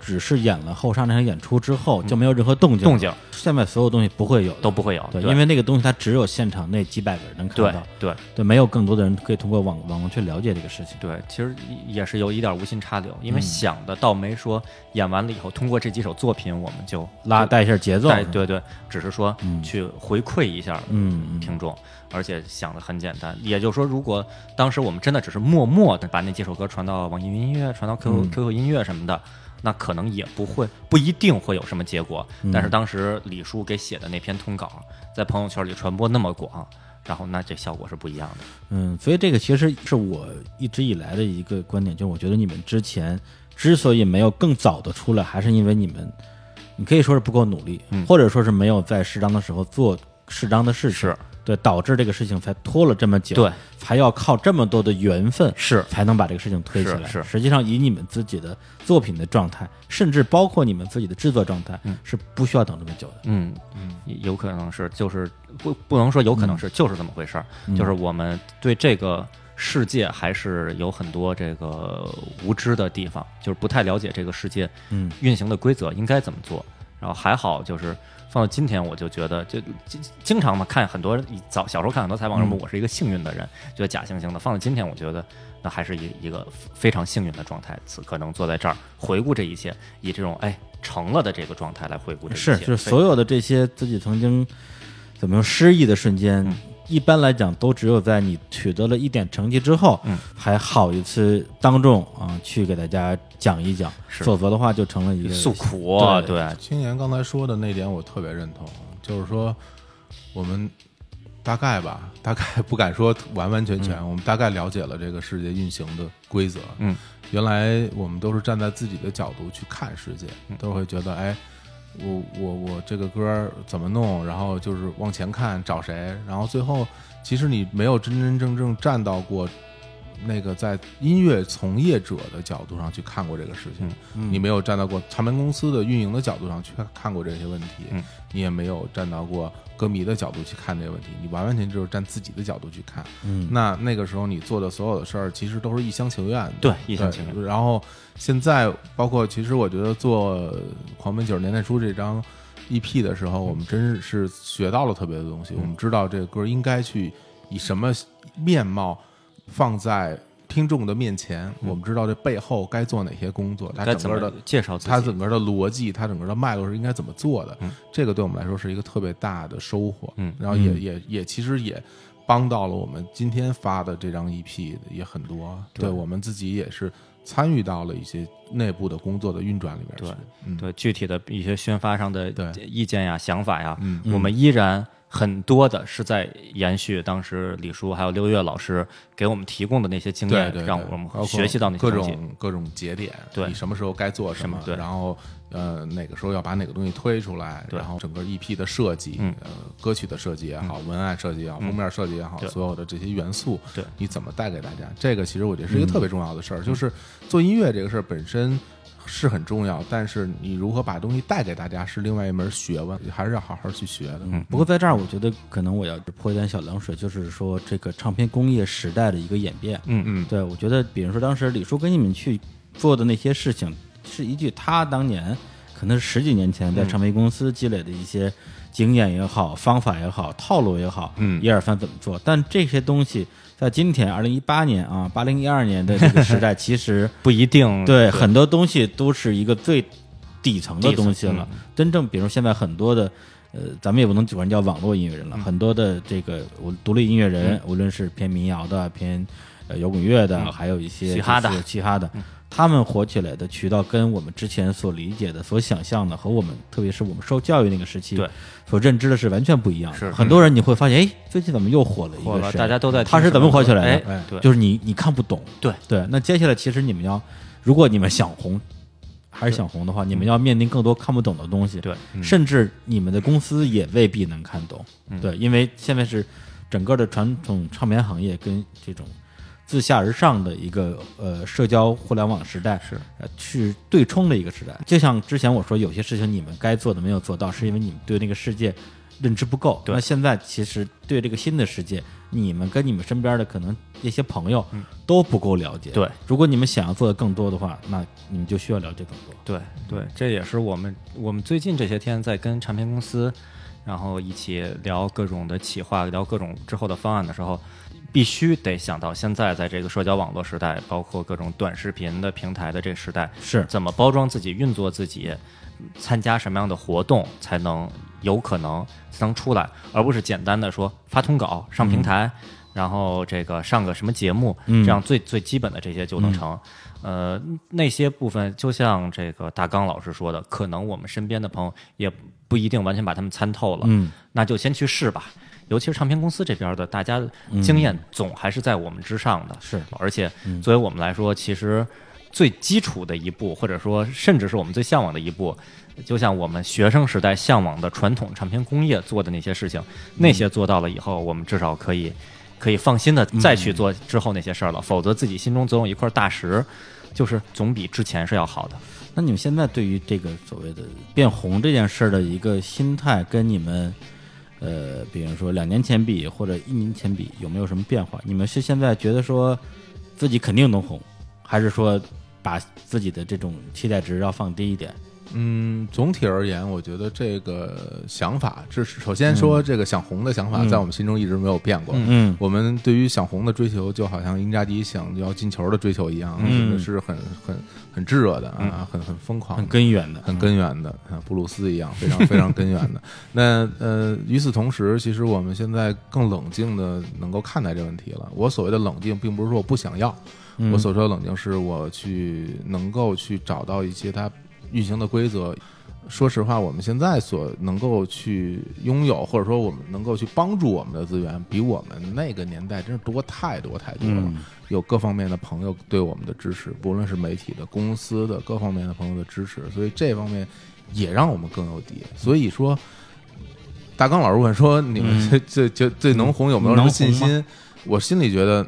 只是演了后沙那场演出之后，就没有任何动静，
嗯动静，
现在所有东西不会有的
都不会有，
对，
对
因为那个东西它只有现场那几百个人能看
对
到，
对
对，没有更多的人可以通过网网络去了解这个事情。
对，其实也是有一点无心插柳，
嗯
因为想的倒没说演完了以后，通过这几首作品我们就
拉带一下节奏，
对对对，只是说去回馈一下
嗯嗯
听众，而且想的很简单。也就是说，如果当时我们真的只是默默的把那几首歌传到网易云音乐、传到 QQ QQ 音乐什么的，那可能也不会不一定会有什么结果。但是当时李叔给写的那篇通稿，在朋友圈里传播那么广，然后那这效果是不一样的。
嗯，所以这个其实是我一直以来的一个观点，就是我觉得你们之前之所以没有更早的出来，还是因为你们，你可以说是不够努力，
嗯
或者说是没有在适当的时候做适当的事情，
是
对，导致这个事情才拖了这么久，
对，
还要靠这么多的缘分
是
才能把这个事情推起来。
是是
实际上以你们自己的作品的状态，甚至包括你们自己的制作状态，是不需要等这么久的。
嗯，嗯有可能是，就是不不能说有可能是，就是这么回事儿。就是我们对这个世界还是有很多这个无知的地方，就是不太了解这个世界
嗯
运行的规则应该怎么做。然后还好，就是放到今天，我就觉得就经经常嘛，看很多嗯早小时候看很多采访什么，我是一个幸运的人，觉得假惺惺的。放到今天，我觉得那还是一一个非常幸运的状态。此刻能坐在这儿回顾这一切，以这种哎成了的这个状态来回顾这一切，
是，就是所有的这些自己曾经怎么说失意的瞬间，
嗯
一般来讲都只有在你取得了一点成绩之后，
嗯
还好一次当众啊、去给大家讲一讲，
是
否则的话就成了一个
诉苦，
对
对，
青年刚才说的那点我特别认同，啊就是说我们大概吧，大概不敢说完完全全，我们大概了解了这个世界运行的规则。
嗯，
原来我们都是站在自己的角度去看世界，都会觉得哎。我我我这个歌儿怎么弄？然后就是往前看找谁，然后最后其实你没有真真正正站到过那个在音乐从业者的角度上去看过这个事情，你没有站到过唱片公司的运营的角度上去看过这些问题，
嗯
你也没有站到过歌迷的角度去看这个问题，你完完全全就是站自己的角度去看。
嗯
那那个时候你做的所有的事儿，其实都是一厢情愿的，
对一厢情愿
对。然后现在，包括其实我觉得做《狂奔九十年代初》这张 EP 的时候，我们真是学到了特别多东西。
嗯
我们知道这个歌应该去以什么面貌放在听众的面前，我们知道这背后该做哪些工作，它
嗯该
整
怎
个
么
的
介绍自己？
它整个的逻辑，它整个的脉络是应该怎么做的，这个对我们来说是一个特别大的收获。
嗯
然后也也也其实也帮到了我们今天发的这张 EP 也很多，对我们自己也是参与到了一些内部的工作的运转里边去。
对
嗯，
对具体的一些宣发上的
对嗯
意见呀、想法呀，我们依然很多的是在延续当时李叔还有六月老师给我们提供的那些经
对
验
对，对
让我们
包括
学习到那些
各
东西。
种各种节点，
对
你什么时候该做
什
什
么
么，
对
然后呃哪个时候要把哪个东西推出来，
对
然后整个 EP 的设计，
嗯
呃歌曲的设计也好，文案设计也好，封面设计也好，
对
所有的这些元素，
对嗯
你怎么带给大家？这个其实我觉得是一个特别重要的事儿，就是做音乐这个事儿本身。是很重要，但是你如何把东西带给大家是另外一门学问，还是要好好去学的。嗯，
不过在这儿，我觉得可能我要泼一点小冷水，就是说这个唱片工业时代的一个演变。
嗯
嗯
对，我觉得比如说当时李叔跟你们去做的那些事情，是依据他当年可能是十几年前在
嗯
唱片公司积累的一些经验也好、方法也好、套路也好，
嗯
一二三怎么做。但这些东西在今天二零一八年啊，八零一二年的这个 时代，其实。
不一定
对，很多东西都是一个最底层的东西
底
了。
层嗯
真正，比如现在很多的呃，咱们也不能管叫网络音乐人了，
嗯
很多的这个我独立音乐人，无论是偏民谣的、偏呃摇滚乐的，还有一些
嘻嗯哈的嗯
就是嘻哈的，他们火起来的渠道跟我们之前所理解的、所想象的，和我们特别是我们受教育那个时期
对
所认知的是完全不一样的。
是
很多人你会发现，哎，最近怎么又火了一
火
个
了
谁？
大家都在听
他是
什
怎么
么
火起
歌
来的？
哎对
就是你你看不懂。
对
对，那接下来其实你们要，如果你们想红，还是想红的话，你们要面临更多看不懂的东西。
对，
甚至你们的公司也未必能看懂。
嗯
对，因为现在是整个的传统唱片行业跟这种自下而上的一个呃社交互联网时代
是
呃去对冲的一个时代。就像之前我说，有些事情你们该做的没有做到，是因为你们对那个世界认知不够。
嗯对
那现在其实对这个新的世界，你们跟你们身边的可能一些朋友都不够了解。
嗯对，
如果你们想要做的更多的话，那你们就需要了解更多。
对对，这也是我们我们最近这些天在跟唱片公司，然后一起聊各种的企划，聊各种之后的方案的时候，必须得想到现在在这个社交网络时代，包括各种短视频的平台的这个时代，
是
怎么包装自己、运作自己，参加什么样的活动才能有可能才能出来，而不是简单的说发通稿上平台，然后这个上个什么节目，这样最最基本的这些就能成。呃，那些部分就像这个大刚老师说的，可能我们身边的朋友也不一定完全把他们参透了，
嗯，
那就先去试吧。尤其是唱片公司这边的，大家
嗯
经验总还是在我们之上的。
是
而且作为我们来说，其实最基础的一步，或者说甚至是我们最向往的一步，就像我们学生时代向往的传统唱片工业做的那些事情，
嗯
那些做到了以后，我们至少可以可以放心的再
嗯
去做之后那些事儿了。否则自己心中总有一块大石，就是总比之前是要好的。
那你们现在对于这个所谓的变红这件事儿的一个心态，跟你们呃，比如说两年前比或者一年前比，有没有什么变化？你们是现在觉得说自己肯定能红，还是说把自己的这种期待值要放低一点？
嗯，总体而言，我觉得这个想法，这是首先说这个想红的想法，在我们心中一直没有变过。
嗯
我们对于想红的追求，就好像英扎迪想要进球的追求一样，
嗯
这个是很很很炙热的啊，很很疯狂的
很根源的，
很根源的，啊，布鲁斯一样，非常非常根源的。那呃，与此同时，其实我们现在更冷静的能够看待这问题了。我所谓的冷静，并不是说我不想要，
嗯
我所说的冷静是我去能够去找到一些它运行的规则。说实话，我们现在所能够去拥有，或者说我们能够去帮助我们的资源，比我们那个年代真是多太多太多了。有各方面的朋友对我们的支持，不论是媒体的、公司的各方面的朋友的支持，所以这方面也让我们更有底。所以说，大刚老师问说，你们这这这这嗯能红有没有什么信心？我心里觉得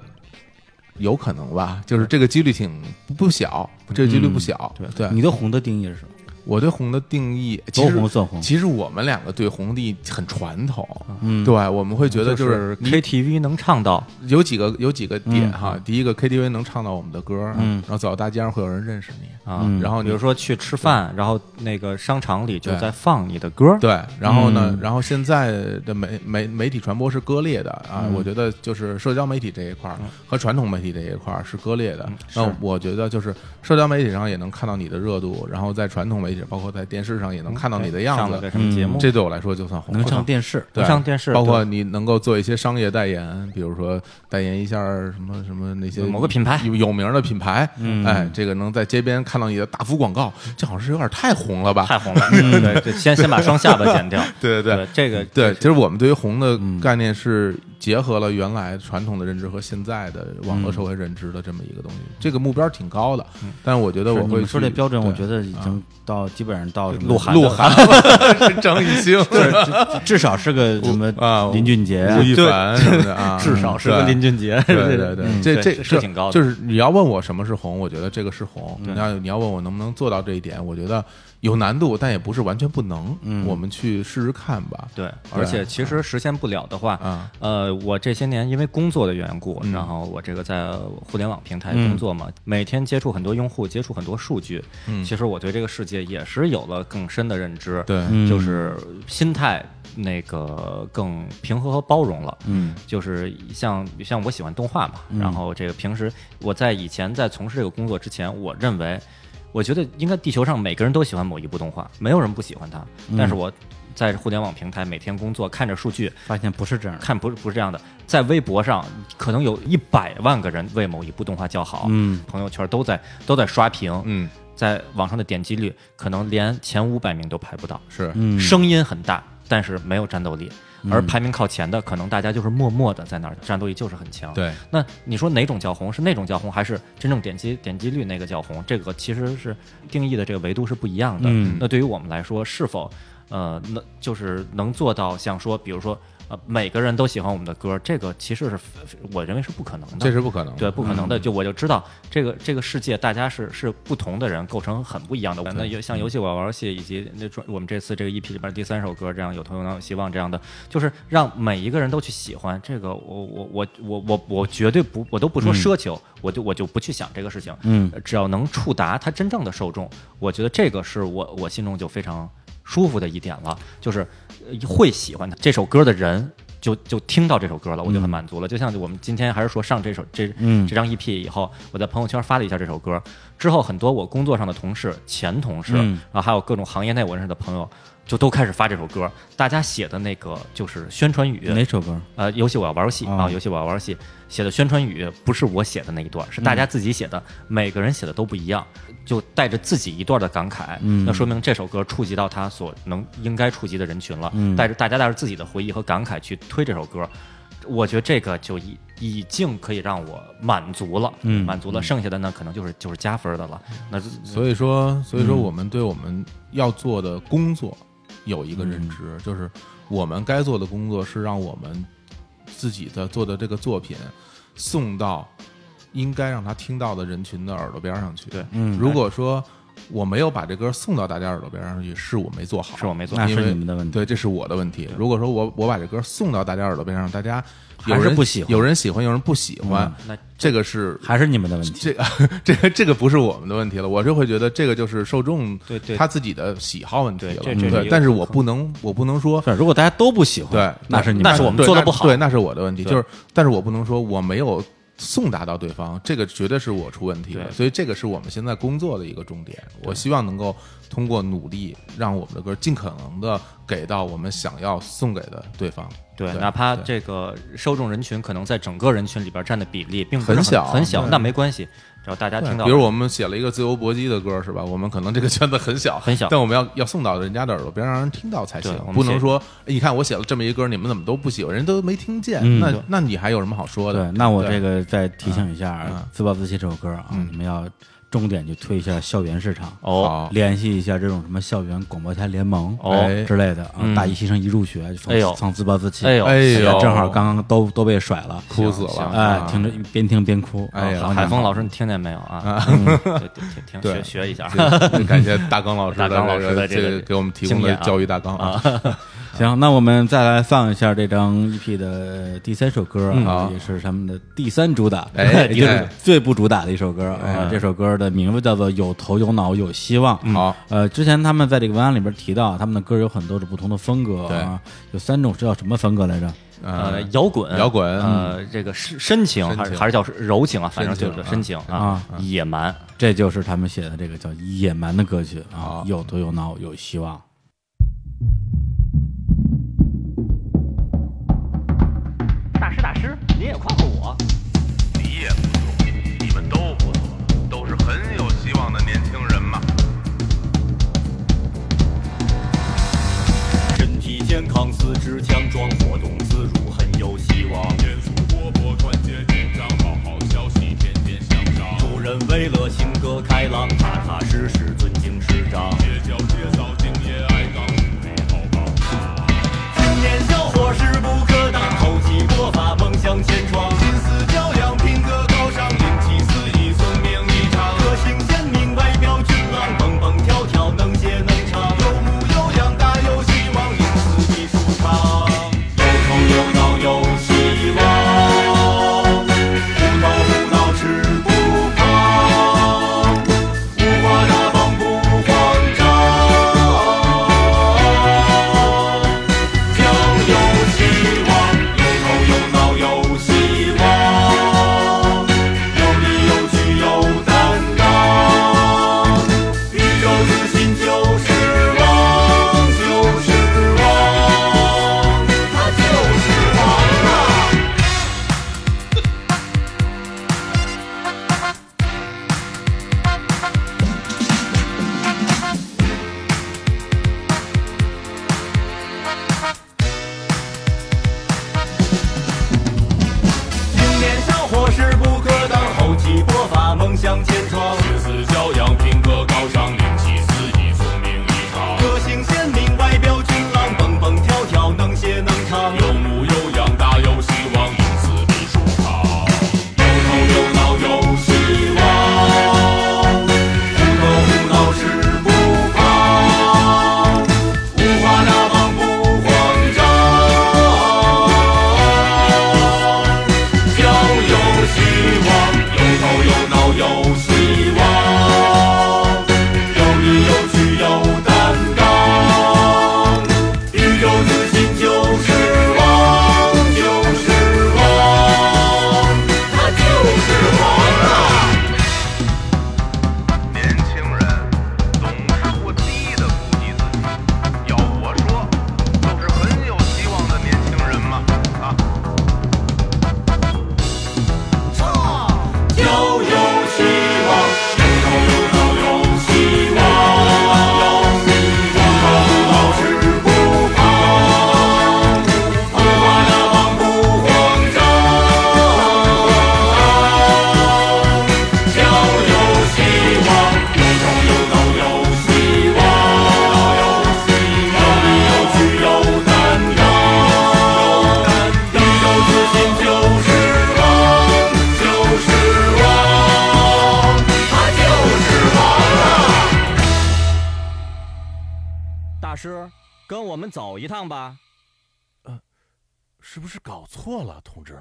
有可能吧，就是这个几率挺不不小，这个几率不小。嗯对
你对红的定义是什么？
我对红的定义，其实
多红算红
其实我们两个对红的很传统，
嗯
对，我们会觉得就是你
KTV 能唱到，
有几个有几个
嗯
点哈，第一个 KTV 能唱到我们的歌，然后走到大街上会有人认识你
啊
然后
比
你
如说去吃饭，然后那个商场里就
对
在放你的歌，
对，然后呢，
嗯
然后现在的媒媒媒体传播是割裂的啊，
嗯
我觉得就是社交媒体这一块儿和传统媒体这一块儿是割裂
嗯
的。那我觉得就是社交媒体上也能看到你的热度，然后在传统媒体，包括在电视上也能看到你的样
上了个
子，嗯
什么节目，
这对我来说就算红了。
能上电视，
对，
上电视
包括
对
你能够做一些商业代言，比如说代言一下儿什么什么那些
某个品牌嗯
有有名儿的品牌，哎，这个能在街边看到你的大幅广告，这好像是有点太红了吧？
太 红了，对，对先先把双下巴剪掉，
嗯对对
对，这个
对，其实我们对于红的
嗯
概念是结合了原来传统的认知和现在的网络社会认知的这么一个东西，
嗯
这个目标挺高的，但是我觉得我
你
会
们说这
去
标准，
对
我觉得已经到基本上到什么
鹿晗
鹿晗 张艺兴。
至少是个什么
啊
林俊杰啊
吴亦凡什么的啊，
至少是个
对
林俊 杰，
对对对，这
对
这
是
这
挺高的
就是你要问我什么是红，我觉得这个是红。你要你要问我能不能做到这一点，我觉得有难度，但也不是完全不能。我们去试试看吧。
嗯对，而且其实实现不了的话，
啊
呃，我这些年因为工作的缘故，
嗯
然后我这个在互联网平台工作嘛，每天接触很多用户，接触很多数据，
嗯
其实我对这个世界也是有了更深的认知，
对
就是心态那个更平和和包容了，嗯，就是像像我喜欢动画嘛，然后这个平时我在以前在从事这个工作之前，我认为。我觉得应该地球上每个人都喜欢某一部动画，没有人不喜欢它。但是我在互联网平台每天工作，看着数据，
发现不是这样的。
看不是不是这样的，在微博上可能有一百万个人为某一部动画叫好，
嗯，
朋友圈都在都在刷屏，
嗯，
在网上的点击率可能连前五百名都排不到，
是，
嗯
声音很大，但是没有战斗力。而排名靠前的，可能大家就是默默的在那儿，战斗力就是很强。
对，
那你说哪种叫红？是那种叫红，还是真正点击点击率那个叫红？这个其实是定义的这个维度是不一样的。
嗯
那对于我们来说，是否呃，能就是能做到像说，比如说呃，每个人都喜欢我们的歌，这个其实是我认为是不可能的。
这是不可能的。
对，不可能嗯的。就我就知道这个这个世界，大家是是不同的人构成很不一样的。嗯那有像游戏我玩游戏，以及那专我们这次这个 EP 里边第三首歌，这样有头有脑有希望这样的，就是让每一个人都去喜欢这个。我我我我我我绝对不，我都不说奢求，我就我就不去想这个事情。
嗯，
只要能触达他真正的受众，我觉得这个是我我心中就非常舒服的一点了，就是呃会喜欢这首歌的人。就就听到这首歌了，我就很满足了。就像我们今天还是说上这首这、
嗯
这张 EP 以后，我在朋友圈发了一下这首歌，之后很多我工作上的同事、前同事，
嗯
然后还有各种行业内我认识的朋友，就都开始发这首歌。大家写的那个就是宣传语，
哪首歌？
呃，游戏我要玩游戏、
啊
啊，游戏我要玩游戏写的宣传语不是我写的那一段，
嗯
是大家自己写的，每个人写的都不一样，就带着自己一段的感慨，
嗯
那说明这首歌触及到他所能应该触及的人群了，
嗯
带着大家带着自己的回忆和感慨去推这首歌，我觉得这个就已已经可以让我满足了，
嗯
满足了，剩下的呢可能就是就是加分的了，
嗯
那
所以说，所以说我们对我们要做的工作有一个认知，就是我们该做的工作是让我们自己的做的这个作品送到应该让他听到的人群的耳朵边上去。
对
嗯
如果说我没有把这歌送到大家耳朵边上去，是我没做好，
是我没做
那
因为
是你们的问题
对，这是我的问题。如果说我我把这歌送到大家耳朵边上，大家有
还是
人
不喜欢
有人喜欢，有人不喜欢，
那
这个是
还是你们的问题？
这个 这个这个不是我们的问题了，我就会觉得这个就是受众
对对
他自己的喜好问题了，嗯
对这这是一
对
个
但是我不能我不能说
对，如果大家都不喜欢，
对，
那是你
那是我们
对
做得
那
不好
对，那是我的问题，
对
就是但是我不能说我没有送达到对方，这个绝对是我出问题了，
对
所以这个是我们现在工作的一个重点，我希望能够通过努力让我们的歌尽可能的给到我们想要送给的对方，
对，
对
哪怕
对
这个受众人群可能在整个人群里边占的比例并不是
很小啊
很小，
对
那没关系，只要大家听到，
比如我们写了一个自由搏击的歌，是吧？我们可能这个圈子很小，
很小
但我们要要送到人家的耳朵边，让人听到才行
对我，们
不能
写
说哎你看我写了这么一歌，你们怎么都不喜欢，人都没听见，
嗯
那
对
那你还有什么好说的
对？，那我
对
这个再提醒一下
嗯嗯嗯
《自暴自弃》这首歌啊，你们要重点去推一下校园市场，
哦
联系一下这种什么校园广播台联盟
哦
哎
之类的啊。大一新生一入学，
哎呦
就唱《自暴自弃》，
哎呦
哎呦
正好 刚刚都都被甩了，
哭死
行
了，
哎
啊，
听着边听边哭。
哎呀
啊
海海峰老师，你听见没有 啊？对对，听听
对
学学一下，
这 感谢大刚老师的
大刚老师的
这
这个
个给我们提供
经
的
验啊
教育大纲啊，
行，那我们再来放一下这张 EP 的第三首歌啊，
好
也是他们的第三主打，
哎
也就是
哎
最不主打的一首歌啊。这首歌的名字叫做《有头有脑有希望》。
啊
好
呃，之前他们在这个文案里边提到，他们的歌有很多是不同的风格啊，有三种是叫什么风格来着？
呃，摇滚，
嗯摇滚
呃，这个深深情
深情
还是还是叫柔情啊，反正就是
深
深情啊，野蛮。
这就是他们写的这个叫《野蛮》的歌曲啊
好，
有头有脑有希望。
大师大师，你也夸夸我，
你也不错，你们都不错，都是很有希望的年轻人嘛。
身体健康，四肢强壮，活动自如，很有希望。严肃活泼，团结紧张，好好消息，天天向上。助人为乐，性格开朗，踏踏实实，尊敬师长。结交结嫂，敬业爱岗，努力好棒。青年小伙势不可挡，厚积薄发，梦想千窗。心思较量，品格高尚，灵气四溢，聪明异常。个性鲜明，外表俊朗，蹦蹦跳跳，能写能唱，有模有样，大有希望，英姿一舒畅。
大师，跟我们走一趟吧。
是不是搞错了，同志？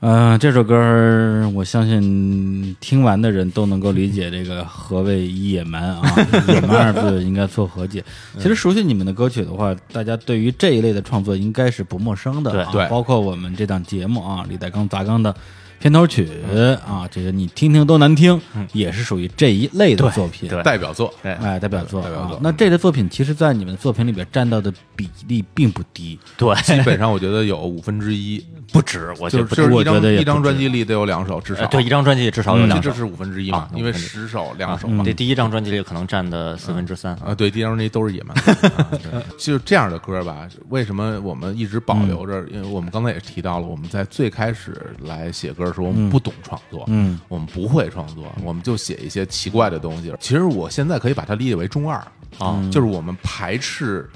嗯，这首歌儿我相信听完的人都能够理解这个何谓野蛮 啊，野蛮二字应该做和解。
嗯
其实熟悉你们的歌曲的话，大家对于这一类的创作应该是不陌生的、啊，
对对
包括我们这档节目啊，李代刚砸缸的片头曲
嗯
啊，这个你听听都难听，也是属于这一类的作品。
对
代表作，
对
哎，代表作
代表
啊
作，
那这类作品其实，在你们的作品里边占到的比例并不低，
对，
基本上我觉得有五分之 一，
不止，我觉
就是就
得不止
是一
我觉
张
得也
一张
不止
专辑里得有两首至少嗯
呃，对，一张专辑至少有两
这
首
是五分之一嘛
啊，
因为
五分之一
十首两
啊
首嘛，，
这第一张专辑里可能占的四分之三。
啊，对，第一张专辑都是野蛮歌，啊对就是这样的歌吧。为什么我们一直保
嗯
留着？因为我们刚才也提到了，我们在最开始来写歌的时候，我们不懂创作，嗯，我们不会创作，我们就写一些奇怪的东西。其实我现在可以把它理解为中二啊，
嗯
就是我们排斥。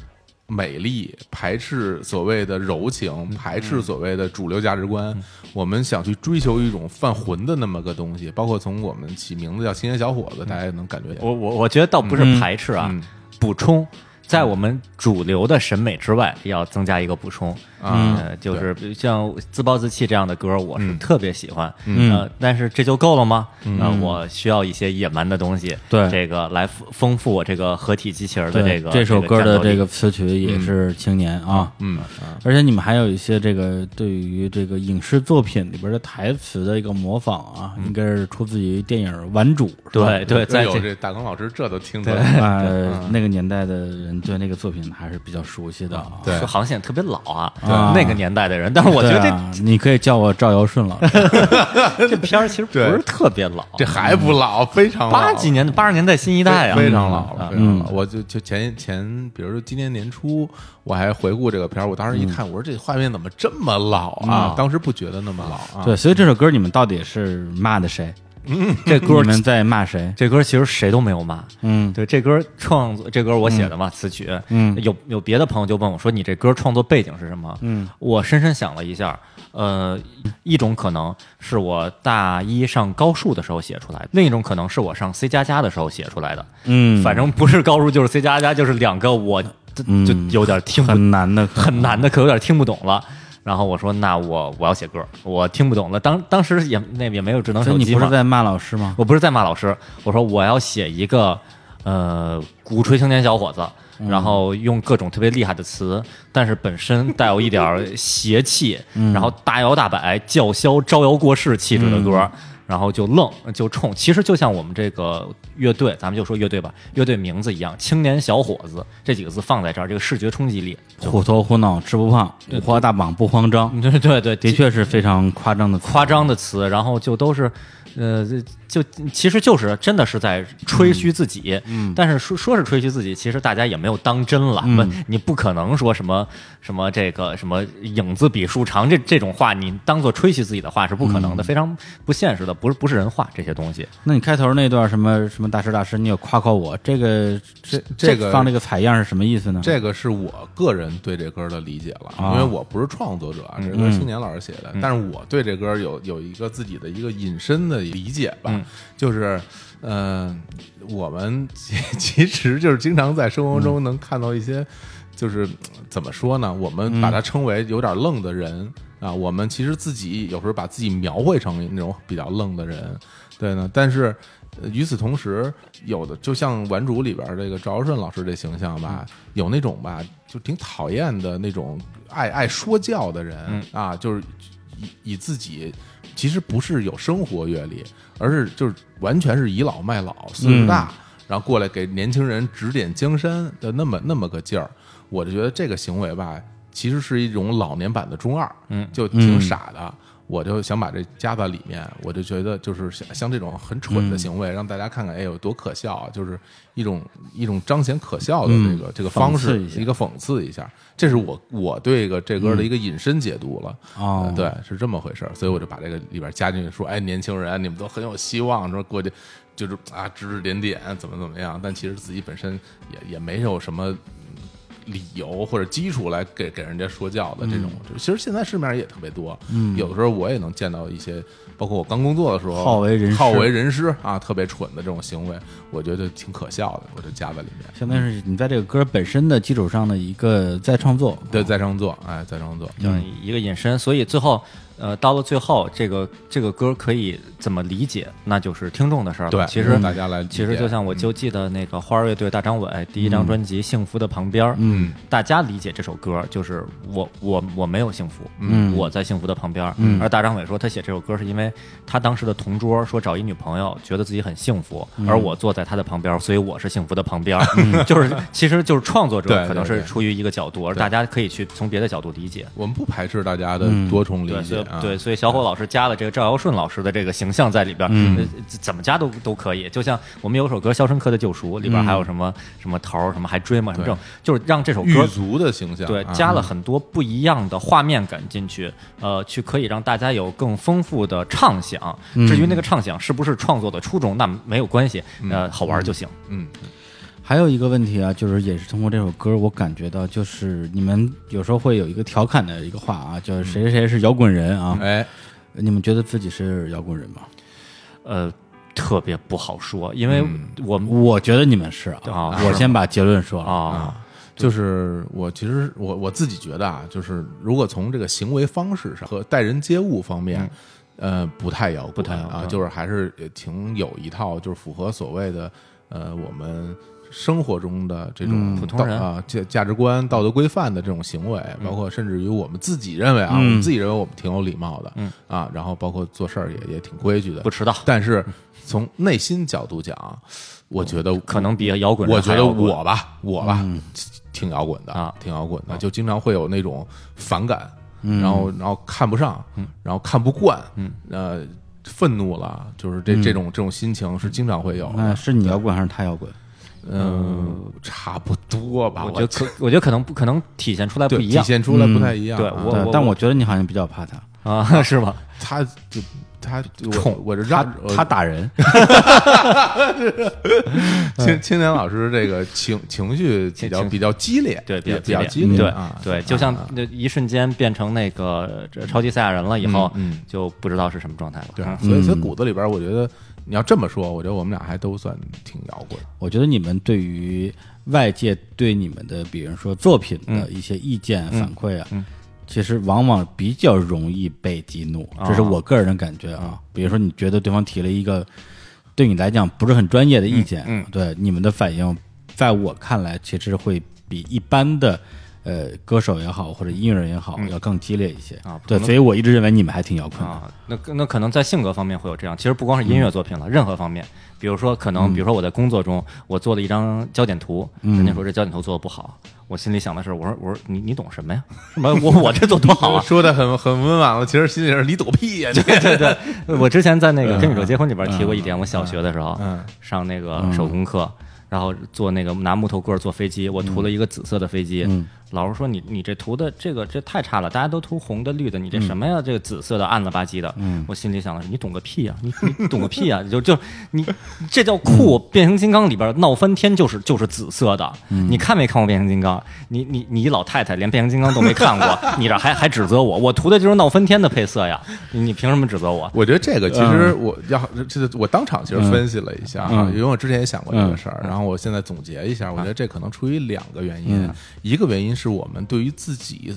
美丽排斥所谓的柔情，
嗯
排斥所谓的主流价值观，我们想去追求一种犯浑的那么个东西。包括从我们起名字叫“青年小伙子”，大家也能感觉
嗯我我我觉得倒不是排斥啊，
嗯
补充，在我们主流的审美之外，要增加一个补充。
啊
呃，就是比如像自暴自弃这样的歌，我是特别喜欢。嗯，呃、但是这就够了吗？嗯、我需要一些野蛮的东西，
对
这个来丰丰富我这个合体机器人的
对，
这个
这首歌的
这
这个词曲也
嗯
是青年啊，
嗯嗯
而且你们还有一些这个对于这个影视作品里边的台词的一个模仿啊，应该是出自于电影《顽主》是吧，
嗯对对，在
哎呦，
这
这大刚老师这都听得
呃，
嗯
那个年代的人对那个作品还是比较熟悉的啊。
对
说好像显得特别老啊，
啊
那个年代的人，但是我觉得
对
这嗯
啊你可以叫我赵尧顺老师，
这片儿其实不是
对
特别老，
这还不老，非常老
八几年的八十年代新一代啊，
非常老了，
嗯
非常老了。我就就前前，比如说今年年初，我还回顾这个片儿，我当时一看，我说这画面怎么这么老
嗯
啊？当时不觉得那么老啊。
对，所以这首歌你们到底是骂的谁？
这
你
歌
们在骂谁？
这歌其实谁都没有骂，
嗯
对，这歌创作，这歌我写的嘛，词曲，嗯，有有别的朋友就问我说，你这歌创作背景是什么？嗯，我深深想了一下，呃，一种可能是我大一上高数的时候写出来的，另一种可能是我上 C 加加的时候写出来的，
嗯，
反正不是高数就是 C 加加，就是两个我就
嗯
就有点听不
很难的，
很难的，可有点听不懂了。然后我说，那我我要写歌，我听不懂了。当当时也那也没有智能
所以
手
你
机
不
嘛
是，在骂老师吗？
我不是在骂老师，我说我要写一个呃鼓吹青年小伙子，
嗯
然后用各种特别厉害的词，但是本身带有一点儿邪气，
嗯
然后大摇大摆、叫嚣、招摇过市气质的歌。
嗯
然后就愣就冲，其实就像我们这个乐队，咱们就说乐队吧，乐队名字一样，青年小伙子这几个字放在这儿，这个视觉 冲击力，
虎头虎脑吃不胖，五花大绑不慌张，
对对对，
的确是非常夸张的词
夸张的词，然后就都是，呃，就其实就是真的是在吹嘘自己，嗯，但是说说是吹嘘自己，其实大家也没有当真了，不，你不可能说什么什么这个什么影子比树长这这种话，你当做吹嘘自己的话是不可能的，非常不现实的，不是不是人话这些东西，
那你开头那段什么什么大师大师，你有夸夸我这个这
这个
放这个采样是什么意思呢？
这个是我个人对这歌的理解了，
嗯
因为我不是创作者啊，这歌是青年老师写的，但是我对这歌有有一个自己的一个引申的理解吧，就是，嗯，我们其 其实就是经常在生活
嗯
中能看到一些，就是怎么说呢，我们把它称为有点愣的人啊，我们其实自己有时候把自己描绘成那种比较愣的人，对呢，但是。呃与此同时，有的就像《顽主》里边儿这个赵尧舜老师这形象吧，有那种吧，就挺讨厌的那种爱爱说教的人、啊，就是以以自己其实不是有生活阅历，而是就是完全是倚老卖老，岁数
嗯
大，然后过来给年轻人指点江山的那么那么个劲儿，我就觉得这个行为吧，其实是一种老年版的中二，嗯，就挺傻的。我就想把这加到里面，我就觉得就是像像这种很
嗯
蠢的行为，让大家看看，哎，有多可笑啊！就是一种一种彰显可笑的这个、这个方
嗯讽
式
刺一，下嗯
一个讽刺一下，这是我我对个这歌的一个引申解读了。
哦
呃对，是这么回事儿，所以我就把这个里边加进去，说，哎，年轻人，你们都很有希望，说过去就是啊指指点点，怎么怎么样，但其实自己本身也也没有什么。嗯理由或者基础来给给人家说教的这种，其实现在市面上也特别多。嗯，有的时候我也能见到一些，包括我刚工作的时候，
好为人师
好为人师啊，特别蠢的这种行为，我觉得挺可笑的，我就加在里面。
相当于是你在这个歌本身的基础上的一个再创作。
对，在上做，哎，在上做，
这样一个引申，所以最后，呃，到了最后，这个这个歌可以怎么理解，那就是听众的事儿了。
对
其实
大家来理解嗯
呃其实就像我就记得那个花儿乐队大张伟第一张专辑《幸福的旁边》，嗯，大家理解这首歌就是我我我没有幸福，嗯，我在幸福的旁边，嗯，而大张伟说他写这首歌是因为他当时的同桌说找一女朋友，觉得自己很幸福，
嗯
而我坐在他的旁边，所以我是幸福的旁边， 就是其实就是创作者
对
可能
对
是
对
出于一个角度，而大家可以去从别的角度理解。
我们不排斥大家的多重理
对，所
解
以
啊。
对，所以小伙老师加了这个赵尧舜老师的这个形象在里边，
嗯
呃怎么加都都可以。就像我们有首歌《肖申克的救赎》，里
嗯
边还有什么什么头儿，什么还追吗？什么这种，就是让这首歌
狱卒的形象，
对
啊
加了很多不一样的画面感进去，呃，去可以让大家有更丰富的畅想。
嗯
至于那个畅想是不是创作的初衷，那没有关系，呃，好玩就行。
嗯，
还有一个问题啊，就是也是通过这首歌，我感觉到就是你们有时候会有一个调侃的一个话啊，就是谁谁谁是摇滚人啊，
哎，
你们觉得自己是摇滚人吗？
呃，特别不好说，因为
嗯
我们
我觉得你们是
啊
啊，我先把结论说了，
啊，
就是我其实我我自己觉得啊，就是如果从这个行为方式上和待人接物方面，呃，不太摇滚，
嗯不太摇滚嗯
啊，就是还是呃挺有一套，就是符合所谓的呃我们。生活中的这种
嗯普通
道
人嗯
啊价价值观、道德规范的这种行为，包括甚至于我们自己认为啊，我们自己认为我们挺有礼貌的，
嗯
啊，然后包括做事儿也也挺规矩的，
不迟到
但是从内心角度讲，我觉得
哦可能比摇滚人
我觉
还
得
摇滚
我吧，我吧，挺摇滚的
啊
挺摇滚的，就经常会有那种反感，然后然后看不上，
嗯
然后看不惯，呃，愤怒了，就是这这种这种心情是经常会有
那
的，
是你摇滚还是他摇滚？
嗯，差不多吧，
我觉
我
得可，我觉得可能不可能体现出来
对
不一
体
样
现出来不太一样，
对
啊
我
对但我觉得你好像比较怕他，
啊， 是吗？
他就他宠我这让我
他打人，
青青年老师这个情情绪比较
情
比较激烈，
对，
比
比
较
较
激
烈，
烈
对
啊，
对，就像那一瞬间变成那个这超级赛亚人了以后
嗯嗯，
就不知道是什么状态了。
对啊
嗯，
所以所以骨子里边，我觉得你要这么说，我觉得我们俩还都算挺摇滚。
我觉得你们对于外界对你们的，比如说作品的
嗯
一些意见反馈啊，其实往往比较容易被激怒，
啊
这是我个人的感觉
嗯
啊。比如说，你觉得对方提了一个对你来讲不是很专业的意见，
嗯嗯
对你们的反应，在我看来，其实会比一般的。呃，歌手也好，或者音乐人也好，要更激烈一些
嗯啊
对，
可能
所以我一直认为你们还挺摇滚的。
啊，那那可能在性格方面会有这样，其实不光是音乐作品了，任何方面，比如说可能，比如说我在工作中，我做了一张焦点图，人
嗯
家说这焦点图做的不好，我心里想的是，我说我说你你懂什么呀？ 什么我我这做多好啊？
说的很很温婉了，其实心里是你躲屁呀、你
对对，嗯我之前在那个《跟宇宙结婚》里边提过一点，我小学的时候，上那个手工课，然后做那个拿木头棍儿做飞机，我涂了一个紫色的飞机，老师说你你这涂的这个这太差了，大家都涂红的绿的，你这什么呀？这个紫色的暗了吧唧的，我心里想的是你懂个屁呀、啊你你懂个屁呀、就就你这叫酷！变形金刚里边闹翻天就是就是紫色的，你看没看过变形金刚？你你你一老太太连变形金刚都没看过，你这还还指责我？我涂的就是闹翻天的配色呀，你你凭什么指责我？
我觉得这个其实我要这个我当场其实分析了一下哈，因为我之前也想过这个事儿，然后我现在总结一下，我觉得这可能出于两个原因，一个原因是我们对于自己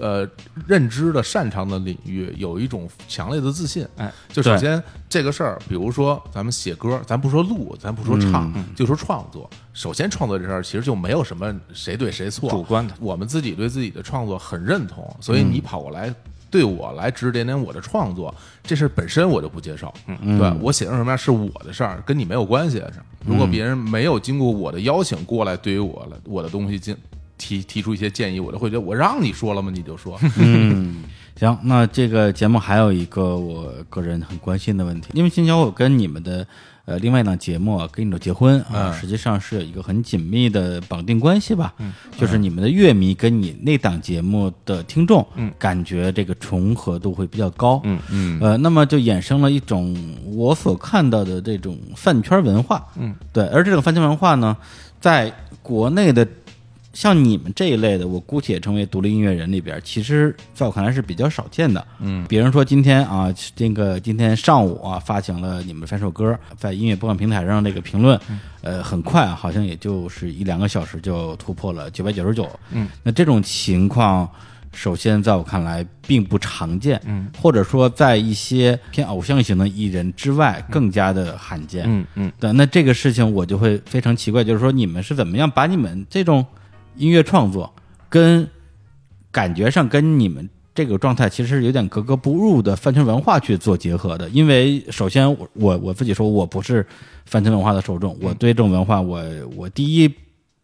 呃认知的擅长的领域有一种强烈的自信，
哎，
就首先这个事儿，比如说咱们写歌，咱不说录，咱不说唱，就说创作。首先，创作这事儿其实就没有什么谁对谁错，
主观的
我们自己对自己的创作很认同，所以你跑过来。对我来指指点点我的创作，这事儿本身我就不接受。嗯，对我写成什么样是我的事儿，跟你没有关系的事儿。如果别人没有经过我的邀请过来，对于我来我的东西进提提出一些建议，我就会觉得我让你说了吗？你就说，
行，那这个节目还有一个我个人很关心的问题，因为新小伙跟你们的呃另外一档节目啊《跟你的结婚》啊，实际上是有一个很紧密的绑定关系吧，就是你们的乐迷跟你那档节目的听众，感觉这个重合度会比较高，嗯嗯，呃，那么就衍生了一种我所看到的这种饭圈文化，嗯，对，而这种饭圈文化呢，在国内的像你们这一类的，我姑且称为独立音乐人里边，其实在我看来是比较少见的。嗯，比如说今天啊，这个今天上午啊，发行了你们三首歌，在音乐播放平台上这个评论，呃，很快、啊、好像也就是一两个小时就突破了九百九十九。嗯，那这种情况。首先，在我看来并不常见，嗯，或者说在一些偏偶像型的艺人之外更加的罕见，
嗯嗯，
对，那这个事情我就会非常奇怪，就是说你们是怎么样把你们这种音乐创作跟感觉上跟你们这个状态其实是有点格格不入的饭圈文化去做结合的？因为首先我我我自己说我不是饭圈文化的受众，我对这种文化我我第一。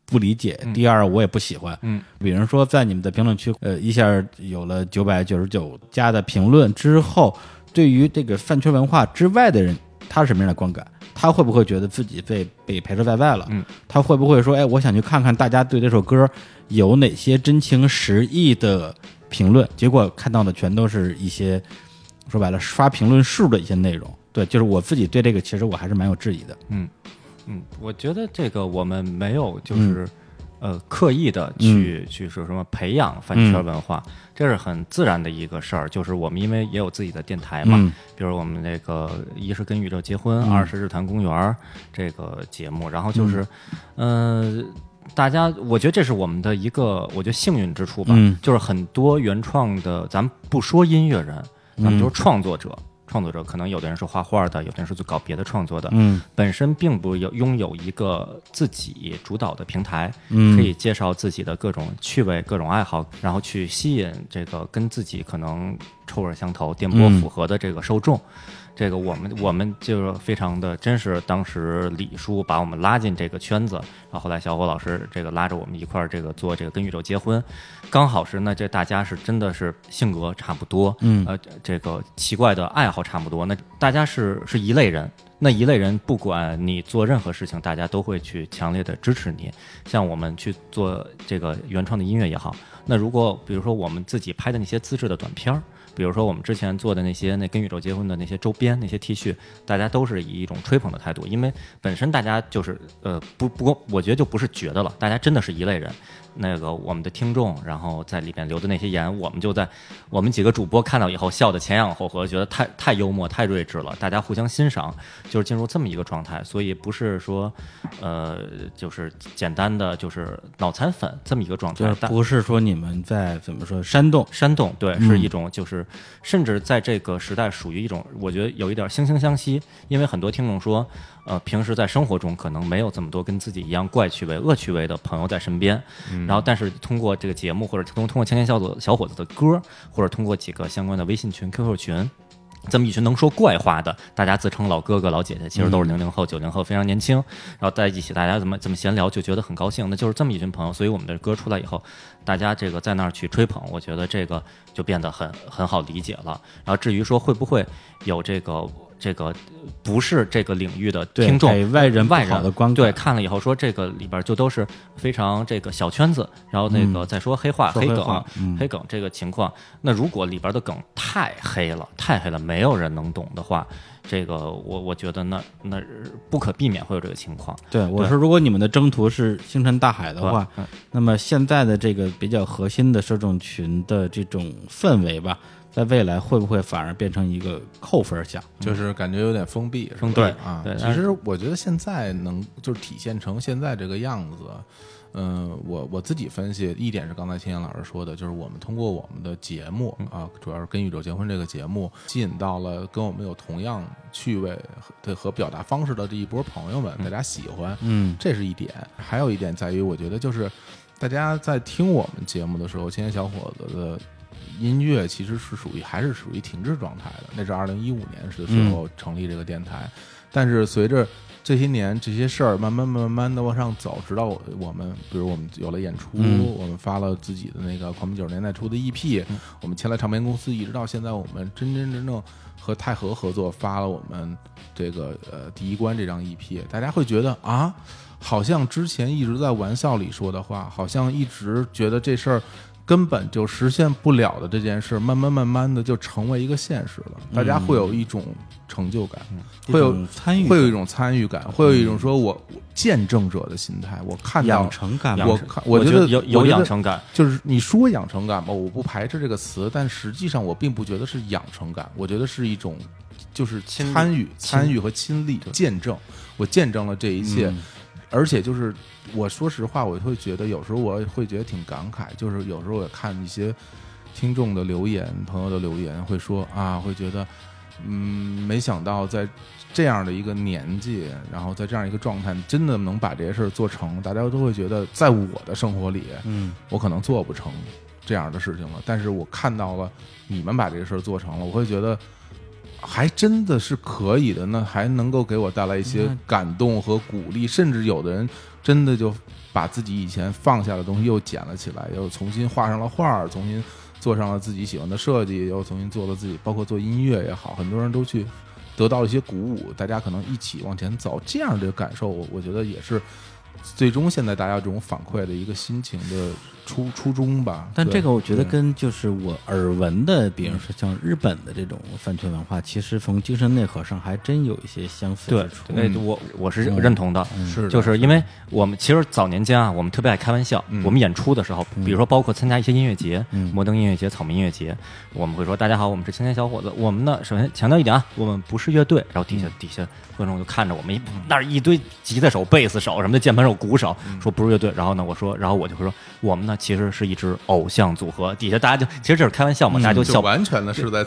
不理解，第二我也不喜欢。嗯，比如说在你们的评论区，呃，一下有了九百九十九加的评论之后，对于这个饭圈文化之外的人，他是什么样的观感？他会不会觉得自己被被排斥在外了？嗯，他会不会说，哎，我想去看看大家对这首歌有哪些真情实意的评论？结果看到的全都是一些说白了刷评论数的一些内容。对，就是我自己对这个，其实我还是蛮有质疑的。
嗯嗯，我觉得这个我们没有就是、呃刻意的去、去说什么培养饭圈文化，这是很自然的一个事儿。就是我们因为也有自己的电台嘛，
嗯
比如我们那个一是跟宇宙结婚，二是日坛公园儿这个节目，然后就是、呃。大家，我觉得这是我们的一个，我觉得幸运之处吧，
嗯
就是很多原创的，咱们不说音乐人，咱们就是创作者，创作者可能有的人是画画的，有的人是搞别的创作的，
嗯
本身并不有拥有一个自己主导的平台，
嗯
可以介绍自己的各种趣味、各种爱好，然后去吸引这个跟自己可能臭味相投、电波
嗯
符合的这个受众。这个我们我们就是非常的，真是当时李叔把我们拉进这个圈子，然后后来小伙老师这个拉着我们一块儿这个做这个跟宇宙结婚，刚好是那这大家是真的是性格差不多，
嗯
呃这个奇怪的爱好差不多，那大家是是一类人。那一类人，不管你做任何事情，大家都会去强烈的支持你。像我们去做这个原创的音乐也好，那如果比如说我们自己拍的那些自制的短片儿，比如说我们之前做的那些那跟宇宙结婚的那些周边、那些 T 恤，大家都是以一种吹捧的态度，因为本身大家就是呃不不过我觉得就不是觉得了，大家真的是一类人。那个我们的听众，然后在里边留的那些言，我们就在我们几个主播看到以后笑得前仰后合，觉得太太幽默、太睿智了，大家互相欣赏，就是进入这么一个状态。所以不是说，呃，就是简单的就是脑残粉这么一个状
就
态
是，
但
不是说你们在怎么说煽动？
煽动，嗯对，是一种就是，甚至在这个时代属于一种，我觉得有一点惺惺相惜，因为很多听众说，呃，平时在生活中可能没有这么多跟自己一样怪趣味、恶趣味的朋友在身边，然后但是通过这个节目，或者通通过青年小组小伙子的歌，或者通过几个相关的微信群、QQ 群。这么一群能说怪话的，大家自称老哥哥、老姐姐，其实都是零零后、九零后，非常年轻。然后在一起，大家怎么怎么闲聊，就觉得很高兴。那就是这么一群朋友，所以我们的歌出来以后，大家这个在那儿去吹捧，我觉得这个就变得很很好理解了。然后至于说会不会有这个这个不是这个领域的
对
听众
给外人不
外
好
人
的观感
对看了以后说这个里边就都是非常这个小圈子，然后那个再说黑话、
说
黑
黑
梗啊
话、
黑梗这个情况，那如果里边的梗太黑了，太黑了，没有人能懂的话，这个我我觉得那那不可避免会有这个情况。
对，我
对
说，如果你们的征途是星辰大海的话，
嗯
那么现在的这个比较核心的受众群的这种氛围吧，在未来会不会反而变成一个扣分项？
就是感觉有点封闭，是吧
封闭
啊。
对
其
但是
实我觉得现在能就是体现成现在这个样子，嗯、我我自己分析一点是刚才青岩老师说的，就是我们通过我们的节目
嗯
啊，主要是跟宇宙结婚这个节目，吸引到了跟我们有同样趣味和对和表达方式的这一波朋友们，大家喜欢，嗯，这是一点。还有一点在于，我觉得就是大家在听我们节目的时候，青年小伙子的音乐其实是属于还是属于停滞状态的。那是二零一五年是的时候成立这个电台，但是随着这些年这些事儿慢慢慢慢的往上走，直到我们比如我们有了演出，我们发了自己的那个狂奔九十年代初的 EP，、我们签了唱片公司，一直到现在我们真真正正和泰和合作发了我们这个呃第一关这张 EP，大家会觉得啊。好像之前一直在玩笑里说的话，好像一直觉得这事儿根本就实现不了的这件事，慢慢慢慢的就成为一个现实了。大家会有一种成就感，会有
参与
会有一种参与感，会有一种说我我见证者的心态。我看到
养成感吧
我看
哎我
觉
觉
得
得有有
我觉得
养成感
就是你说养成感吧，我不排斥这个词，但实际上我并不觉得是养成感，我觉得是一种就是
亲历嗯
参与、参与和亲历见证。我见证了这一切，而且就是我说实话，我会觉得有时候我会觉得挺感慨，就是有时候我看一些听众的留言、朋友的留言，会说啊，会觉得嗯，没想到在这样的一个年纪，然后在这样一个状态，真的能把这些事儿做成，大家都会觉得，在我的生活里，嗯，我可能做不成这样的事情了。但是我看到了你们把这个事儿做成了，我会觉得。还真的是可以的，那还能够给我带来一些感动和鼓励，甚至有的人真的就把自己以前放下的东西又捡了起来，又重新画上了画儿，重新做上了自己喜欢的设计，又重新做了自己，包括做音乐也好，很多人都去得到了一些鼓舞，大家可能一起往前走，这样的感受，我我觉得也是最终现在大家这种反馈的一个心情的初初衷吧。
但
对
这个我觉得
对
跟就是我耳闻的，比如说像日本的这种饭圈文化，其实从精神内核上还真有一些相似之处。
对，哎我我是认同的，
是的嗯
就是因为我们其实早年间啊，我们特别爱开玩笑。我们演出的时候，比如说包括参加一些音乐节，摩登音乐节、草莓音乐节，我们会说：“大家好，我们是青年小伙子。”我们呢，首先强调一点啊，我们不是乐队。然后
嗯
底下底下观众就看着我们一那儿一堆吉他手、贝斯手什么的，键盘手、鼓手，
嗯
说不是乐队。然后呢，我说，然后我就会说，我们呢其实是一支偶像组合。底下大家就其实这是开玩笑嘛，大家就
嗯就
笑
完全的是在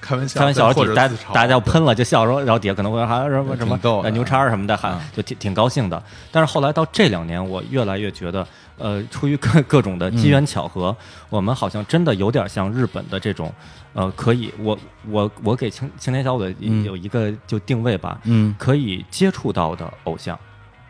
开玩笑，
开玩笑，
或
底
者
大
自嘲
大家要喷了就笑，然后然后底下可能会还什么什么
挺逗的嗯
呃牛叉什么的，还就挺挺高兴的。但是后来到这两年，我越来越觉得，呃，出于各各种的
嗯
机缘巧合，我们好像真的有点像日本的这种，呃，可以，我我我给青青年小伙子
嗯
有一个就定位吧，
嗯，
可以接触到的偶像。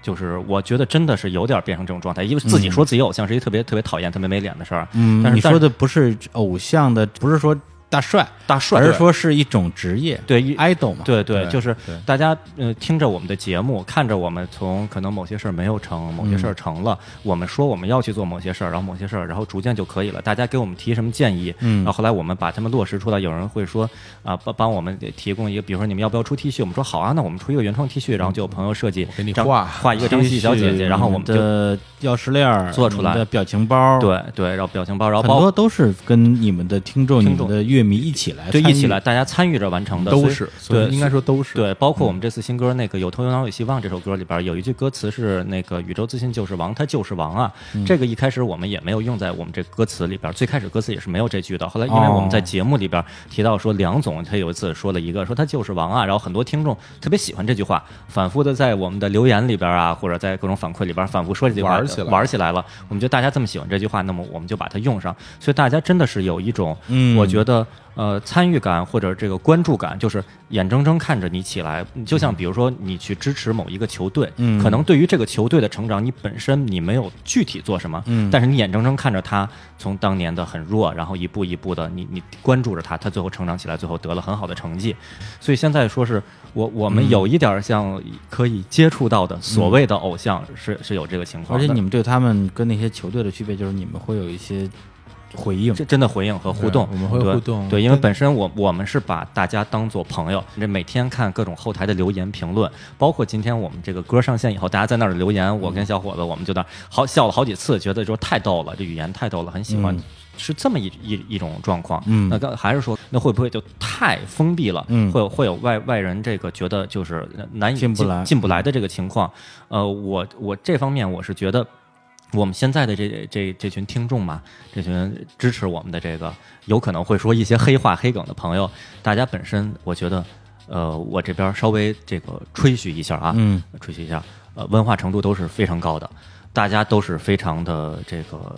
就是我觉得真的是有点变成这种状态，因为自
嗯
己说自己偶像是一特别特别讨厌、特别没脸的事儿。
嗯
但，是
你
但
说的不是偶像的，不是说大帅，
大帅，
而是说是一种职业，
对一
，idol 嘛，
对对，
对
就是
对
大家呃听着我们的节目，看着我们从可能某些事儿没有成，某些事儿成了，我们说我们要去做某些事儿，然后某些事儿，然后逐渐就可以了。大家给我们提什么建议，
嗯
嗯
然后后来我们把他们落实出来。有人会说啊、帮帮我们提供一个，比如说你们要不要出 T 恤？我们说好啊，那我们出一个原创 T 恤，然后就有朋友设计
给你
张
画
画一个张希小姐姐，然后我们就
的钥匙链儿
做出来
你们的表情包，，
对对，然后表情包，然后
很
包
多都是跟你们的听众、你
听
们
众
的乐迷一起来
对
参与，
一起来大家参与着完成的，
都
所以
是，所
对
以应该说都是嗯
对，包括我们这次新歌那个《有头有脑有希望》这首歌里边有一句歌词是那个“宇宙自信就是王，他就是王啊”
嗯
这个一开始我们也没有用在我们这歌词里边，最开始歌词也是没有这句的。后来因为我们
哦
在节目里边提到说，梁总他有一次说了一个说他就是王啊，然后很多听众特别喜欢这句话，反复的在我们的留言里边啊，或者在各种反馈里边反复说这句话，
玩起来
玩起来了。我们觉得大家这么喜欢这句话，那么我们就把它用上。所以大家真的是有一种，嗯，我觉得呃参与感或者这个关注感，就是眼睁睁看着你起来。你就像比如说你去支持某一个球队，嗯，可能对于这个球队的成长，你本身你没有具体做什么，嗯，但是你眼睁睁看着他从当年的很弱，然后一步一步的，你你关注着他，他最后成长起来，最后得了很好的成绩。所以现在说是我我们有一点儿像可以接触到的所谓的偶像是、是有这个情况
而
的，
且你们对他们跟那些球队的区别，就是你们会有一些回应，
这真的回应和互动，
对我们会
对
互动
对，因为本身我我们是把大家当做朋友，这每天看各种后台的留言评论，包括今天我们这个歌上线以后，大家在那儿留言，
嗯
我跟小伙子我们就那儿好笑了好几次，觉得说太逗了，这语言太逗了，很喜
嗯
欢。是这么一一一种状况，嗯，那刚还是说，那会不会就太封闭了？嗯，会有会有外外人这个觉得就是难以
进不来嗯
进不来的这个情况。呃，我我这方面我是觉得，我们现在的这这这群听众嘛，这群支持我们的这个有可能会说一些黑话黑梗的朋友，大家本身我觉得，呃，我这边稍微这个吹嘘一下啊，嗯，吹嘘一下，呃，文化程度都是非常高的，大家都是非常的这个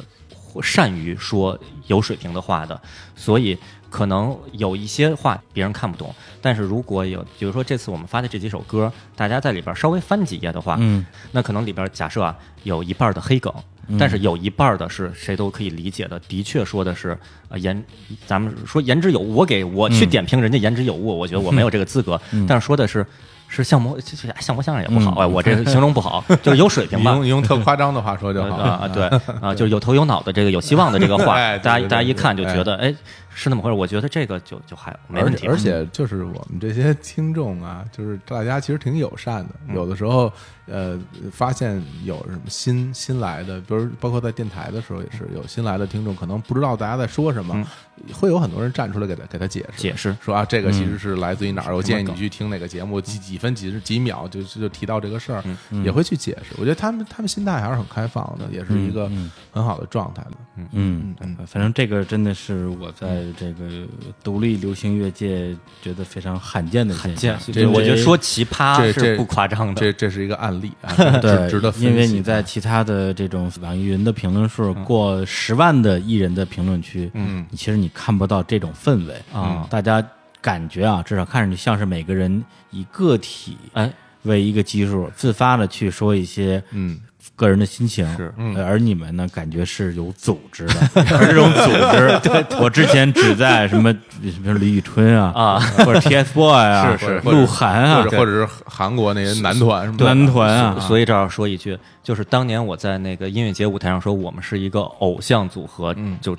善于说有水平的话的，所以可能有一些话别人看不懂，但是如果有，比如说这次我们发的这几首歌，大家在里边稍微翻几页的话，嗯，那可能里边假设啊有一半的黑梗。
嗯
但是有一半的是谁都可以理解的，的确说的是，呃言，
嗯
咱们说言之有物，我给我去点评人家言之有物，我觉得我没有这个资格，但是说的是是相模，其实哎相模相声也不好哎，我这形容不好，就是有水平
你
吧
用。你用特夸张的话说就好
啊啊，对啊，就是有头有脑的这个有希望的这个话，
哎对
大家
对
大家
对
一看就
哎
觉得，哎，是那么回事儿。我觉得这个就就还没
而
问题
且而且就是我们这些听众啊，就是大家其实挺友善的，有的时候呃发现有什么新新来的，比如包括在电台的时候也是有新来的听众，可能不知道大家在说什么，会有很多人站出来给他给他解释
解释
说啊这个其实是来自于哪儿，我建议你去听哪个节目几几分几几秒就就就提到这个事儿，也会去解释。我觉得他们他们心态还是很开放的，也是一个很好的状态的。嗯
嗯，反正这个真的是我在这个独立流行乐界觉得非常罕见的现象。
这我觉得说奇葩
这
是
这
不夸张的，
这这是一个案例啊，
对，
值值得分析啊嗯
因为你在其他的这种网易云的评论数过十万的艺人的评论区，嗯，其实你看不到这种氛围
嗯
啊，大家感觉啊，至少看上去像是每个人以个体
哎
为一个基数，自发的去说一些嗯。个人的心情是，
嗯
呃而你们呢，感觉是有组织的， 而这种组织， 我之前只在什么什么李宇春啊啊，或者 TFBOY 啊，
是是
鹿晗啊
或，者或者是韩国那些男团什么的，
男团啊，
所以这儿要说一句，就是当年我在那个音乐节舞台上说我们是一个偶像组合，就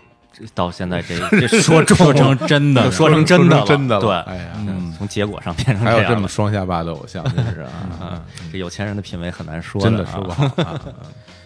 到现在这这说中
说成真的
就
了，
说成真的
说成真的了
对，
哎呀
嗯，从结果上变成
还有
样
这
了
么双下巴的偶像，真是 啊，
啊，这有钱人的品味很难说
真的
啊
说不好啊。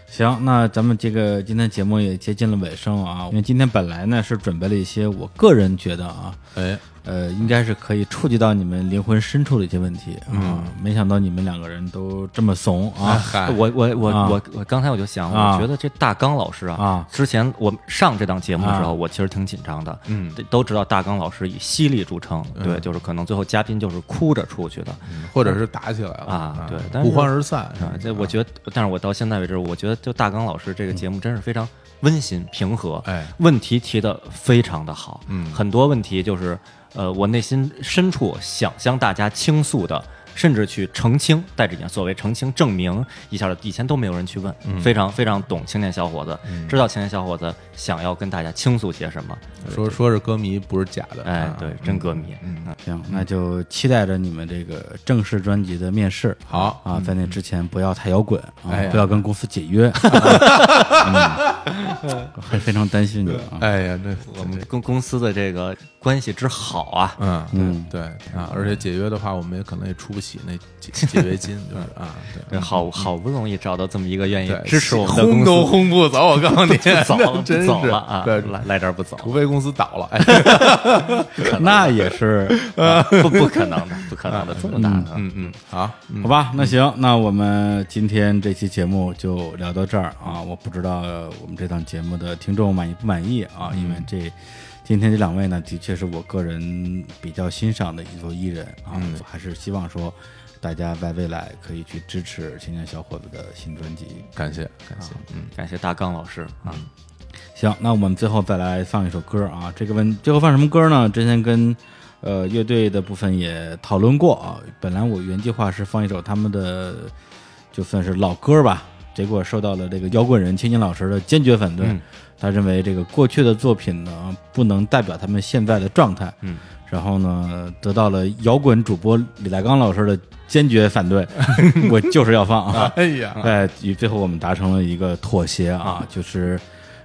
行，那咱们这个今天节目也接近了尾声啊，因为今天本来呢是准备了一些我个人觉得啊，
哎，
呃，应该是可以触及到你们灵魂深处的一些问题啊，
嗯
没想到你们两个人都这么怂啊，
嗨，
我我我
啊
我我刚才我就想，
啊
我觉得这大刚老师啊，
啊
之前我上这档节目的时
啊
候，我其实挺紧张的，嗯，都知道大刚老师以犀利著称，对，就是可能最后嘉宾就是哭着出去的，
或者是打起来了
啊对但是
不欢而散
啊，这
嗯
我觉得，但是我到现在为止，我觉得就大刚老师这个节目真是非常温馨平和，
哎
问题提的非常的好，嗯，很多问题就是呃，我内心深处想向大家倾诉的，甚至去澄清，带着点所谓澄清证明一下的，以前都没有人去问，非常非常懂青年小伙子，知道青年小伙子想要跟大家倾诉些什么，
说说是歌迷不是假的，
哎
啊，
对，真啊歌迷，
行，那就期待着你们这个正式专辑的面试。
好
啊，在那之前不要太摇滚啊
哎，呀
不要跟公司解 约，啊 嗯 我还非常担心你啊。
哎呀，这
我们跟公司的这个关系之好啊，
嗯，对对啊，而且解约的话，我们也可能也出不起那 解解约金，就是啊，对
对，嗯好好不容易找到这么一个愿意
对，
支持我们
轰
的公司，
都轰不走，我告诉你，
走了，
真
不
是
走了啊！
对，
来来这儿 不走，
除非公司倒了，哎，
那也是，
不不可能的，不可能的，这么大的，嗯嗯，
好，嗯
好吧，那行，那我们今天这期节目就聊到这儿啊！我不知道我们这档节目的听众满意不满意啊，因为这今天这两位呢，的确是我个人比较欣赏的一组艺人啊，我还是希望说大家在未来可以去支持青年小伙子的新专辑。
感谢感
啊
谢，嗯，
感谢大刚老师啊，
行，那我们最后再来放一首歌啊。这个问最后放什么歌呢？之前跟呃乐队的部分也讨论过啊。本来我原计划是放一首他们的就算是老歌吧，结果受到了这个摇滚人青青老师的坚决反对。他认为这个过去的作品呢，不能代表他们现在的状态。嗯。然后呢，得到了摇滚主播李大刚老师的坚决反对，我就是要放啊！
哎呀，
哎，与最后我们达成了一个妥协啊，就是，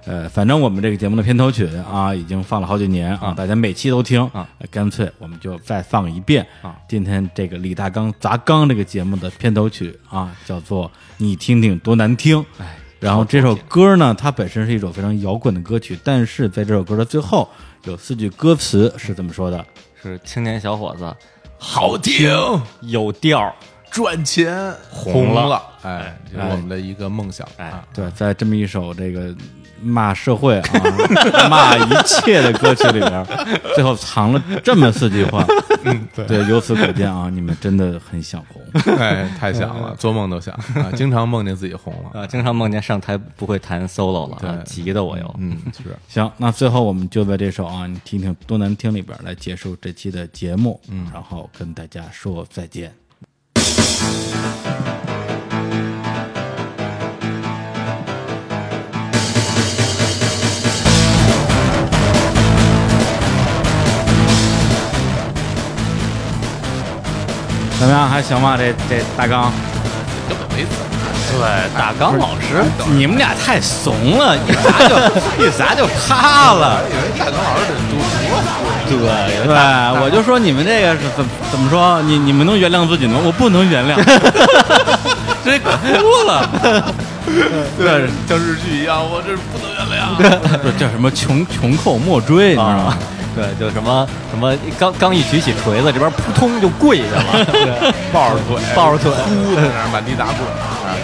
呃，反正我们这个节目的片头曲啊，已经放了好几年啊，大家每期都听呃
啊，
干脆我们就再放一遍啊。今天这个李大刚砸缸这个节目的片头曲啊，叫做《你听听多难听》。然后这首歌呢，它本身是一首非常摇滚的歌曲，但是在这首歌的最后有四句歌词是这么说的
是青年小伙子，
好听，
有调儿，
赚钱红了，哎，这是我们的一个梦想，
哎
啊
对，在这么一首这个骂社会啊、 骂一切的歌曲里边儿，最后藏了这么四句话。对由此可见啊，你们真的很想红。
哎，太想了，做梦都想啊，经常梦见自己红了，
啊，经常梦见上台不会弹 solo 了啊，急的我又，
嗯，是，
行，那最后我们就在这首啊，你听听多难听里边儿来结束这期的节目，嗯，然后跟大家说再见。
我
怎么样？还行吧？这这大纲，
根本没怎么
对大纲老师
不
你们俩太怂了，一砸 就一砸就塌了。
以为大刚老师得读多
对对，我就说你们这个是怎怎么说？你你们能原谅自己吗？我不能原 谅，这哭了。
对，像日剧一样，我这不能原 谅。
这叫什么穷穷寇莫追，你知道吗
啊？，对，就什么什么刚刚一举起锤子，这边扑通就跪 下了，对
抱着腿，
抱着腿。
哭在那儿满地打滚。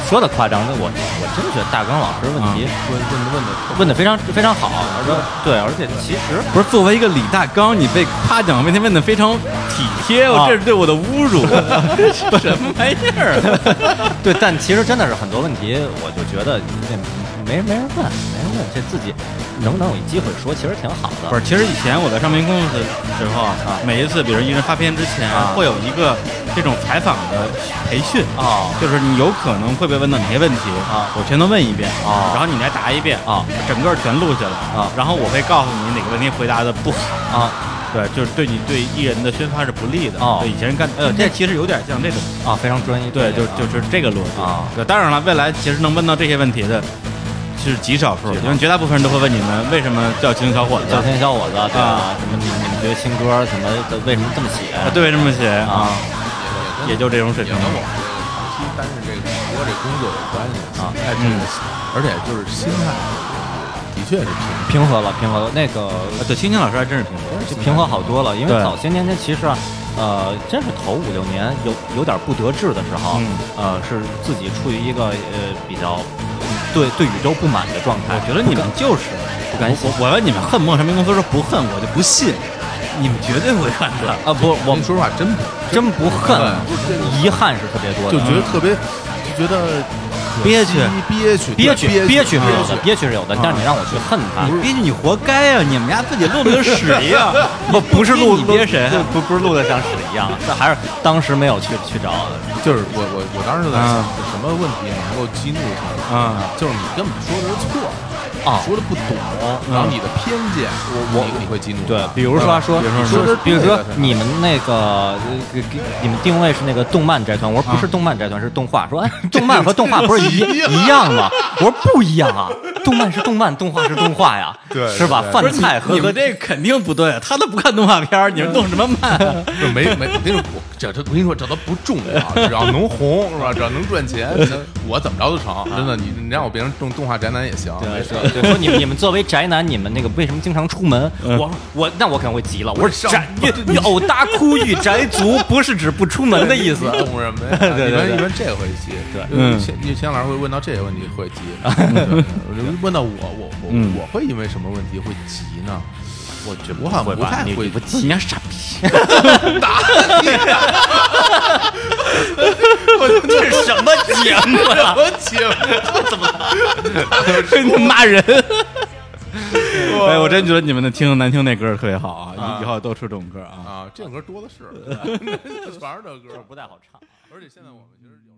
说的夸张，那我我真觉得大刚老师问
嗯
题问问问的问的非常非常好，而且对，而且其实
不是，作为一个李大刚，你被夸奖问题问的非常体贴，我
啊
这是对我的侮辱， 什么玩意儿？啊
对，但其实真的是很多问题，我就觉得这没没人问，没人问，这自己能不能有一机会说，其实挺好的。
不是，其实以前我在上民公司的时候啊，每一次比如艺人发片之前，
啊
会有一个这种采访的培训
哦
就是你有可能会被问到哪些问题
啊
我全都问一遍
哦
然后你来答一遍
啊，
整个全录下来
啊
然后我会告诉你哪个问题回答的不好，
啊
对，就是对你对艺人的宣发是不利的。
哦
对，以前干，呃，这其实有点像这种，
啊，非常专业，
对，就
啊
就是这个逻辑
啊
对，当然了，未来其实能问到这些问题的。是极少数，因为绝大部分人都会问你们为什么叫青小伙子，
小天小伙子，对
啊
吧？什么你你们觉得新歌什么的为什么这么写？
啊，对，这么写啊，也就这种水
也
平
跟。我这个长期担任这个主播这工作有关系
啊
哎，这
嗯
个而且就是心态，的确是平
平和了，平和了，那个
啊对，青青老师还真是平和，
就平和好多了，因为
对
早些年间其实啊，呃，真是头五六年有有点不得志的时候，
嗯
呃，是自己处于一个呃比较对对宇宙不满的状态。
我觉得你们就是
不甘心
我我问你们恨陌生民公司说不恨，我就不信，你们绝对会恨的。
啊，不，
我
我
们说实话，真不
真不恨，遗憾是特别多
就
的，啊
觉得特别，嗯就觉得
憋屈，
憋屈，
憋屈，
憋
憋屈是有的，
憋
憋屈是有的，但是你让我去恨他，
憋屈你活该啊！你们家自己录的跟屎一 样，不不是录
你啊
憋谁？
不不是录的像屎一样，那还是当时没有去去找
就是我我我当时就在想
啊，
什么问题能够激怒他？
啊，
就是你根本说的是错的，
啊。嗯
说的不懂，然后你的偏见，我我你会激怒他
对，比如说啊说，
对吧
你
说的，
比如说你们那个，呃给给你们定位是那个动漫宅团，我说不是动漫宅团，是动画。说哎，动漫和动画不是一一样吗？我说不一样啊，动漫是动漫，动画是动画呀，
对
是吧
对？
饭菜和
你
和
们这肯定不对，啊他都不看动画片儿，你们动什么漫啊？
就没没那种，我嗯这这我跟你说，这都不重 要，只要能红是吧？只要能赚钱，我怎么着都成。真的，你你让我变成动动画宅男也行。
啊 对对对，说你们你们作为宅男，你们那个为什么经常出门？我 我那我可能会急了，我说 宅你你偶大哭与宅族不是指不出门的意 思。
懂什么呀？ 对
对对
一般一般这个会急，对，
嗯
钱钱老师会问到这些问题会 急，对我就问到我我
嗯
我我会因为什么问题会急呢？我觉我好像不太会
不
你
急，啊
家傻逼！
啊这是什么节目 啊？
我急，
骂人。 哎，我真觉得你们的听难听那歌儿特别好啊，以后多出这种歌儿啊。
啊，这种歌多的是，全是这歌，
不太好唱。
而且现在我们其实有。